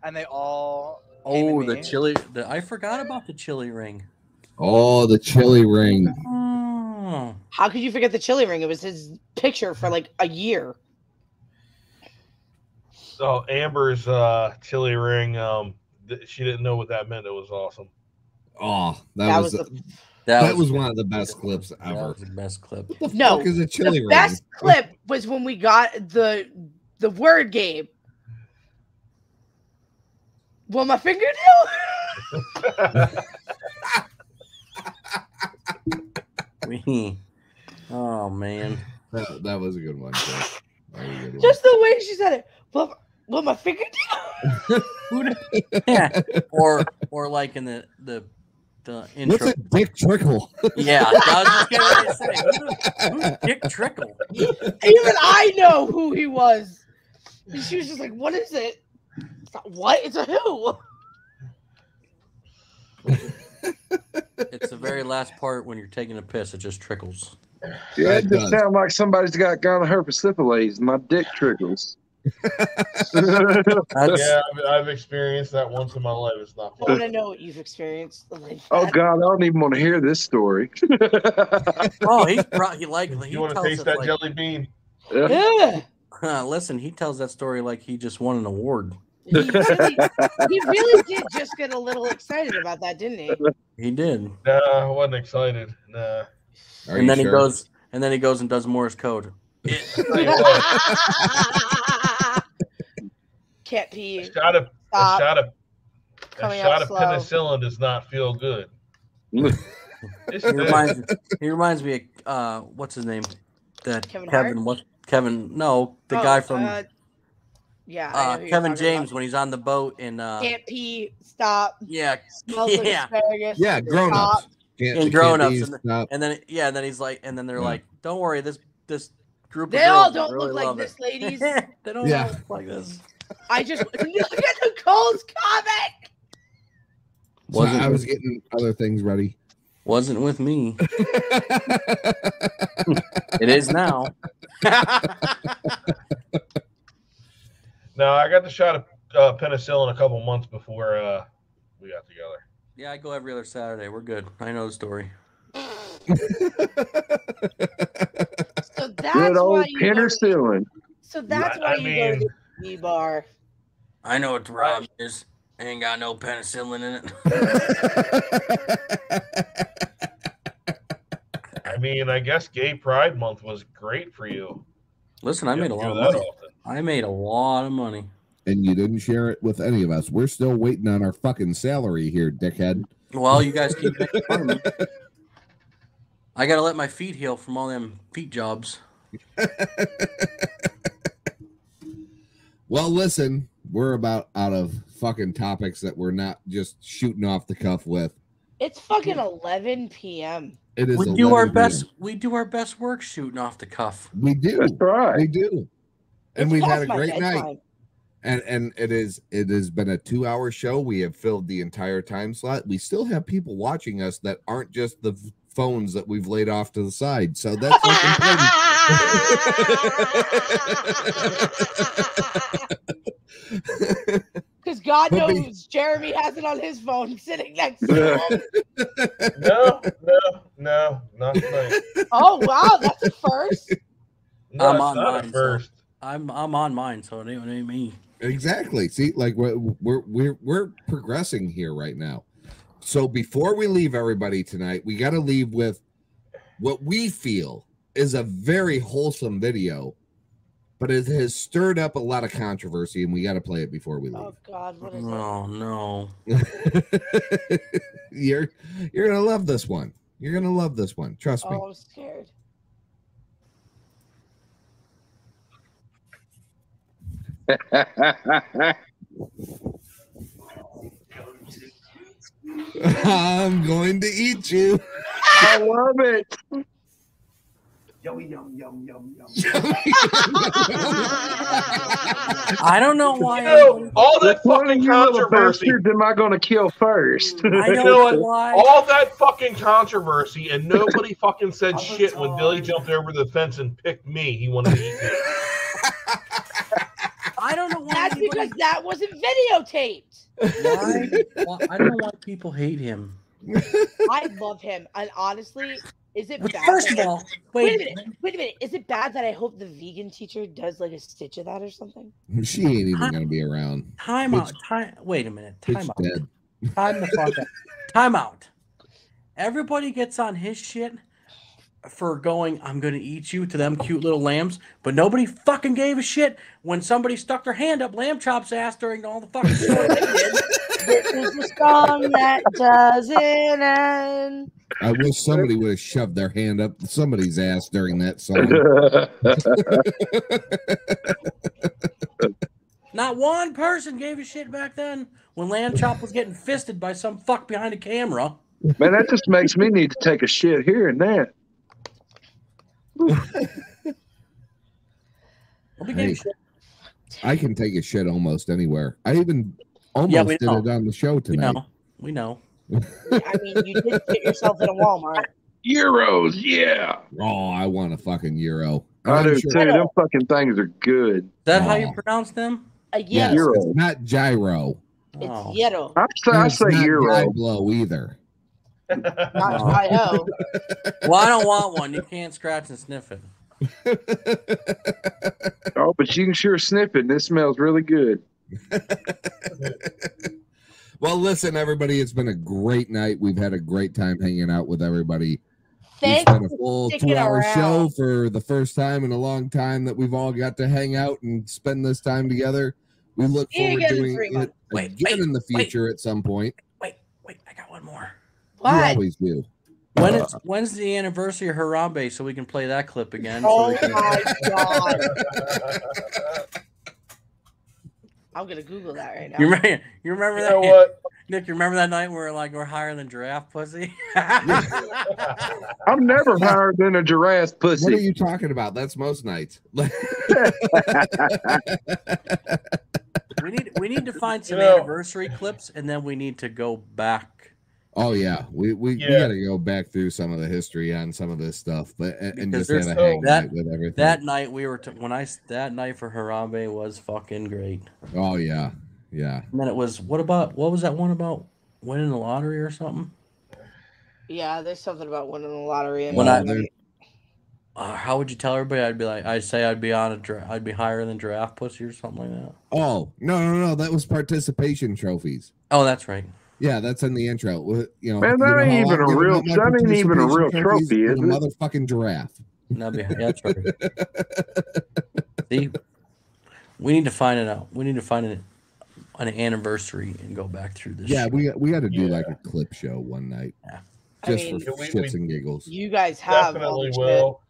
and they all oh, the chili. The, I forgot about the chili ring. Oh, the chili ring. Oh. How could you forget the chili ring? It was his picture for like a year. So oh, Amber's uh, chili ring, um, th- she didn't know what that meant. It was awesome. Oh, that, That was, was the- the- that, That was, was- one of the best clips ever. the best clip. What the No, fuck is a chili the ring? best clip was when we got the the word game. Well, my fingernail. oh man, that, that was a good one. Jay. That was a good one. Just the way she said it. Well, well, my fingernail. yeah. Or or like in the the the What's intro. a dick trickle? Yeah, I was just gonna say, who's, who's Dick Trickle? Even I know who he was. And she was just like, "What is it? It's not what? It's a who?" It's the very last part when you're taking a piss. It just trickles. Yeah, it It just does. sounds like somebody's got gonorrhea syphilis. My dick trickles. yeah, I've, I've experienced that once in my life. It's not I want fun. to know what you've experienced. Like, Oh God, I don't even want to hear this story. Oh, he's pro- he like he You want to tells taste it that like- jelly bean? Yeah. Huh, listen, he tells that story like he just won an award. He really, he really did just get a little excited about that, didn't he? He did. Nah, I wasn't excited. Nah. Are you and then sure? he goes and then he goes and does Morse code. Can't pee. shot of a Stop. shot of a Coming shot out of slow. penicillin does not feel good. It's He reminds, good. he reminds me of uh, what's his name? That Kevin Kevin, Hart? what Kevin no, the Oh, guy from uh, yeah, I know uh, who you're Kevin talking about. James when he's on the boat and uh, Can't pee. Stop. yeah, Smells like yeah, asparagus. Yeah, grown ups. Stop. and grown ups, and, then- and then yeah, and then he's like, and then they're Yeah. like, don't worry, this this group. They of girls all don't really look like love it." this, ladies. they don't Yeah. all look like this. I just look at Nicole's comment. So Wasn't I was with- getting other things ready. Wasn't with me. it is now. No, I got the shot of uh, penicillin a couple months before uh, we got together. Yeah, I go every other Saturday. We're good. I know the story. So that's Good why old you go to, penicillin. So that's I- why I you go to mean- the D bar. I know what the problem is. Ain't got no penicillin in it. I mean, I guess Gay Pride Month was great for you. Listen, I You made a don't lot of hear that money. I made a lot of money. and you didn't share it with any of us. We're still waiting on our fucking salary here, dickhead. Well, you guys keep making fun of me. I gotta let my feet heal from all them feet jobs. Well, listen, we're about out of fucking topics that we're not just shooting off the cuff with. It's fucking 11 p.m. It is we do our 11 best. We do our best work shooting off the cuff. We do. We do. And we've had past a my great bedtime. night. And and it is it has been a two hour show. We have filled the entire time slot. We still have people watching us that aren't just the f- phones that we've laid off to the side. So that's what's important. Because God But be- knows Jeremy has it on his phone sitting next to him. no, no, no, not tonight. oh, wow. That's a first. No, I'm it's on not a mine. so first. I'm I'm on mine, so it ain't, it ain't me. Exactly. See, like we're, we're we're we're progressing here right now. So before we leave everybody tonight, we got to leave with what we feel is a very wholesome video, but it has stirred up a lot of controversy, and we got to play it before we leave. Oh, God. What is it? Oh no. you're you're gonna love this one. You're gonna love this one. Trust me. Oh, I'm scared. I'm going to eat you. I love it. Yum, yum, yum, yum, yum. I don't know why. You know, everybody- all that fucking You little controversy. bastards am I going to kill first? You know what? All that fucking controversy, and nobody fucking said shit when Billy jumped over the fence and picked me. He wanted to eat me. I don't know why. That's because that wasn't videotaped. Why? why- I don't know why people hate him. I love him. And honestly, is it Well, bad? first that- of all, wait, wait. a minute. Wait a minute. Is it bad that I hope the vegan teacher does like a stitch of that or something? She ain't even gonna be around. Time Bitch- out. Time. Wait a minute. bitch Time out. dead. Time the fuck out. Time out. Everybody gets on his shit for going, I'm going to eat you to them cute little lambs, but nobody fucking gave a shit when somebody stuck their hand up Lamb Chop's ass during all the fucking story. There's a song that doesn't end. I wish somebody would have shoved their hand up somebody's ass during that song. Not one person gave a shit back then when Lamb Chop was getting fisted by some fuck behind a camera. Man, that just makes me need to take a shit here and there. Nobody gave Hey, a shit. I can take a shit almost anywhere. I even almost we did know. it on the show tonight. know. We know. I mean, you did fit yourself in a Walmart. Euros, yeah. Oh, I want a fucking euro. I I'm do sure- too. Them fucking things are good. Is that how you pronounce them? A Yes, Yero. it's not gyro. Oh. It's Yero. I say, And I it's say not euro. Diablo either. Uh-huh. Not I-O. Well, I don't want one. You can't scratch and sniff it. Oh, but you can sure sniff it. And it smells really good. Well, listen, everybody, it's been a great night. We've had a great time hanging out with everybody. Thanks it's been a for full sticking two-hour around. show for the first time in a long time that we've all got to hang out and spend this time together. We look See you forward again to in doing three it months. Wait, again in the future at some point. Got one more. We What? always do. When is when's the anniversary of Harambe so we can play that clip again? so Oh we can- my god. I'm gonna Google that right now. You remember, you remember You that know what? Nick, you remember that night where like we're higher than giraffe pussy? I'm never higher than a giraffe What are pussy. you talking about? That's most nights. we need we need to find some You know- anniversary clips and then we need to go back oh yeah, we we, we Yeah. got to go back through some of the history on some of this stuff, but and, and because just there's have a hang that night with everything. that night we were t- when I s- that night for Harambe was fucking great. oh yeah, yeah. And then it was what about what was that one about winning the lottery or something? Yeah, there's something about winning the lottery. and When all I- that. Uh, how would you tell everybody? I'd be like, I'd say I'd be on a, gir- I'd be higher than giraffe pussy or something like that. Oh no no no, that was participation trophies. Oh, that's right. Yeah, that's in the intro. Wh- You know, Man, you that know ain't how even I've a given real- out my that ain't even a real participation trophy, trophies is with a it? Motherfucking giraffe. That'd be, that's right. See, We need to find it out. We need to find an, an anniversary and go back through this. Yeah, shit. we we had to do like a clip show one night, I just mean- for We- shits we- and giggles. You guys have all Definitely the shit. will.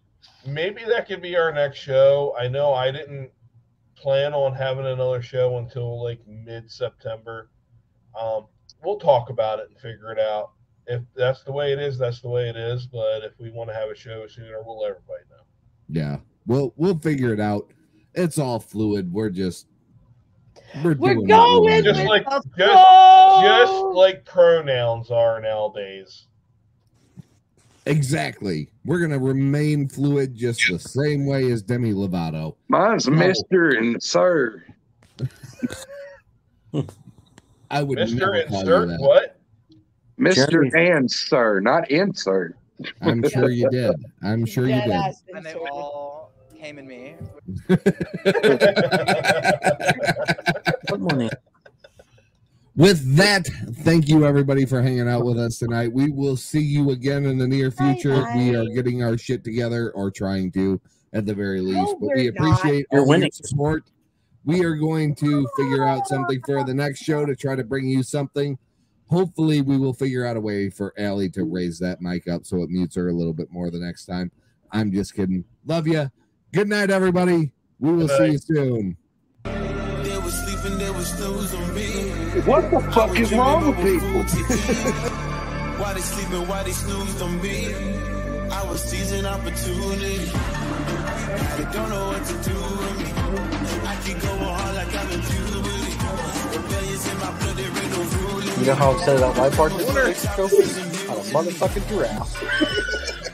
Maybe that could be our next show. I know I didn't plan on having another show until like mid September. Um, we'll talk about it and figure it out. If that's the way it is, that's the way it is. But if we want to have a show sooner, we'll let everybody know. Yeah, we'll we'll figure it out. It's all fluid. We're just we're, doing what we're just doing. like just, just Oh. like pronouns are nowadays. exactly. We're gonna remain fluid, just the same way as Demi Lovato. Mine's No. Mister and Sir. I would Mister never and call you Sir, that. what? Mister and Sir, not insert. I'm sure you did. I'm sure you did. And they all came in me. With that, thank you everybody for hanging out with us tonight. We will see you again in the near future. We are getting our shit together or trying to at the very least. but we we're not. appreciate You're all your winning. support. We are going to figure out something for the next show to try to bring you something. Hopefully, we will figure out a way for Allie to raise that mic up so it mutes her a little bit more the next time. I'm just kidding. Love you. Good night, everybody. We will see you soon. What the fuck is wrong with people? Why they sleeping, why they snoozed on me? I was seizing opportunity. They don't know what to do with me. I keep going hard like I'm in Jubilee. Rebellions in my blood, there ain't no ruling. You know how upset that life park is? Out of motherfucking giraffe.